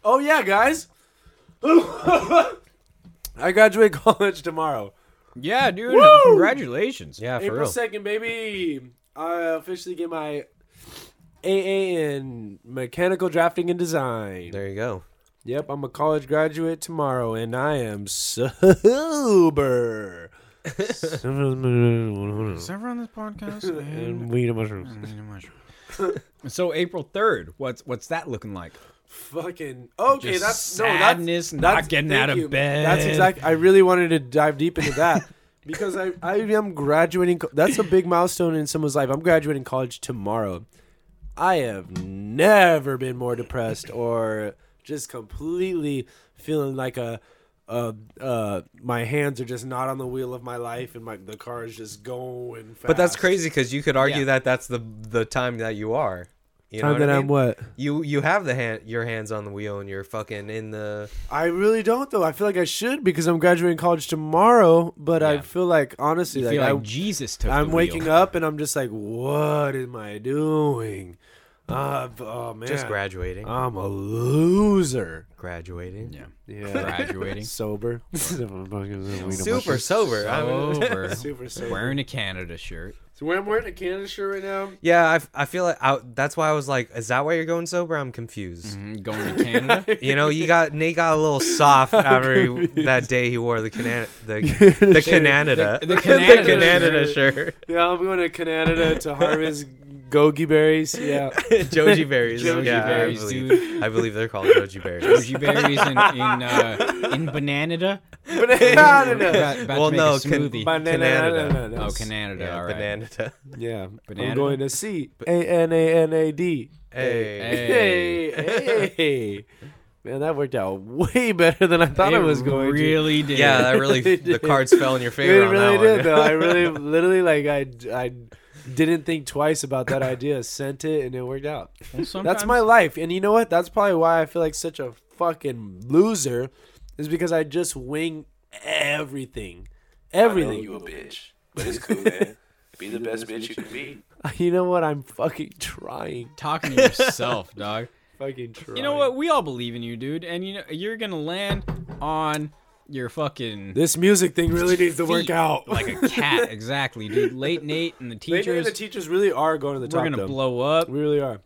[SPEAKER 3] oh yeah, guys. I graduate college tomorrow.
[SPEAKER 2] Yeah, dude.
[SPEAKER 3] Woo!
[SPEAKER 2] Congratulations.
[SPEAKER 4] Yeah, for
[SPEAKER 3] April
[SPEAKER 4] real.
[SPEAKER 3] second, baby. I officially get my AA in mechanical drafting and design.
[SPEAKER 4] There you go.
[SPEAKER 3] Yep, I'm a college graduate tomorrow, and I am sober.
[SPEAKER 2] ever on this podcast?
[SPEAKER 3] and weed and mushrooms.
[SPEAKER 2] so April third. What's what's that looking like?
[SPEAKER 3] Fucking okay.
[SPEAKER 2] Just
[SPEAKER 3] that's
[SPEAKER 2] sadness,
[SPEAKER 3] no.
[SPEAKER 2] not
[SPEAKER 3] That's, that's
[SPEAKER 2] getting
[SPEAKER 3] thank
[SPEAKER 2] out of
[SPEAKER 3] you.
[SPEAKER 2] bed.
[SPEAKER 3] That's exactly. I really wanted to dive deep into that because I I am graduating. co- That's a big milestone in someone's life. I'm graduating college tomorrow. I have never been more depressed or just completely feeling like a. Uh, uh, my hands are just not on the wheel of my life, and my the car is just going. Fast.
[SPEAKER 4] But that's crazy because you could argue
[SPEAKER 2] Yeah.
[SPEAKER 4] that that's the the time that you are. You know
[SPEAKER 3] Time that
[SPEAKER 4] I
[SPEAKER 3] I'm
[SPEAKER 4] mean?
[SPEAKER 3] what?
[SPEAKER 4] You you have the hand your hands on the wheel and you're fucking in the
[SPEAKER 3] I really don't though. I feel like I should because I'm graduating college tomorrow. But I feel like honestly,
[SPEAKER 2] You
[SPEAKER 3] like,
[SPEAKER 2] feel like
[SPEAKER 3] I,
[SPEAKER 2] Jesus took.
[SPEAKER 3] I'm waking up and I'm just like, what am I doing? Uh, b- oh man,
[SPEAKER 4] just graduating,
[SPEAKER 3] I'm a loser.
[SPEAKER 4] graduating.
[SPEAKER 2] Yeah.
[SPEAKER 3] Uh, Yeah,
[SPEAKER 2] Graduating.
[SPEAKER 3] sober, super,
[SPEAKER 4] Super sober. I'm,
[SPEAKER 2] Over.
[SPEAKER 3] super sober.
[SPEAKER 2] Wearing a Canada shirt.
[SPEAKER 3] So where I'm wearing a Canada shirt right now.
[SPEAKER 4] yeah, I, f- I feel like I, that's why I was like, is that why you're going sober? I'm confused.
[SPEAKER 2] Mm, Going to Canada.
[SPEAKER 4] You know, you got Nate got a little soft after he, that day he wore the Canada the, the Canada
[SPEAKER 2] The- the Canada
[SPEAKER 4] shirt.
[SPEAKER 3] Yeah, I'm going to Canada to harvest gogi berries. Yeah,
[SPEAKER 4] Joji berries.
[SPEAKER 3] Joji
[SPEAKER 4] yeah,
[SPEAKER 2] berries,
[SPEAKER 4] I believe, I believe they're called Joji berries.
[SPEAKER 2] Goji berries in in, uh, in bananada.
[SPEAKER 3] banana.
[SPEAKER 2] About, about
[SPEAKER 4] well,
[SPEAKER 2] to make
[SPEAKER 4] no,
[SPEAKER 2] a smoothie.
[SPEAKER 4] Can- Canada.
[SPEAKER 2] oh, Canada.
[SPEAKER 4] Yeah,
[SPEAKER 2] all right.
[SPEAKER 4] banana.
[SPEAKER 3] Yeah,
[SPEAKER 2] Banana?
[SPEAKER 3] I'm going to see A N A N A D.
[SPEAKER 4] Hey.
[SPEAKER 2] Hey.
[SPEAKER 3] Hey, hey, man, that worked out way better than I thought it, was going
[SPEAKER 2] really did.
[SPEAKER 4] Yeah, that really the cards fell in your
[SPEAKER 3] to.
[SPEAKER 4] favor
[SPEAKER 3] It
[SPEAKER 4] on
[SPEAKER 3] really
[SPEAKER 4] that one.
[SPEAKER 3] did, though. I really, literally, like, I, I didn't think twice about that idea. Sent it, and it worked out. That's my life, and you know what? That's probably why I feel like such a fucking loser, is because I just wing everything, everything.
[SPEAKER 1] You a bitch. But it's cool, man. Be the best bitch you can be.
[SPEAKER 3] You know what? I'm fucking trying,
[SPEAKER 2] talking to yourself, dog.
[SPEAKER 3] fucking trying.
[SPEAKER 2] You know what? We all believe in you, dude, and you know you're gonna land on your fucking
[SPEAKER 3] This music thing really needs to work
[SPEAKER 2] Feet
[SPEAKER 3] out.
[SPEAKER 2] like a cat, exactly, dude. Late Nate and the
[SPEAKER 3] They know
[SPEAKER 2] teachers.
[SPEAKER 3] the teachers really are going to the top.
[SPEAKER 2] we're gonna
[SPEAKER 3] though.
[SPEAKER 2] blow up.
[SPEAKER 3] We really are.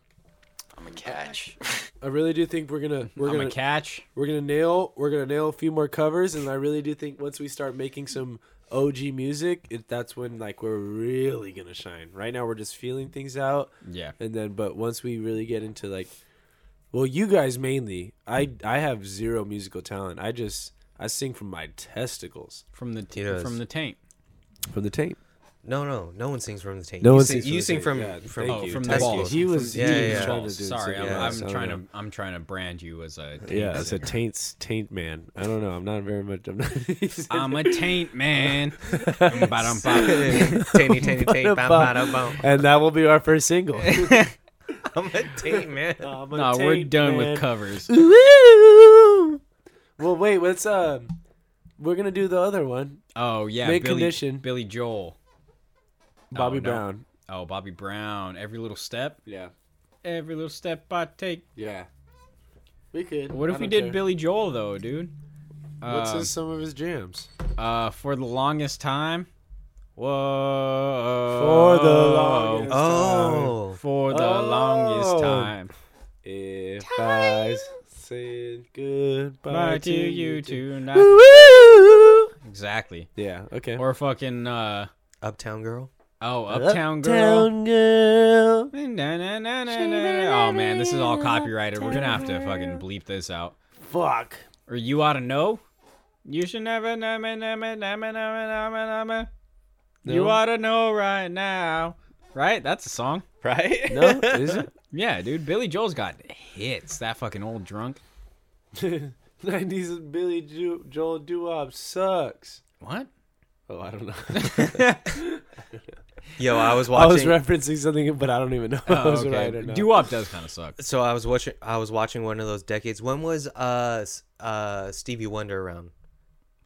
[SPEAKER 8] Catch.
[SPEAKER 3] I really do think we're gonna we're
[SPEAKER 2] I'm
[SPEAKER 3] gonna
[SPEAKER 2] a catch.
[SPEAKER 3] we're gonna nail we're gonna nail a few more covers, and I really do think once we start making some OG music, it, that's when like we're really gonna shine. Right now, we're just feeling things out,
[SPEAKER 2] Yeah.
[SPEAKER 3] and then but once we really get into like, well, you guys mainly. I I have zero musical talent. I just I sing from my testicles,
[SPEAKER 2] From the t-
[SPEAKER 4] He does.
[SPEAKER 2] from the taint.
[SPEAKER 3] from the tape.
[SPEAKER 4] No, no, no one sings from the tank.
[SPEAKER 3] No
[SPEAKER 4] you
[SPEAKER 3] one
[SPEAKER 4] sing,
[SPEAKER 3] sings from
[SPEAKER 4] you
[SPEAKER 3] the
[SPEAKER 4] sing
[SPEAKER 3] tank.
[SPEAKER 4] from
[SPEAKER 3] Yeah,
[SPEAKER 4] from,
[SPEAKER 3] thank
[SPEAKER 2] Oh,
[SPEAKER 4] you.
[SPEAKER 2] from the
[SPEAKER 4] testicles.
[SPEAKER 2] balls.
[SPEAKER 3] He was
[SPEAKER 4] Yeah,
[SPEAKER 3] he
[SPEAKER 4] yeah,
[SPEAKER 3] was
[SPEAKER 4] yeah.
[SPEAKER 3] trying to do
[SPEAKER 2] Sorry,
[SPEAKER 3] something
[SPEAKER 2] I'm,
[SPEAKER 3] else. I
[SPEAKER 2] I'm
[SPEAKER 3] don't
[SPEAKER 2] trying
[SPEAKER 3] know.
[SPEAKER 2] to I'm trying to brand you as a taint
[SPEAKER 3] Yeah, it's a
[SPEAKER 2] singer.
[SPEAKER 3] taint taint man. I don't know. I'm not very much. I'm not.
[SPEAKER 2] I'm a taint man. Ba-dum-ba.
[SPEAKER 4] Tainty, tainty, taint, bam, bada, bum.
[SPEAKER 3] and that will be our first single.
[SPEAKER 4] I'm a taint man.
[SPEAKER 3] I'm a
[SPEAKER 2] no, we're
[SPEAKER 3] taint
[SPEAKER 2] done
[SPEAKER 3] man.
[SPEAKER 2] with covers.
[SPEAKER 3] Woo! Well, wait. What's um? We're gonna do the other one.
[SPEAKER 2] Oh yeah,
[SPEAKER 3] Mint
[SPEAKER 2] Billy,
[SPEAKER 3] condition.
[SPEAKER 2] Billy Joel.
[SPEAKER 3] Bobby
[SPEAKER 2] no.
[SPEAKER 3] Brown.
[SPEAKER 2] Oh, Bobby Brown. Every little step.
[SPEAKER 3] Yeah.
[SPEAKER 2] Every little step I take.
[SPEAKER 3] Yeah. We could.
[SPEAKER 2] What
[SPEAKER 3] I
[SPEAKER 2] if we
[SPEAKER 3] don't
[SPEAKER 2] did
[SPEAKER 3] care.
[SPEAKER 2] Billy Joel though, dude?
[SPEAKER 3] What's
[SPEAKER 2] Uh,
[SPEAKER 3] his, some of his jams?
[SPEAKER 2] Uh, for the longest time. Whoa.
[SPEAKER 3] For the longest
[SPEAKER 4] Oh,
[SPEAKER 2] For the longest
[SPEAKER 3] Oh.
[SPEAKER 2] time.
[SPEAKER 3] If I said goodbye
[SPEAKER 2] Bye to you tonight.
[SPEAKER 3] Woo!
[SPEAKER 2] Exactly.
[SPEAKER 3] Yeah. Okay.
[SPEAKER 2] Or fucking uh
[SPEAKER 4] Uptown Girl.
[SPEAKER 2] oh Uptown Girl.
[SPEAKER 3] Uptown girl.
[SPEAKER 2] Na-na-na-na-na-na. Oh man, this is all copyrighted. We're gonna have to fucking bleep this out.
[SPEAKER 3] Fuck.
[SPEAKER 2] Or you ought to know. You should never. na- ma- na- ma- na- ma- na- ma- na- ma- na- ma. You
[SPEAKER 3] No.
[SPEAKER 2] ought to know right now. Right? That's a song.
[SPEAKER 4] Right?
[SPEAKER 3] No, is it?
[SPEAKER 2] Yeah, dude. Billy Joel's got hits. That fucking old drunk.
[SPEAKER 3] 90s Billy jo- Joel Duop sucks.
[SPEAKER 2] What?
[SPEAKER 3] Oh, I don't know.
[SPEAKER 4] Yo, I was
[SPEAKER 3] I
[SPEAKER 4] watching. Oh,
[SPEAKER 3] was referencing something, but I don't even know if I was right or not.
[SPEAKER 2] Doo Wop does kind of suck.
[SPEAKER 4] so I was watching. I was watching one of those decades. When was uh s- uh Stevie Wonder around?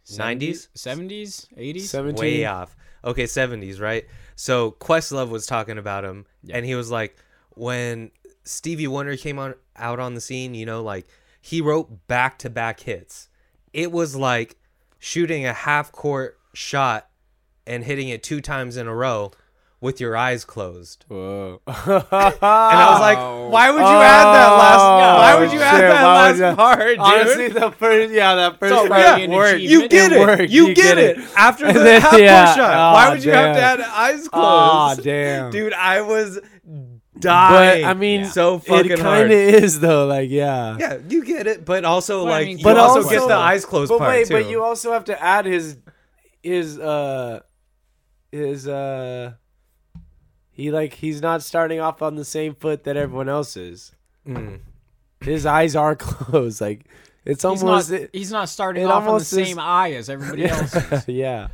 [SPEAKER 4] 90s?
[SPEAKER 2] 70s, 80s.
[SPEAKER 3] 17.
[SPEAKER 4] Way off. Okay, seventies, right? So Questlove was talking about him, and he was like, when Stevie Wonder came on out on the scene, you know, like he wrote back to back hits. It was like shooting a half court shot and hitting it two times in a row with your eyes closed.
[SPEAKER 3] Whoa. and
[SPEAKER 4] And I was like, why would you add that last?
[SPEAKER 3] Oh,
[SPEAKER 4] why would you add
[SPEAKER 3] shit,
[SPEAKER 4] that
[SPEAKER 3] why would
[SPEAKER 4] last
[SPEAKER 3] you-
[SPEAKER 4] part, dude?
[SPEAKER 3] Honestly, the first, yeah, that first
[SPEAKER 2] all
[SPEAKER 3] part
[SPEAKER 2] right,
[SPEAKER 3] yeah,
[SPEAKER 2] an
[SPEAKER 3] worked.
[SPEAKER 2] achievement.
[SPEAKER 4] you get
[SPEAKER 3] It
[SPEAKER 4] it.
[SPEAKER 3] worked,
[SPEAKER 4] You,
[SPEAKER 3] you
[SPEAKER 4] get,
[SPEAKER 3] get
[SPEAKER 4] it.
[SPEAKER 3] it.
[SPEAKER 4] after
[SPEAKER 3] And
[SPEAKER 4] the
[SPEAKER 3] then-
[SPEAKER 4] half
[SPEAKER 3] yeah.
[SPEAKER 4] court shot.
[SPEAKER 3] Aw,
[SPEAKER 4] why would you have to
[SPEAKER 3] damn.
[SPEAKER 4] add eyes closed?
[SPEAKER 3] Aw, damn.
[SPEAKER 4] dude, I was
[SPEAKER 3] but
[SPEAKER 4] dying.
[SPEAKER 3] I mean,
[SPEAKER 4] so
[SPEAKER 3] it
[SPEAKER 4] fucking
[SPEAKER 3] kind of
[SPEAKER 4] hard.
[SPEAKER 3] is though. Like, yeah.
[SPEAKER 4] Yeah, you get it, but also
[SPEAKER 2] Well, I
[SPEAKER 4] like,
[SPEAKER 2] mean,
[SPEAKER 4] you
[SPEAKER 2] But
[SPEAKER 4] also,
[SPEAKER 2] also-
[SPEAKER 4] get the eyes closed
[SPEAKER 3] But
[SPEAKER 4] part
[SPEAKER 3] wait,
[SPEAKER 4] too.
[SPEAKER 3] but you also have to add his, his, uh, his, uh, he like he's not starting off on the same foot that everyone else is.
[SPEAKER 4] Mm.
[SPEAKER 3] His eyes are closed. Like, it's
[SPEAKER 2] He's not,
[SPEAKER 3] almost.
[SPEAKER 2] he's not starting
[SPEAKER 3] it
[SPEAKER 2] off on the
[SPEAKER 3] almost is-
[SPEAKER 2] same eye as everybody else.
[SPEAKER 3] yeah.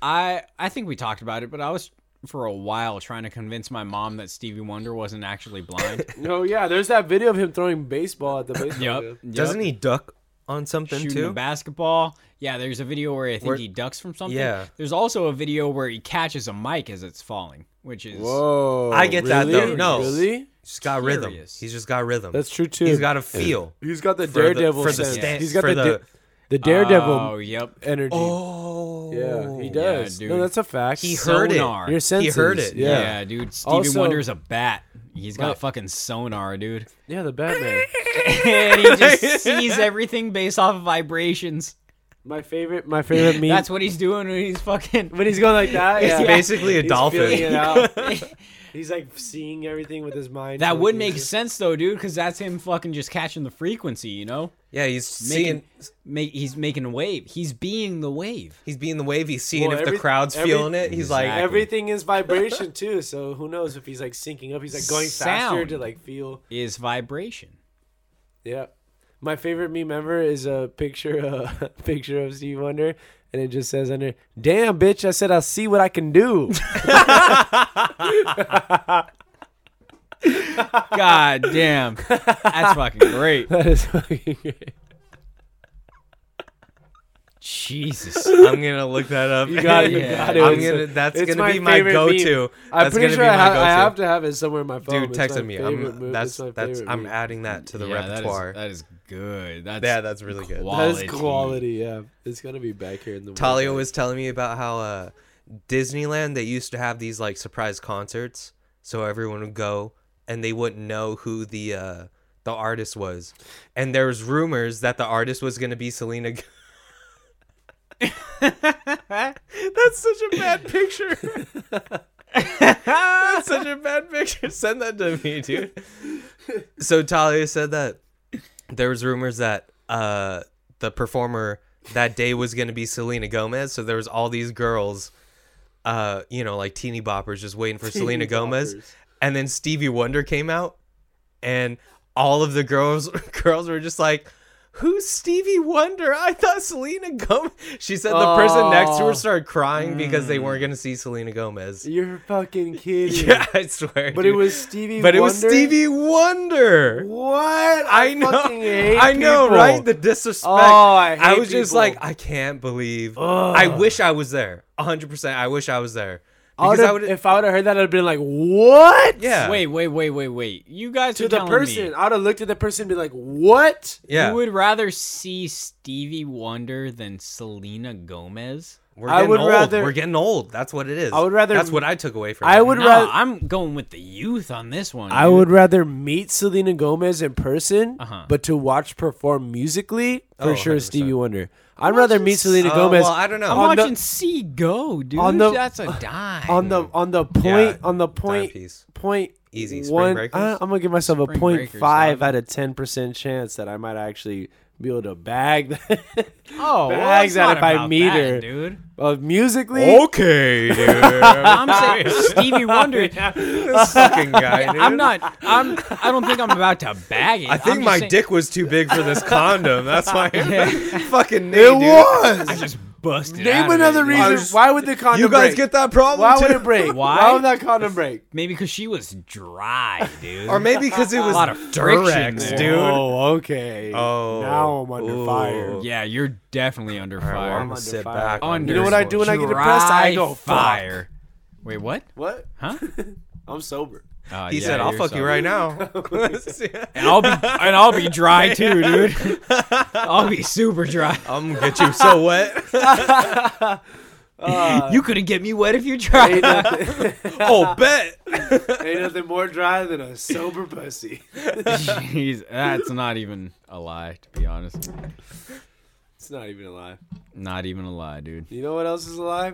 [SPEAKER 2] I I think we talked about it, but I was for a while trying to convince my mom that Stevie Wonder wasn't actually blind.
[SPEAKER 3] No, yeah. There's that video of him throwing baseball at the baseball.
[SPEAKER 2] yep.
[SPEAKER 3] field.
[SPEAKER 4] Doesn't he duck on something
[SPEAKER 2] shooting a
[SPEAKER 4] too?
[SPEAKER 2] basketball? Yeah, there's a video where I think
[SPEAKER 4] Where-
[SPEAKER 2] he ducks from something.
[SPEAKER 4] Yeah.
[SPEAKER 2] There's also a video where he catches a mic as it's falling, which is
[SPEAKER 3] Whoa.
[SPEAKER 4] I get that, though.
[SPEAKER 3] really?
[SPEAKER 4] No.
[SPEAKER 3] Really?
[SPEAKER 4] He's got rhythm.
[SPEAKER 2] Curious.
[SPEAKER 4] He's just got rhythm.
[SPEAKER 3] That's true too.
[SPEAKER 4] He's got a feel.
[SPEAKER 3] He's got the
[SPEAKER 4] for the-
[SPEAKER 3] daredevil
[SPEAKER 4] for the
[SPEAKER 3] sense.
[SPEAKER 4] sta-
[SPEAKER 3] He's got
[SPEAKER 4] for
[SPEAKER 3] the
[SPEAKER 4] the-
[SPEAKER 3] da- the daredevil
[SPEAKER 2] Oh, yep.
[SPEAKER 3] energy.
[SPEAKER 4] Oh,
[SPEAKER 3] yeah, he does.
[SPEAKER 2] dude.
[SPEAKER 3] no, that's a fact.
[SPEAKER 4] He heard
[SPEAKER 2] Sonar.
[SPEAKER 4] it.
[SPEAKER 3] Your
[SPEAKER 4] He
[SPEAKER 3] senses.
[SPEAKER 4] heard it.
[SPEAKER 2] Yeah,
[SPEAKER 3] Yeah. yeah.
[SPEAKER 2] dude. Stevie
[SPEAKER 3] Also-
[SPEAKER 2] Wonder's a bat. He's got
[SPEAKER 3] Right.
[SPEAKER 2] fucking sonar, dude.
[SPEAKER 3] the Batman.
[SPEAKER 2] and he just sees everything based off of vibrations.
[SPEAKER 3] my favorite my favorite meme
[SPEAKER 2] That's what he's doing when he's fucking.
[SPEAKER 3] when he's going like that.
[SPEAKER 4] He's
[SPEAKER 3] Yeah.
[SPEAKER 4] basically a
[SPEAKER 3] He's feeling it
[SPEAKER 4] dolphin.
[SPEAKER 3] out. he's like seeing everything with his mind.
[SPEAKER 2] That would make
[SPEAKER 3] sense.
[SPEAKER 2] sense though, dude, because that's him fucking just catching the frequency, you know?
[SPEAKER 4] Yeah, he's
[SPEAKER 2] Making,
[SPEAKER 4] seeing.
[SPEAKER 2] make, he's making a wave. He's being the wave.
[SPEAKER 4] He's being the wave. He's seeing
[SPEAKER 3] Well,
[SPEAKER 4] if
[SPEAKER 3] every-
[SPEAKER 4] the crowd's
[SPEAKER 3] every-
[SPEAKER 4] feeling it. He's
[SPEAKER 2] Exactly.
[SPEAKER 4] like,
[SPEAKER 3] Everything is vibration too, so who knows if he's like syncing up? He's like going faster
[SPEAKER 2] Sound.
[SPEAKER 3] to like feel.
[SPEAKER 2] Is vibration.
[SPEAKER 3] Yeah, my favorite meme ever is a picture, a picture of Steve Wonder, and it just says under, "Damn bitch, I said I'll see what I can do."
[SPEAKER 2] God damn. That's fucking great.
[SPEAKER 3] that is fucking great.
[SPEAKER 2] Jesus.
[SPEAKER 4] I'm gonna look that up. You
[SPEAKER 3] got it,
[SPEAKER 2] you got it.
[SPEAKER 4] I'm
[SPEAKER 3] It's-
[SPEAKER 4] gonna. That's
[SPEAKER 3] it's
[SPEAKER 4] gonna
[SPEAKER 3] my
[SPEAKER 4] be my
[SPEAKER 3] favorite
[SPEAKER 4] go-to.
[SPEAKER 3] meme. I'm
[SPEAKER 4] that's
[SPEAKER 3] pretty
[SPEAKER 4] gonna
[SPEAKER 3] sure
[SPEAKER 4] be
[SPEAKER 3] I,
[SPEAKER 4] my
[SPEAKER 3] ha-
[SPEAKER 4] go-to.
[SPEAKER 3] I have to have it somewhere in my phone.
[SPEAKER 4] Dude,
[SPEAKER 3] It's
[SPEAKER 4] text
[SPEAKER 3] my
[SPEAKER 4] it me.
[SPEAKER 3] favorite
[SPEAKER 4] I'm,
[SPEAKER 3] move.
[SPEAKER 4] that's
[SPEAKER 3] It's my
[SPEAKER 4] that's.
[SPEAKER 3] favorite
[SPEAKER 4] I'm
[SPEAKER 3] meme.
[SPEAKER 4] adding that to the
[SPEAKER 2] Yeah, that is-
[SPEAKER 4] repertoire.
[SPEAKER 2] That is, good. That's
[SPEAKER 4] yeah, that's really good.
[SPEAKER 2] Wow.
[SPEAKER 3] That is quality. Yeah, it's gonna be back here in the.
[SPEAKER 4] Talia
[SPEAKER 3] morning.
[SPEAKER 4] was telling me about how uh, Disneyland they used to have these like surprise concerts, so everyone would go and they wouldn't know who the uh, the artist was, and there was rumors that the artist was going to be Selena. G- That's such a bad picture. That's such a bad picture. Send that to me, dude. So Talia said that there was rumors that uh the performer that day was going to be Selena Gomez, so there was all these girls uh you know like teeny boppers just waiting for Selena Gomez.
[SPEAKER 3] boppers.
[SPEAKER 4] And then Stevie Wonder came out and all of the girls girls were just like Who's Stevie Wonder? I thought Selena Gomez. She said the person next to
[SPEAKER 3] Aw. Mm.
[SPEAKER 4] her started crying because they weren't going to see Selena Gomez.
[SPEAKER 3] You're fucking kidding.
[SPEAKER 4] Yeah, I swear.
[SPEAKER 3] But it
[SPEAKER 4] dude.
[SPEAKER 3] was Stevie.
[SPEAKER 4] But it was
[SPEAKER 3] Wonder?
[SPEAKER 4] Stevie Wonder.
[SPEAKER 3] What?
[SPEAKER 4] I know.
[SPEAKER 3] fucking hate
[SPEAKER 4] I know,
[SPEAKER 3] people.
[SPEAKER 4] right? The disrespect.
[SPEAKER 3] Oh, I hate
[SPEAKER 4] was just
[SPEAKER 3] people.
[SPEAKER 4] like, I can't believe. I wish I was there. 100%. I wish I was there.
[SPEAKER 3] I
[SPEAKER 4] Because I
[SPEAKER 3] would've-
[SPEAKER 4] would
[SPEAKER 3] if I would have heard that, I'd have been like, "What?"
[SPEAKER 4] Yeah.
[SPEAKER 2] Wait, wait, wait, wait, wait. You guys
[SPEAKER 3] To
[SPEAKER 2] are
[SPEAKER 3] the
[SPEAKER 2] telling
[SPEAKER 3] person,
[SPEAKER 2] me
[SPEAKER 3] I would have looked at the person and be like, "What?"
[SPEAKER 4] Yeah.
[SPEAKER 2] you would rather see Stevie Wonder than Selena Gomez?
[SPEAKER 4] We're
[SPEAKER 3] I
[SPEAKER 4] getting
[SPEAKER 3] would
[SPEAKER 4] old.
[SPEAKER 3] rather-
[SPEAKER 4] We're getting old. That's what it is.
[SPEAKER 3] I would rather-
[SPEAKER 4] That's what I took away from
[SPEAKER 3] I
[SPEAKER 4] it.
[SPEAKER 3] would
[SPEAKER 2] No,
[SPEAKER 3] rather.
[SPEAKER 2] I'm going with the youth on this one.
[SPEAKER 3] I would rather meet Selena Gomez in person,
[SPEAKER 2] Uh-huh.
[SPEAKER 3] but to watch perform musically, for
[SPEAKER 4] Oh,
[SPEAKER 3] sure
[SPEAKER 4] 100%.
[SPEAKER 3] Stevie Wonder. I'd rather meet Selena
[SPEAKER 4] Oh,
[SPEAKER 3] Gomez
[SPEAKER 4] well, I don't know.
[SPEAKER 2] am
[SPEAKER 3] on the-
[SPEAKER 2] watching C go, dude.
[SPEAKER 3] on the-
[SPEAKER 2] That's a dime.
[SPEAKER 3] on the on the point
[SPEAKER 4] Yeah,
[SPEAKER 3] on the point
[SPEAKER 4] timepiece.
[SPEAKER 3] point
[SPEAKER 4] Easy, Spring
[SPEAKER 3] one.
[SPEAKER 4] Breakers?
[SPEAKER 3] I, am gonna give myself
[SPEAKER 2] Spring
[SPEAKER 3] a point
[SPEAKER 2] Breakers,
[SPEAKER 3] five
[SPEAKER 2] huh?
[SPEAKER 3] out of ten percent chance that I might actually be able to bag that.
[SPEAKER 2] oh, well,
[SPEAKER 3] bags
[SPEAKER 2] it's
[SPEAKER 3] that
[SPEAKER 2] not
[SPEAKER 3] if I
[SPEAKER 2] about
[SPEAKER 3] meet
[SPEAKER 2] that,
[SPEAKER 3] her.
[SPEAKER 2] dude.
[SPEAKER 3] Uh, musically,
[SPEAKER 4] Oh. Okay, dude.
[SPEAKER 2] I'm saying Stevie Wonder.
[SPEAKER 4] this fucking guy, dude.
[SPEAKER 2] I'm not. I'm. I don't think I'm about to bag it.
[SPEAKER 4] I think my dick was too big for this condom. That's why. fucking knee,
[SPEAKER 3] it
[SPEAKER 4] dude.
[SPEAKER 2] I
[SPEAKER 3] was.
[SPEAKER 2] just busted.
[SPEAKER 3] Name
[SPEAKER 2] out of
[SPEAKER 3] another
[SPEAKER 2] it, dude.
[SPEAKER 3] reason
[SPEAKER 4] was-
[SPEAKER 3] why would the condom
[SPEAKER 4] You guys
[SPEAKER 3] break?
[SPEAKER 4] get that problem
[SPEAKER 3] Why
[SPEAKER 4] too?
[SPEAKER 3] would it break?
[SPEAKER 2] Why?
[SPEAKER 3] would that condom break?
[SPEAKER 2] Maybe because she was dry, dude.
[SPEAKER 4] Or maybe because it was
[SPEAKER 2] lot of friction
[SPEAKER 4] Durex,
[SPEAKER 2] there.
[SPEAKER 4] dude.
[SPEAKER 3] Oh, okay.
[SPEAKER 4] Oh.
[SPEAKER 3] now I'm under
[SPEAKER 4] Ooh.
[SPEAKER 3] fire.
[SPEAKER 2] yeah, you're definitely under fire.
[SPEAKER 4] I'm gonna sit
[SPEAKER 3] fire.
[SPEAKER 4] back. on
[SPEAKER 2] under
[SPEAKER 3] You know what
[SPEAKER 4] this
[SPEAKER 3] I do when I get
[SPEAKER 2] dry
[SPEAKER 3] depressed? I go, fuck.
[SPEAKER 2] fire. Wait, what?
[SPEAKER 3] What?
[SPEAKER 2] Huh?
[SPEAKER 3] I'm sober.
[SPEAKER 2] Uh,
[SPEAKER 4] he
[SPEAKER 2] yeah,
[SPEAKER 4] said, "I'll
[SPEAKER 2] you're
[SPEAKER 4] fuck you
[SPEAKER 2] sorry.
[SPEAKER 4] right now."
[SPEAKER 2] And I'll be and I'll be dry too, dude. I'll be super dry.
[SPEAKER 4] I'm gonna get you so wet.
[SPEAKER 2] you couldn't get me wet if you tried.
[SPEAKER 4] oh, bet.
[SPEAKER 3] Ain't nothing more dry than a sober pussy.
[SPEAKER 2] Jeez, that's not even a lie, to be honest.
[SPEAKER 3] It's not even a lie.
[SPEAKER 2] Not even a lie, dude.
[SPEAKER 3] You know what else is a lie?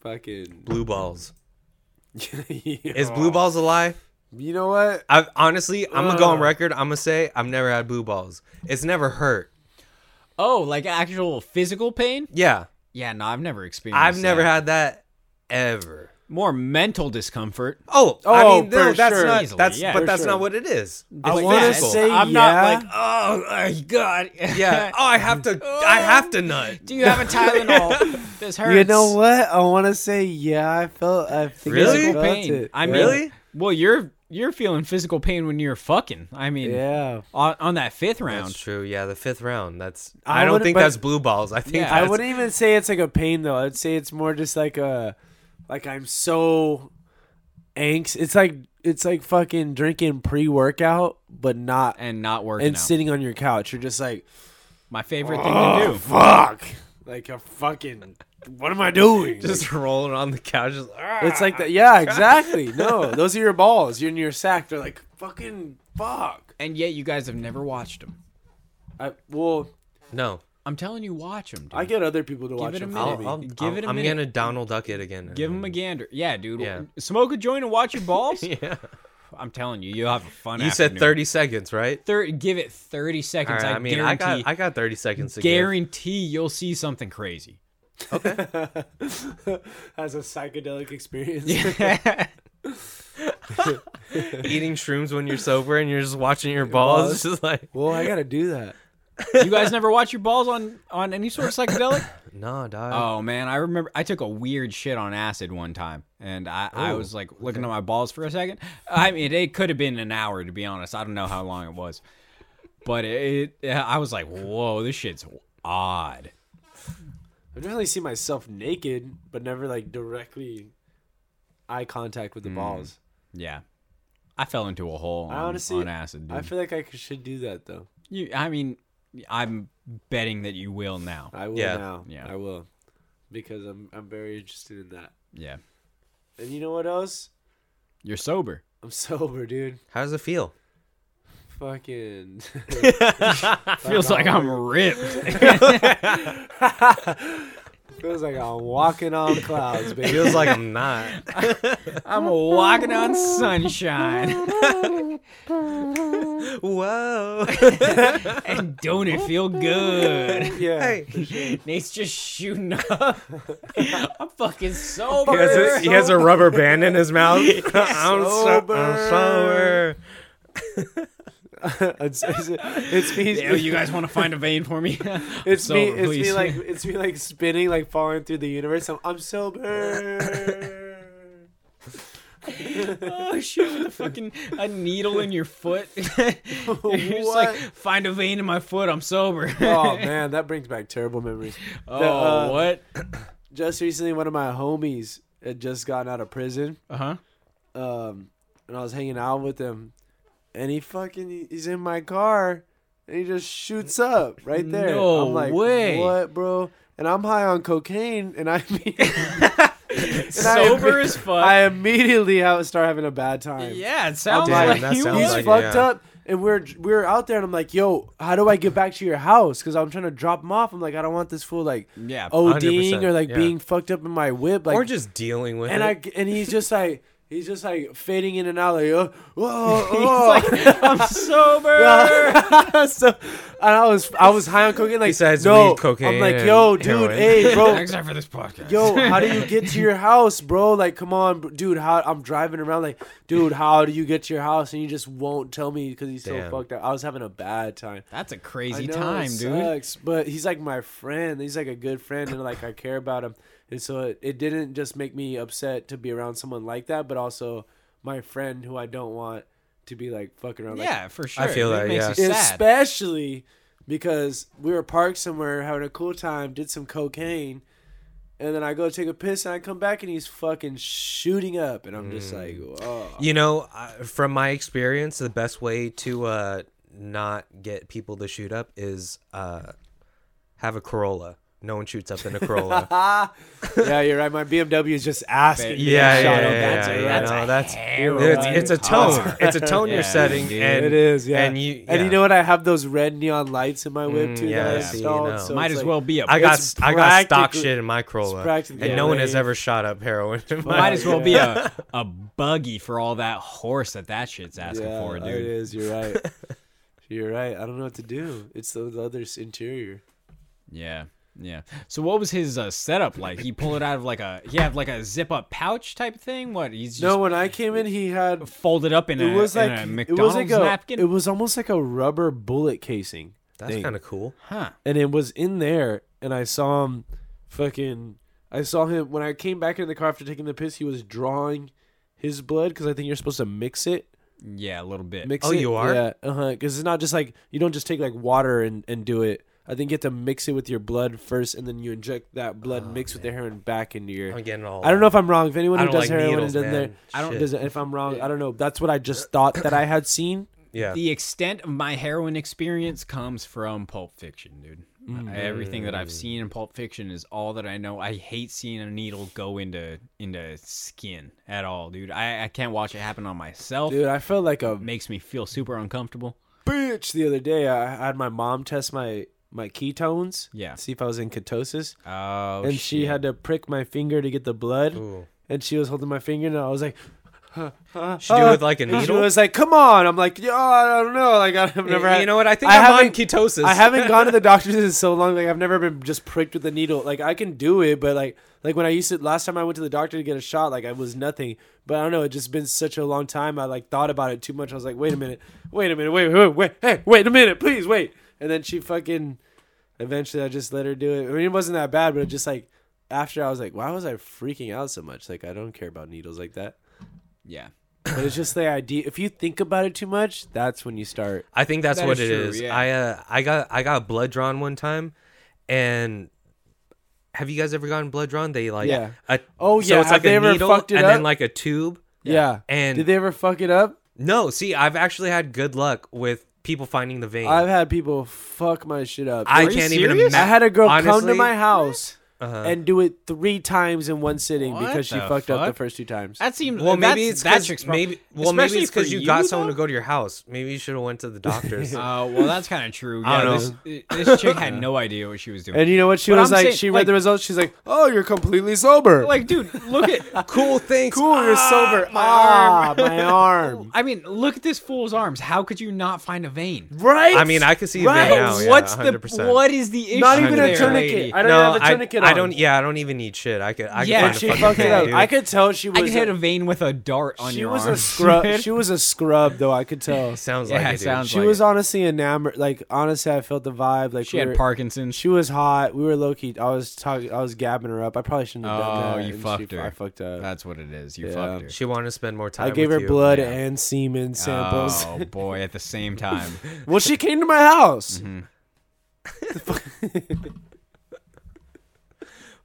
[SPEAKER 3] Fucking.
[SPEAKER 4] Blue balls. Is
[SPEAKER 3] it's
[SPEAKER 4] blue balls a lie?
[SPEAKER 3] You know what?
[SPEAKER 4] I honestly, I'm gonna go on record. I'm gonna say I've never had blue balls. It's never hurt.
[SPEAKER 2] Oh, like actual physical pain?
[SPEAKER 4] Yeah,
[SPEAKER 2] Yeah, no, I've never experienced.
[SPEAKER 4] I've never
[SPEAKER 2] that.
[SPEAKER 4] had that ever.
[SPEAKER 2] more mental discomfort.
[SPEAKER 4] Oh, I
[SPEAKER 3] Oh,
[SPEAKER 4] mean, no,
[SPEAKER 3] for
[SPEAKER 4] that's
[SPEAKER 3] sure.
[SPEAKER 4] not
[SPEAKER 2] Easily,
[SPEAKER 4] that's,
[SPEAKER 2] yeah.
[SPEAKER 4] but
[SPEAKER 2] For
[SPEAKER 4] that's
[SPEAKER 3] sure.
[SPEAKER 4] not what it is.
[SPEAKER 3] I
[SPEAKER 4] It's
[SPEAKER 3] wanna
[SPEAKER 4] physical.
[SPEAKER 3] say-
[SPEAKER 2] I'm not
[SPEAKER 3] yeah.
[SPEAKER 2] like, oh my god.
[SPEAKER 4] yeah. Oh, I have to. I have to nut.
[SPEAKER 2] Do you have a Tylenol? this hurts.
[SPEAKER 3] You know what? I want to say yeah. I felt. I think
[SPEAKER 4] Really?
[SPEAKER 3] I
[SPEAKER 2] Physical
[SPEAKER 3] felt
[SPEAKER 2] pain.
[SPEAKER 3] it.
[SPEAKER 2] I mean,
[SPEAKER 4] Really?
[SPEAKER 2] Well, you're you're feeling physical pain when you're fucking. I mean,
[SPEAKER 3] Yeah.
[SPEAKER 2] on, on that fifth round.
[SPEAKER 4] That's true. Yeah, the fifth round. That's.
[SPEAKER 3] I
[SPEAKER 4] I, don't
[SPEAKER 3] wouldn't-
[SPEAKER 4] think
[SPEAKER 3] but-
[SPEAKER 4] that's blue balls. I think
[SPEAKER 2] Yeah.
[SPEAKER 3] I
[SPEAKER 4] that's-
[SPEAKER 3] wouldn't even say it's like a pain though. I'd say it's more just like a, like I'm so, angst. It's like it's like fucking drinking pre workout, but not and,
[SPEAKER 2] and not working out.
[SPEAKER 3] sitting on your couch. You're just like
[SPEAKER 2] My favorite thing to do.
[SPEAKER 3] Oh, fuck, like a fucking. What am I doing?
[SPEAKER 4] just rolling on the couch. Just, "Ah."
[SPEAKER 3] It's like that. Yeah, exactly. No, those are your balls. You're in your sack. They're like fucking fuck.
[SPEAKER 2] And yet you guys have never watched them.
[SPEAKER 3] I, well,
[SPEAKER 4] no.
[SPEAKER 2] I'm telling you, watch them. Dude.
[SPEAKER 3] I get other people to watch
[SPEAKER 2] it a
[SPEAKER 3] them.
[SPEAKER 2] minute.
[SPEAKER 3] for
[SPEAKER 4] I'll,
[SPEAKER 3] me.
[SPEAKER 4] I'll,
[SPEAKER 2] Give
[SPEAKER 4] I'll-
[SPEAKER 2] it a
[SPEAKER 4] I'm
[SPEAKER 2] minute.
[SPEAKER 4] gonna Donald Duck it again.
[SPEAKER 2] Give him a gander. Yeah, dude.
[SPEAKER 4] Yeah.
[SPEAKER 2] Smoke a joint and watch your balls.
[SPEAKER 4] Yeah.
[SPEAKER 2] I'm telling you, you'll have a fun.
[SPEAKER 4] You said
[SPEAKER 2] afternoon.
[SPEAKER 4] 30 seconds, right?
[SPEAKER 2] Thir- give it 30
[SPEAKER 4] All
[SPEAKER 2] seconds.
[SPEAKER 4] right,
[SPEAKER 2] I,
[SPEAKER 4] I mean, I
[SPEAKER 2] guarantee,
[SPEAKER 4] got I got 30 seconds to give.
[SPEAKER 2] guarantee you'll see something crazy.
[SPEAKER 3] As a psychedelic experience.
[SPEAKER 4] Eating shrooms when you're sober and you're just watching your balls. It's just like,
[SPEAKER 3] well, I gotta do that.
[SPEAKER 2] you guys never watch your balls on on any sort of psychedelic?
[SPEAKER 4] nah, dog.
[SPEAKER 2] oh man, I remember I took a weird shit on acid one time, and I I was like looking at my balls for a second. I mean, it could have been an hour to be honest. I don't know how long it was, but it, it I was like, whoa, this shit's odd.
[SPEAKER 3] I've definitely seen myself naked, but never like directly eye contact
[SPEAKER 2] Mm,
[SPEAKER 3] with the balls.
[SPEAKER 2] Yeah. I fell into a hole on,
[SPEAKER 3] I honestly,
[SPEAKER 2] on acid. Dude.
[SPEAKER 3] I feel like I c- should do that though.
[SPEAKER 2] You, I mean, I'm betting that you will now.
[SPEAKER 3] I will
[SPEAKER 4] Yeah.
[SPEAKER 3] now.
[SPEAKER 2] Yeah.
[SPEAKER 3] I will, because I'm I'm very interested in that.
[SPEAKER 2] Yeah,
[SPEAKER 3] And you know what else?
[SPEAKER 2] you're sober.
[SPEAKER 3] I'm sober, dude.
[SPEAKER 4] How does it feel?
[SPEAKER 3] Fucking.
[SPEAKER 2] Feels like I'm ripped.
[SPEAKER 3] Feels like I'm walking on clouds, baby.
[SPEAKER 4] Feels like I'm not.
[SPEAKER 2] I'm walking on sunshine.
[SPEAKER 4] Whoa.
[SPEAKER 2] and don't it feel good?
[SPEAKER 3] Yeah.
[SPEAKER 2] Nate's just shooting up. I'm fucking sober.
[SPEAKER 4] He has, a, he has a rubber band in his mouth. I'm sober. I'm sober.
[SPEAKER 3] It's, it's, it's me.
[SPEAKER 2] Yeah, you guys want to find a vein for me?
[SPEAKER 3] It's
[SPEAKER 2] sober,
[SPEAKER 3] me. It's
[SPEAKER 2] please.
[SPEAKER 3] me. Like it's me. Like spinning, like falling through the universe. I'm, I'm sober.
[SPEAKER 2] oh shit, with a fucking a needle in your foot. You're just like,
[SPEAKER 3] What?
[SPEAKER 2] find a vein in my foot. I'm sober.
[SPEAKER 3] oh man, that brings back terrible memories.
[SPEAKER 2] oh
[SPEAKER 3] the, uh,
[SPEAKER 2] what?
[SPEAKER 3] Just recently, one of my homies had just gotten out of prison,
[SPEAKER 2] Uh huh.
[SPEAKER 3] um, and I was hanging out with him, and he fucking he's in my car, and he just shoots up right there.
[SPEAKER 2] No
[SPEAKER 3] I'm like,
[SPEAKER 2] way.
[SPEAKER 3] What, bro? And I'm high on cocaine, and I mean, and I imme-
[SPEAKER 2] Sober as fuck.
[SPEAKER 3] I immediately have, start having a bad time.
[SPEAKER 2] Yeah, it sounds
[SPEAKER 4] Damn,
[SPEAKER 2] like
[SPEAKER 4] that
[SPEAKER 2] you.
[SPEAKER 4] sounds
[SPEAKER 3] he's
[SPEAKER 4] like it,
[SPEAKER 3] fucked
[SPEAKER 4] yeah.
[SPEAKER 3] up and we're we're out there and i'm like yo how do i get back to your house because i'm trying to drop him off i'm like i don't want this fool like
[SPEAKER 2] Yeah,
[SPEAKER 3] oding or like
[SPEAKER 4] 100%, yeah.
[SPEAKER 3] being fucked up in my whip like
[SPEAKER 4] or just dealing with
[SPEAKER 3] and
[SPEAKER 4] it.
[SPEAKER 3] i and he's just like he's just like fading in and out like oh oh,
[SPEAKER 2] He's like, I'm sober.
[SPEAKER 3] oh. so and i was i was high on cocaine like
[SPEAKER 4] Besides
[SPEAKER 3] no
[SPEAKER 4] weed, cocaine,
[SPEAKER 3] i'm like
[SPEAKER 4] and
[SPEAKER 3] yo dude
[SPEAKER 4] heroin.
[SPEAKER 3] hey bro
[SPEAKER 2] Except for this podcast.
[SPEAKER 3] Yo, how do you get to your house, bro? Like, come on, br- dude. How I'm driving around, like, dude, how do you get to your house? And you just won't tell me because he's
[SPEAKER 4] Damn.
[SPEAKER 3] so fucked up. I was having a bad time.
[SPEAKER 2] That's a crazy
[SPEAKER 3] I know,
[SPEAKER 2] time,
[SPEAKER 3] it
[SPEAKER 2] dude.
[SPEAKER 3] sucks, But he's like my friend. He's like a good friend, and like I care about him. And so it, it didn't just make me upset to be around someone like that, but also my friend who I don't want to be like fucking around. Like,
[SPEAKER 2] yeah, for sure.
[SPEAKER 4] feel
[SPEAKER 2] It
[SPEAKER 4] that,
[SPEAKER 2] makes
[SPEAKER 4] yeah.
[SPEAKER 2] you sad.
[SPEAKER 3] especially because we were parked somewhere having a cool time, did some cocaine, And then I go take a piss and I come back and he's fucking shooting up. And I'm just like,
[SPEAKER 4] Mm.
[SPEAKER 3] oh.
[SPEAKER 4] You know, I- from my experience, the best way to uh, not get people to shoot up is uh, have a Corolla. No one shoots up in a Corolla. yeah,
[SPEAKER 3] yeah, you're right. My BMW is just asking. to get
[SPEAKER 4] yeah,
[SPEAKER 3] shot
[SPEAKER 4] yeah,
[SPEAKER 3] up.
[SPEAKER 4] yeah,
[SPEAKER 3] That's
[SPEAKER 4] yeah,
[SPEAKER 3] it,
[SPEAKER 4] yeah,
[SPEAKER 3] that's
[SPEAKER 4] no, that's
[SPEAKER 3] hell
[SPEAKER 4] it's,
[SPEAKER 3] right.
[SPEAKER 4] it's a tone. It's a tone
[SPEAKER 2] Yeah,
[SPEAKER 4] you're setting,
[SPEAKER 2] dude.
[SPEAKER 4] and
[SPEAKER 3] it is, yeah.
[SPEAKER 4] and you,
[SPEAKER 3] and you
[SPEAKER 4] yeah.
[SPEAKER 3] know what? I have those red neon lights in my whip
[SPEAKER 4] Mm,
[SPEAKER 3] too
[SPEAKER 4] yeah,
[SPEAKER 3] that I
[SPEAKER 4] yeah. See, you
[SPEAKER 3] installed.
[SPEAKER 4] know.
[SPEAKER 3] so
[SPEAKER 2] Might
[SPEAKER 3] it's
[SPEAKER 2] as
[SPEAKER 3] like-
[SPEAKER 2] well be a.
[SPEAKER 4] I got
[SPEAKER 3] It's
[SPEAKER 4] I got stock
[SPEAKER 3] practically-
[SPEAKER 4] shit in my
[SPEAKER 3] it's
[SPEAKER 4] Corolla,
[SPEAKER 3] practically
[SPEAKER 4] and no one has
[SPEAKER 3] rape.
[SPEAKER 4] ever shot up heroin. in my-
[SPEAKER 2] might as well be
[SPEAKER 3] yeah.
[SPEAKER 2] a a buggy for all that horse that that shit's asking
[SPEAKER 3] yeah,
[SPEAKER 2] for,
[SPEAKER 3] It
[SPEAKER 2] dude.
[SPEAKER 3] is. You're right. you're right. I don't know what to do. It's the, the other's interior.
[SPEAKER 2] Yeah. Yeah. So what was his uh, setup like? He pulled it out of like a he had like a zip up pouch type thing. What he's just
[SPEAKER 3] No, when I came in, he had
[SPEAKER 2] folded up in
[SPEAKER 3] it
[SPEAKER 2] a,
[SPEAKER 3] was
[SPEAKER 2] in
[SPEAKER 3] like
[SPEAKER 2] a
[SPEAKER 3] it
[SPEAKER 2] McDonald's
[SPEAKER 3] was like a
[SPEAKER 2] napkin.
[SPEAKER 3] it was almost like a rubber bullet casing.
[SPEAKER 4] That's
[SPEAKER 3] thing.
[SPEAKER 4] kind of cool.
[SPEAKER 2] huh.
[SPEAKER 3] and it was in there and i saw him fucking i saw him when i came back in the car after taking the piss he was drawing his blood because i think you're supposed to mix it
[SPEAKER 2] Yeah, a little bit.
[SPEAKER 3] mix
[SPEAKER 4] Oh,
[SPEAKER 3] it.
[SPEAKER 4] you are?
[SPEAKER 3] yeah uh-huh because it's not just like you don't just take like water and, and do it i think you have to mix it with your blood first and then you inject that blood mixed with the heroin back into your
[SPEAKER 4] Oh, I'm getting all.
[SPEAKER 3] I don't know if I'm wrong. If anyone
[SPEAKER 4] I
[SPEAKER 3] who
[SPEAKER 4] don't
[SPEAKER 3] does
[SPEAKER 4] like
[SPEAKER 3] heroin
[SPEAKER 4] needles,
[SPEAKER 3] is in there,
[SPEAKER 4] man.
[SPEAKER 3] I don't.
[SPEAKER 4] Shit.
[SPEAKER 3] Doesn't, if I'm wrong, I don't know. That's what I just thought that I had seen.
[SPEAKER 4] Yeah.
[SPEAKER 2] the extent of my heroin experience comes from Pulp Fiction, dude. Everything that
[SPEAKER 4] Mm.
[SPEAKER 2] I've seen in Pulp Fiction is all that I know. I hate seeing a needle go into into skin at all, dude. I, I can't watch it happen on myself.
[SPEAKER 3] Dude, I felt like a
[SPEAKER 2] Makes me feel super uncomfortable.
[SPEAKER 3] bitch the other day. I I had my mom test my my ketones.
[SPEAKER 2] Yeah.
[SPEAKER 3] See if I was in ketosis.
[SPEAKER 2] Oh,
[SPEAKER 3] and she
[SPEAKER 2] shit.
[SPEAKER 3] had to prick my finger to get the blood.
[SPEAKER 4] Ooh.
[SPEAKER 3] And she was holding my finger, and I was like, huh, huh,
[SPEAKER 4] Should do it
[SPEAKER 3] huh.
[SPEAKER 4] with, like, a
[SPEAKER 3] And She
[SPEAKER 4] needle?
[SPEAKER 3] was like, "Come on!" I'm like, "Yo, I don't know. Like, I've never."
[SPEAKER 4] You
[SPEAKER 3] had-
[SPEAKER 4] know what? I think I am on
[SPEAKER 3] haven't-
[SPEAKER 4] ketosis.
[SPEAKER 3] I haven't gone to the doctors in so long. Like I've never been just pricked with a needle. Like I can do it, but like like when I used to last time I went to the doctor to get a shot, like I was nothing. But I don't know. It just been such a long time. I like thought about it too much. I was like, wait a minute, wait a minute, wait wait wait hey wait a minute, please wait. And then she fucking eventually I just let her do it. I mean it wasn't that bad, but it just like after I was like, why was I freaking out so much? Like I don't care about needles like that.
[SPEAKER 2] Yeah.
[SPEAKER 3] But it's just the idea. If you think about it too much, that's when you start.
[SPEAKER 4] I think that's
[SPEAKER 2] That
[SPEAKER 4] what
[SPEAKER 2] is
[SPEAKER 4] it
[SPEAKER 2] true,
[SPEAKER 4] is.
[SPEAKER 2] yeah.
[SPEAKER 4] I uh, I got I got blood drawn one time, and have you guys ever gotten blood drawn? They like
[SPEAKER 3] Yeah.
[SPEAKER 4] a-
[SPEAKER 3] Oh,
[SPEAKER 4] so
[SPEAKER 3] yeah.
[SPEAKER 4] it's
[SPEAKER 3] Have
[SPEAKER 4] like
[SPEAKER 3] they
[SPEAKER 4] a
[SPEAKER 3] ever
[SPEAKER 4] needle
[SPEAKER 3] fucked
[SPEAKER 4] and
[SPEAKER 3] it
[SPEAKER 4] then
[SPEAKER 3] up?
[SPEAKER 4] like a tube.
[SPEAKER 3] Yeah.
[SPEAKER 4] And-
[SPEAKER 3] did they ever fuck it up?
[SPEAKER 4] No, see, I've actually had good luck with people finding the vein.
[SPEAKER 3] I've had people fuck my shit up.
[SPEAKER 4] I
[SPEAKER 2] you
[SPEAKER 4] can't even
[SPEAKER 2] serious?
[SPEAKER 4] imagine.
[SPEAKER 3] I had a girl come to my house
[SPEAKER 4] Uh-huh.
[SPEAKER 3] and do it three times in one sitting
[SPEAKER 2] What
[SPEAKER 3] because she
[SPEAKER 2] the
[SPEAKER 3] fucked up the
[SPEAKER 2] fuck?
[SPEAKER 3] first two times.
[SPEAKER 2] That seems
[SPEAKER 4] Well,
[SPEAKER 2] that's-
[SPEAKER 4] maybe it's
[SPEAKER 2] that
[SPEAKER 4] because
[SPEAKER 2] tricks me.
[SPEAKER 4] maybe well maybe
[SPEAKER 2] Especially
[SPEAKER 4] it's because
[SPEAKER 2] for
[SPEAKER 4] you, got
[SPEAKER 2] you,
[SPEAKER 4] someone
[SPEAKER 2] though?
[SPEAKER 4] to go to your house. Maybe you should have went to the doctor's.
[SPEAKER 2] Oh, well, that's kind of true. Yeah,
[SPEAKER 4] I don't
[SPEAKER 2] This, this chick had no idea what she was doing.
[SPEAKER 3] And you know what? She
[SPEAKER 2] But
[SPEAKER 3] was
[SPEAKER 2] I'm
[SPEAKER 3] like,
[SPEAKER 2] saying,
[SPEAKER 3] she read
[SPEAKER 2] like-
[SPEAKER 3] the results. She's like, oh, you're completely sober.
[SPEAKER 2] like, dude, look at
[SPEAKER 4] cool, thanks. Ah,
[SPEAKER 3] cool, you're sober. ah, my arm.
[SPEAKER 2] I mean, look at this fool's arms. How could you not find a vein?
[SPEAKER 3] right?
[SPEAKER 4] I mean, I could see
[SPEAKER 3] Right?
[SPEAKER 4] it now. Yeah,
[SPEAKER 2] What's
[SPEAKER 4] 100%.
[SPEAKER 2] the what is the issue?
[SPEAKER 3] Not even a
[SPEAKER 2] there,
[SPEAKER 3] tourniquet.
[SPEAKER 2] lady?
[SPEAKER 3] I don't
[SPEAKER 4] no,
[SPEAKER 3] have a tourniquet
[SPEAKER 4] I,
[SPEAKER 3] on.
[SPEAKER 4] I don't. Yeah, I don't even need shit. I could. I could
[SPEAKER 2] Yeah,
[SPEAKER 4] find a
[SPEAKER 3] she
[SPEAKER 4] fucking
[SPEAKER 3] fucked it
[SPEAKER 4] thing,
[SPEAKER 3] up.
[SPEAKER 4] dude.
[SPEAKER 3] I could tell she was.
[SPEAKER 2] I could hit
[SPEAKER 3] a-
[SPEAKER 2] a vein with a dart on
[SPEAKER 3] she
[SPEAKER 2] your
[SPEAKER 3] was
[SPEAKER 2] arm.
[SPEAKER 3] a scrub. she was a scrub, though. I could tell.
[SPEAKER 4] Sounds
[SPEAKER 2] Yeah,
[SPEAKER 4] like it, dude.
[SPEAKER 2] sounds-
[SPEAKER 3] She
[SPEAKER 2] like
[SPEAKER 3] was
[SPEAKER 2] it.
[SPEAKER 3] honestly enamored. Like honestly, I felt the vibe. Like
[SPEAKER 2] She
[SPEAKER 3] we
[SPEAKER 2] had
[SPEAKER 3] were-
[SPEAKER 2] Parkinson's.
[SPEAKER 3] She was hot. We were low key. I was talking. I was gabbing her up. I probably shouldn't have done
[SPEAKER 2] oh,
[SPEAKER 3] that.
[SPEAKER 2] you
[SPEAKER 3] and she-
[SPEAKER 2] fucked her.
[SPEAKER 3] I fucked up.
[SPEAKER 2] That's what it is. You
[SPEAKER 3] Yeah.
[SPEAKER 2] fucked her.
[SPEAKER 4] She wanted to spend more time.
[SPEAKER 3] I gave
[SPEAKER 4] with
[SPEAKER 3] her
[SPEAKER 4] you.
[SPEAKER 3] blood
[SPEAKER 4] Yeah.
[SPEAKER 3] and semen samples.
[SPEAKER 2] Oh boy! At the same time,
[SPEAKER 3] well, she came to my house.
[SPEAKER 2] Mm-hmm.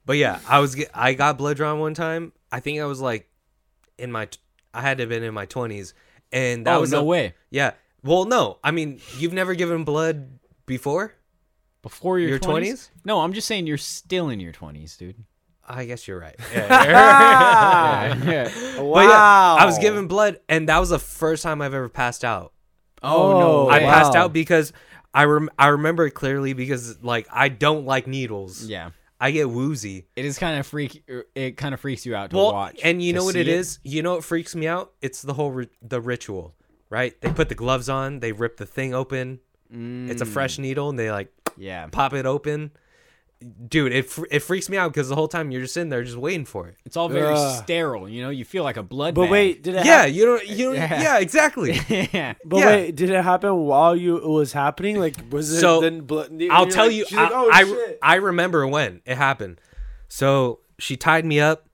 [SPEAKER 4] But yeah, I was. ge- I got blood drawn one time. I think I was like, in my. t- I had to have been in my twenties, and that
[SPEAKER 2] oh
[SPEAKER 4] was
[SPEAKER 2] no
[SPEAKER 4] a-
[SPEAKER 2] way!
[SPEAKER 4] Yeah. Well, no. I mean, you've never given blood before.
[SPEAKER 2] Before your
[SPEAKER 4] Your
[SPEAKER 2] 20s?
[SPEAKER 4] 20s?
[SPEAKER 2] No, I'm just saying you're still in your 20s, dude.
[SPEAKER 4] I guess you're right. Yeah.
[SPEAKER 3] Ah!
[SPEAKER 2] yeah.
[SPEAKER 3] wow.
[SPEAKER 4] But yeah, I was given blood, and that was the first time I've ever passed out.
[SPEAKER 2] Oh no!
[SPEAKER 3] Oh,
[SPEAKER 4] I
[SPEAKER 2] way.
[SPEAKER 3] wow.
[SPEAKER 4] passed out because I rem- I remember it clearly because like I don't like needles.
[SPEAKER 2] Yeah.
[SPEAKER 4] I get woozy.
[SPEAKER 2] It is kind of freak. It kind of freaks you out to
[SPEAKER 4] Well,
[SPEAKER 2] watch.
[SPEAKER 4] and you
[SPEAKER 2] to
[SPEAKER 4] know what
[SPEAKER 2] see
[SPEAKER 4] it is? You know what freaks me out? It's the whole ri- the ritual, right? They put the gloves on, they rip the thing open. It's a fresh needle, and they like
[SPEAKER 2] Yeah,
[SPEAKER 4] pop it open. Dude, it fr- it freaks me out because the whole time you're just sitting there just waiting for it.
[SPEAKER 2] it's all very
[SPEAKER 3] Ugh.
[SPEAKER 2] sterile. You know, you feel like a blood.
[SPEAKER 3] But
[SPEAKER 2] bag.
[SPEAKER 3] wait, did it?
[SPEAKER 4] Yeah,
[SPEAKER 3] hap-
[SPEAKER 4] you don't you don't,
[SPEAKER 2] Yeah.
[SPEAKER 4] yeah. exactly.
[SPEAKER 2] yeah.
[SPEAKER 3] but
[SPEAKER 4] yeah.
[SPEAKER 3] wait, did it happen while you it was happening? Like was it
[SPEAKER 4] So,
[SPEAKER 3] then blood? and
[SPEAKER 4] I'll
[SPEAKER 3] you're
[SPEAKER 4] tell
[SPEAKER 3] like-
[SPEAKER 4] you.
[SPEAKER 3] she's
[SPEAKER 4] I,
[SPEAKER 3] like, oh,
[SPEAKER 4] I,
[SPEAKER 3] shit.
[SPEAKER 4] I remember when it happened. So she tied me up.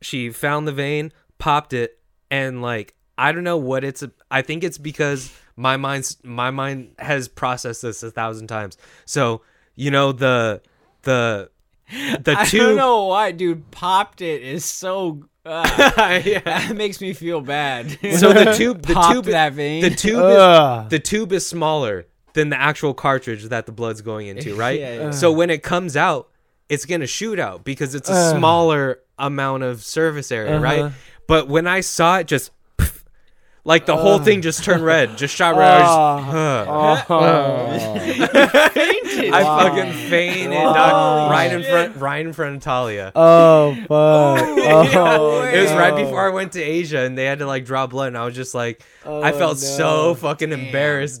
[SPEAKER 4] She found the vein, popped it, and like I don't know what it's. I think it's because my mind's my mind has processed this a thousand times. So you know the the The
[SPEAKER 2] I
[SPEAKER 4] two
[SPEAKER 2] don't know why, dude. Popped it is so. Uh, That makes me feel bad.
[SPEAKER 4] So the tube, the
[SPEAKER 2] Popped
[SPEAKER 4] tube,
[SPEAKER 2] that vein.
[SPEAKER 4] the tube,
[SPEAKER 3] Ugh.
[SPEAKER 4] is, the tube is smaller than the actual cartridge that the blood's going into, right?
[SPEAKER 2] Yeah, yeah.
[SPEAKER 4] So when it comes out, it's gonna shoot out because it's a smaller amount of surface area,
[SPEAKER 3] Uh-huh.
[SPEAKER 4] right? But when I saw it, just like the whole thing just turned red, just shot red. I
[SPEAKER 3] Ah.
[SPEAKER 4] was just, huh.
[SPEAKER 2] Fainted.
[SPEAKER 4] I fucking fainted dog, right in front, right in front of Talia.
[SPEAKER 3] Ah. Oh fuck! Oh,
[SPEAKER 4] It was right before I went to Asia and they had to like draw blood and I was just like
[SPEAKER 3] Oh,
[SPEAKER 4] I felt so fucking embarrassed,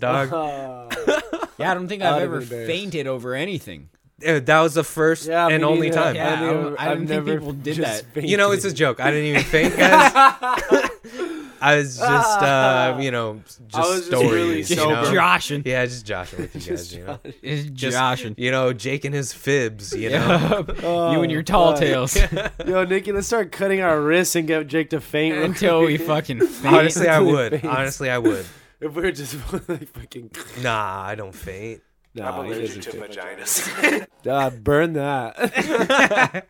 [SPEAKER 4] dog.
[SPEAKER 2] yeah, I don't think I've
[SPEAKER 3] I'd have
[SPEAKER 2] ever
[SPEAKER 3] been embarrassed.
[SPEAKER 2] fainted over anything.
[SPEAKER 4] Eh, that was the first
[SPEAKER 3] Yeah, me
[SPEAKER 4] and only
[SPEAKER 3] neither.
[SPEAKER 4] time.
[SPEAKER 2] Yeah, I
[SPEAKER 3] I've
[SPEAKER 2] don't-
[SPEAKER 3] never-
[SPEAKER 2] I don't
[SPEAKER 3] I've
[SPEAKER 2] think
[SPEAKER 3] never
[SPEAKER 2] people did
[SPEAKER 3] just
[SPEAKER 2] that.
[SPEAKER 4] You know, it's a joke. I didn't even faint, guys. I was just uh, you know, just
[SPEAKER 3] was just really
[SPEAKER 4] stories. you know?
[SPEAKER 3] sober.
[SPEAKER 2] Joshing.
[SPEAKER 4] Yeah, just joshing with you guys, you know.
[SPEAKER 2] It's
[SPEAKER 4] Just,
[SPEAKER 2] Joshing.
[SPEAKER 4] You know, Jake and his fibs, you know.
[SPEAKER 2] you and your tall
[SPEAKER 3] fuck.
[SPEAKER 2] tales
[SPEAKER 3] Yo, Nikki, let's start cutting our wrists and get Jake to faint real
[SPEAKER 2] until
[SPEAKER 3] quick.
[SPEAKER 2] we fucking faint.
[SPEAKER 4] Honestly, I would.
[SPEAKER 3] Faints.
[SPEAKER 4] Honestly, I would.
[SPEAKER 3] If we were just like fucking.
[SPEAKER 4] Nah, I don't faint.
[SPEAKER 3] Nah, he doesn't faint.
[SPEAKER 6] vaginas.
[SPEAKER 3] Ah, burn that.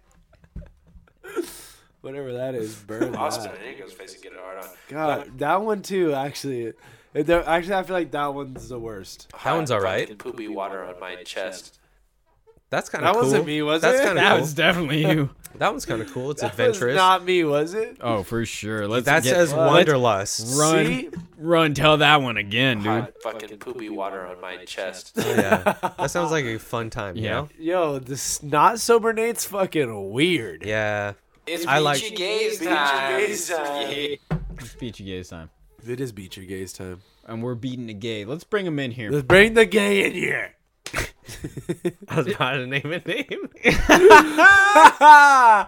[SPEAKER 3] Whatever that is, burn that.
[SPEAKER 6] Diego's face is getting hard on.
[SPEAKER 3] God, that one too. Actually, If there- actually, I feel like that one's the worst.
[SPEAKER 4] That one's all right.
[SPEAKER 6] Poopy water on my chest.
[SPEAKER 4] That's kind of
[SPEAKER 3] That
[SPEAKER 4] cool.
[SPEAKER 3] wasn't me, was
[SPEAKER 4] That's
[SPEAKER 3] it?
[SPEAKER 4] Kind of
[SPEAKER 2] That
[SPEAKER 4] cool.
[SPEAKER 2] was definitely you.
[SPEAKER 4] That one's kind of cool. It's
[SPEAKER 3] That was
[SPEAKER 4] adventurous.
[SPEAKER 3] not me, was it?
[SPEAKER 2] Oh, for sure. Let's
[SPEAKER 4] that
[SPEAKER 2] get-
[SPEAKER 4] says wanderlust.
[SPEAKER 2] run,
[SPEAKER 3] See?
[SPEAKER 2] run. Tell that one again, dude.
[SPEAKER 6] Hot fucking poopy water on my chest.
[SPEAKER 4] yeah, that sounds like a fun time. You
[SPEAKER 2] Yeah.
[SPEAKER 4] know?
[SPEAKER 3] Yo, this not sober Nate's fucking weird.
[SPEAKER 4] Yeah.
[SPEAKER 6] It's
[SPEAKER 4] I like- beachy
[SPEAKER 6] gaze
[SPEAKER 2] It's Beachy Gay's time,
[SPEAKER 3] It is beat your gays time.
[SPEAKER 2] and we're beating the gay. Let's bring him in here.
[SPEAKER 3] Let's bring the gay in here.
[SPEAKER 4] I was about to name a name.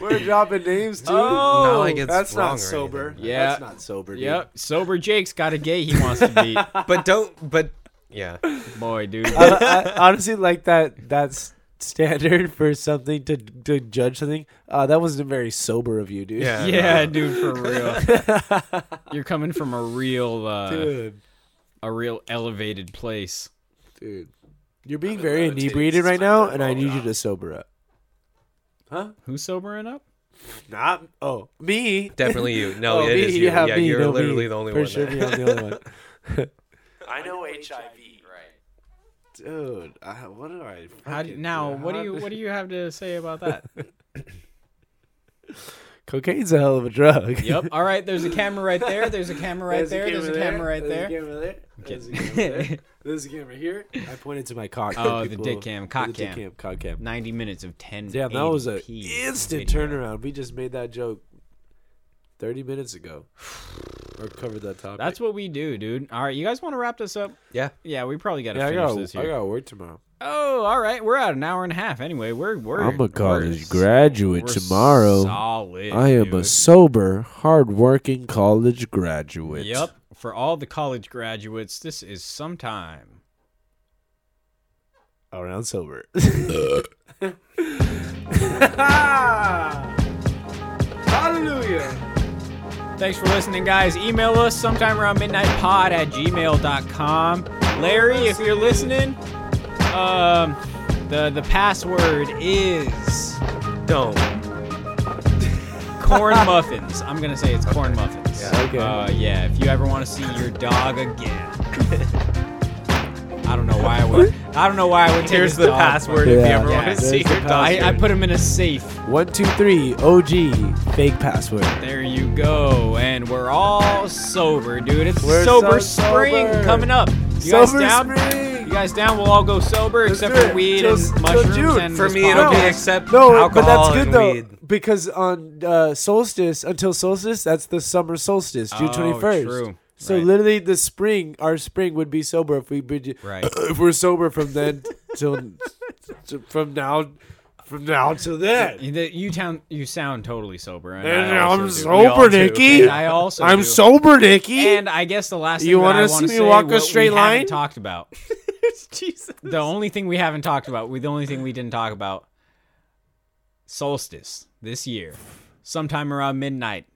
[SPEAKER 3] We're dropping names too.
[SPEAKER 4] Not like it's
[SPEAKER 3] that's
[SPEAKER 4] wrong or
[SPEAKER 3] not sober.
[SPEAKER 4] anything.
[SPEAKER 2] Yeah.
[SPEAKER 3] that's not sober. Dude.
[SPEAKER 2] Yep, sober Jake's got a gay he wants to beat.
[SPEAKER 4] But don't. But yeah.
[SPEAKER 2] Boy, dude.
[SPEAKER 3] I, I honestly like that. That's standard for something to to judge something. Uh, that wasn't very sober of you, dude.
[SPEAKER 4] Yeah.
[SPEAKER 2] Yeah, dude, for real. You're coming from a real, uh,
[SPEAKER 3] dude,
[SPEAKER 2] a real elevated place.
[SPEAKER 3] dude, you're being very
[SPEAKER 6] levitating
[SPEAKER 3] inebriated
[SPEAKER 6] since
[SPEAKER 3] right
[SPEAKER 6] my
[SPEAKER 3] now,
[SPEAKER 6] third
[SPEAKER 3] and I
[SPEAKER 6] world
[SPEAKER 4] oh,
[SPEAKER 3] need you
[SPEAKER 6] job.
[SPEAKER 3] to sober up.
[SPEAKER 2] Who's sobering up?
[SPEAKER 3] Not oh me.
[SPEAKER 4] Definitely you. No,
[SPEAKER 3] Oh,
[SPEAKER 4] it
[SPEAKER 3] me,
[SPEAKER 4] is you. Yeah,
[SPEAKER 3] me,
[SPEAKER 4] you're
[SPEAKER 3] no, me.
[SPEAKER 4] literally the only
[SPEAKER 3] For
[SPEAKER 4] one.
[SPEAKER 3] sure,
[SPEAKER 4] that-
[SPEAKER 3] me, I'm the only one.
[SPEAKER 6] I know HIV, right?
[SPEAKER 3] Dude, I, what do I?
[SPEAKER 2] How do,
[SPEAKER 3] fucking-
[SPEAKER 2] now, what do
[SPEAKER 3] how
[SPEAKER 2] you what do you have to say about that?
[SPEAKER 3] Cocaine's a hell of a drug.
[SPEAKER 2] yep. All right. There's a camera right there. There's a camera right
[SPEAKER 3] There's
[SPEAKER 2] there.
[SPEAKER 3] camera
[SPEAKER 2] There's a camera right
[SPEAKER 3] There's a
[SPEAKER 2] there.
[SPEAKER 3] camera there. There's a camera there. There's a camera here. I pointed to my cock.
[SPEAKER 2] Oh, the
[SPEAKER 3] People-
[SPEAKER 2] dick cam, cock
[SPEAKER 3] the dick
[SPEAKER 2] cam.
[SPEAKER 3] cam, cock cam.
[SPEAKER 2] Ninety minutes of ten.
[SPEAKER 3] Damn, that was an instant turnaround. We just made that joke 30 minutes ago. Or covered that topic.
[SPEAKER 2] That's what we do, dude. All right, you guys want to wrap this up?
[SPEAKER 4] Yeah.
[SPEAKER 2] Yeah, we probably got to
[SPEAKER 3] yeah, I
[SPEAKER 2] finish
[SPEAKER 3] got.
[SPEAKER 2] this
[SPEAKER 3] I
[SPEAKER 2] here.
[SPEAKER 3] got work tomorrow.
[SPEAKER 2] Oh, all right. We're at an hour and a half anyway. We're we're
[SPEAKER 3] I'm a
[SPEAKER 2] we're-
[SPEAKER 3] college graduate
[SPEAKER 2] we're
[SPEAKER 3] tomorrow.
[SPEAKER 2] Solid.
[SPEAKER 3] I am a
[SPEAKER 2] dude.
[SPEAKER 3] sober, hardworking college graduate.
[SPEAKER 2] Yep. For all the college graduates, this is sometime.
[SPEAKER 3] Around sober.
[SPEAKER 2] Thanks for listening, guys. Email us sometime around midnightpod at gmail.com. Larry, if you're listening, um, the, the password is
[SPEAKER 4] Don't.
[SPEAKER 2] corn muffins. I'm going to say it's corn muffins. Yeah,
[SPEAKER 3] okay.
[SPEAKER 2] Uh, yeah, if you ever want to see your dog again. I don't know why I would. I don't know why I would. take
[SPEAKER 4] Here's
[SPEAKER 2] his
[SPEAKER 4] the
[SPEAKER 2] dog,
[SPEAKER 4] password
[SPEAKER 2] but-
[SPEAKER 4] if you
[SPEAKER 3] Yeah.
[SPEAKER 4] ever
[SPEAKER 2] Yeah,
[SPEAKER 4] want to
[SPEAKER 2] there's
[SPEAKER 4] see
[SPEAKER 3] the
[SPEAKER 4] your dog.
[SPEAKER 2] I, I put him in a safe.
[SPEAKER 3] One, two, three. OG. Fake password.
[SPEAKER 2] There you go, and we're all sober, dude. It's
[SPEAKER 3] We're
[SPEAKER 2] sober
[SPEAKER 3] so
[SPEAKER 2] spring
[SPEAKER 3] sober.
[SPEAKER 2] coming up. You
[SPEAKER 3] Sober
[SPEAKER 2] guys down?
[SPEAKER 3] spring.
[SPEAKER 2] You guys down? We'll all go sober except
[SPEAKER 3] do
[SPEAKER 2] for
[SPEAKER 3] it.
[SPEAKER 2] weed
[SPEAKER 3] Till-
[SPEAKER 2] and
[SPEAKER 3] till
[SPEAKER 2] mushrooms
[SPEAKER 3] June.
[SPEAKER 2] and
[SPEAKER 4] For
[SPEAKER 2] this
[SPEAKER 4] me, it'll be
[SPEAKER 2] podcast.
[SPEAKER 4] except
[SPEAKER 3] No,
[SPEAKER 4] alcohol
[SPEAKER 3] but that's good
[SPEAKER 4] and
[SPEAKER 3] though
[SPEAKER 4] weed.
[SPEAKER 3] because on uh, solstice until solstice, that's the summer solstice, June
[SPEAKER 2] Oh,
[SPEAKER 3] twenty first.
[SPEAKER 2] true.
[SPEAKER 3] So
[SPEAKER 2] Right.
[SPEAKER 3] literally, the spring, our spring would be sober if we be,
[SPEAKER 2] Right.
[SPEAKER 3] if we're sober from then till to, from now from now till then.
[SPEAKER 2] You- that- You sound you sound totally sober. And
[SPEAKER 3] And
[SPEAKER 2] I also
[SPEAKER 3] I'm
[SPEAKER 2] do.
[SPEAKER 3] sober,
[SPEAKER 4] do.
[SPEAKER 3] Nikki.
[SPEAKER 2] I also
[SPEAKER 3] I'm
[SPEAKER 2] do.
[SPEAKER 3] sober, Nikki.
[SPEAKER 2] And I guess the last thing
[SPEAKER 3] You
[SPEAKER 2] that
[SPEAKER 3] wanna
[SPEAKER 2] I want to
[SPEAKER 3] see me walk a straight line?
[SPEAKER 2] Talked about the only thing we haven't talked about. We the only thing we didn't talk about. Solstice this year, sometime around midnight.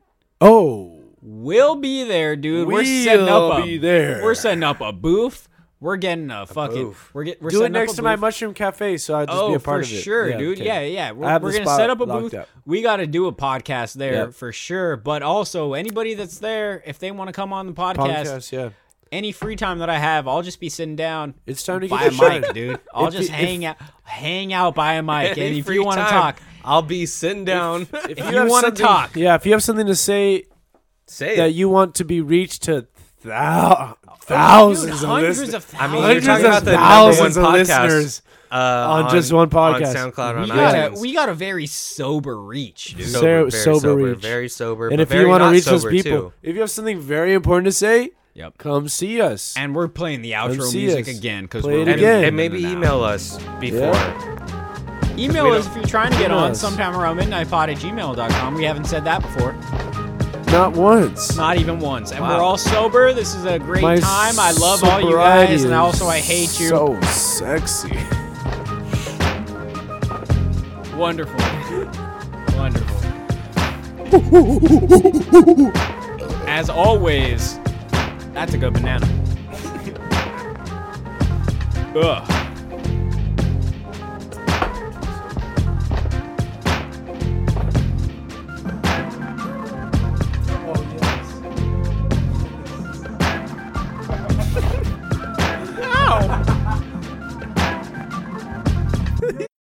[SPEAKER 3] oh,
[SPEAKER 2] We'll be there, dude. We're setting
[SPEAKER 3] We'll
[SPEAKER 2] up a
[SPEAKER 3] be there.
[SPEAKER 2] We're setting up a booth. We're getting a fucking.
[SPEAKER 4] booth.
[SPEAKER 2] We're get, we're
[SPEAKER 3] Do it
[SPEAKER 2] setting up
[SPEAKER 3] next
[SPEAKER 2] a
[SPEAKER 3] to my
[SPEAKER 2] booth.
[SPEAKER 3] mushroom cafe, so I'd just
[SPEAKER 2] oh,
[SPEAKER 3] be a part
[SPEAKER 2] for
[SPEAKER 3] of it.
[SPEAKER 2] sure, dude.
[SPEAKER 3] okay.
[SPEAKER 2] Yeah, yeah.
[SPEAKER 3] I
[SPEAKER 2] We're,
[SPEAKER 3] have
[SPEAKER 2] we're
[SPEAKER 3] the
[SPEAKER 2] gonna
[SPEAKER 3] spot
[SPEAKER 2] set up a
[SPEAKER 3] locked
[SPEAKER 2] booth.
[SPEAKER 3] up.
[SPEAKER 2] We got to do a podcast there
[SPEAKER 3] Yep.
[SPEAKER 2] for sure. But also, anybody that's there, if they want to come on the podcast,
[SPEAKER 3] Podcast, yeah.
[SPEAKER 2] any free time that I have, I'll just be sitting down.
[SPEAKER 3] It's time to
[SPEAKER 2] Buy a
[SPEAKER 3] get your
[SPEAKER 2] mic, dude. I'll
[SPEAKER 3] If
[SPEAKER 2] just
[SPEAKER 3] you- if-
[SPEAKER 2] hang out, hang out by a mic, and
[SPEAKER 4] Any
[SPEAKER 2] if
[SPEAKER 4] free
[SPEAKER 2] you want to
[SPEAKER 4] time,
[SPEAKER 2] talk,
[SPEAKER 4] I'll be sitting down.
[SPEAKER 2] if
[SPEAKER 3] you
[SPEAKER 2] you,
[SPEAKER 3] have
[SPEAKER 2] want to
[SPEAKER 3] something-
[SPEAKER 2] talk,
[SPEAKER 3] Yeah, if you have something to say
[SPEAKER 4] Say
[SPEAKER 3] that
[SPEAKER 4] it.
[SPEAKER 3] you want to be reached to thou- thousands
[SPEAKER 2] dude,
[SPEAKER 3] of
[SPEAKER 2] hundreds
[SPEAKER 3] listeners.
[SPEAKER 2] of
[SPEAKER 4] I mean,
[SPEAKER 2] thousands
[SPEAKER 3] hundreds
[SPEAKER 4] you're talking
[SPEAKER 3] of
[SPEAKER 4] about the number one
[SPEAKER 3] thousands of
[SPEAKER 4] podcast
[SPEAKER 3] listeners
[SPEAKER 4] uh,
[SPEAKER 3] on just one podcast.
[SPEAKER 4] on SoundCloud on
[SPEAKER 2] we got
[SPEAKER 4] iTunes.
[SPEAKER 2] a we got a very sober reach, dude.
[SPEAKER 3] Sarah-
[SPEAKER 4] sober, very
[SPEAKER 3] sober
[SPEAKER 4] sober,
[SPEAKER 3] reach.
[SPEAKER 4] very sober.
[SPEAKER 3] and
[SPEAKER 4] but
[SPEAKER 3] if you
[SPEAKER 4] very
[SPEAKER 3] want to
[SPEAKER 4] not
[SPEAKER 3] reach those
[SPEAKER 4] sober,
[SPEAKER 3] people,
[SPEAKER 4] too.
[SPEAKER 3] if you have something very important to say,
[SPEAKER 2] Yep.
[SPEAKER 3] come see us.
[SPEAKER 2] And we're playing the outro
[SPEAKER 3] see
[SPEAKER 2] music
[SPEAKER 3] us.
[SPEAKER 2] again because
[SPEAKER 3] Play
[SPEAKER 2] we're
[SPEAKER 3] it
[SPEAKER 4] and,
[SPEAKER 3] again.
[SPEAKER 4] and maybe email us before.
[SPEAKER 2] Email
[SPEAKER 4] We
[SPEAKER 2] us if you're trying to get
[SPEAKER 3] Email
[SPEAKER 2] on
[SPEAKER 3] us.
[SPEAKER 2] sometime around midnightpod at gmail.com. We haven't said that before,
[SPEAKER 3] Not once.
[SPEAKER 2] not even once. And
[SPEAKER 4] Wow.
[SPEAKER 2] we're all sober. This is a great
[SPEAKER 3] My
[SPEAKER 2] time. I love all you guys, and
[SPEAKER 3] sobriety
[SPEAKER 2] also I
[SPEAKER 3] is
[SPEAKER 2] hate you.
[SPEAKER 3] So sexy.
[SPEAKER 2] Wonderful, wonderful. As always, that's a good banana. Ugh.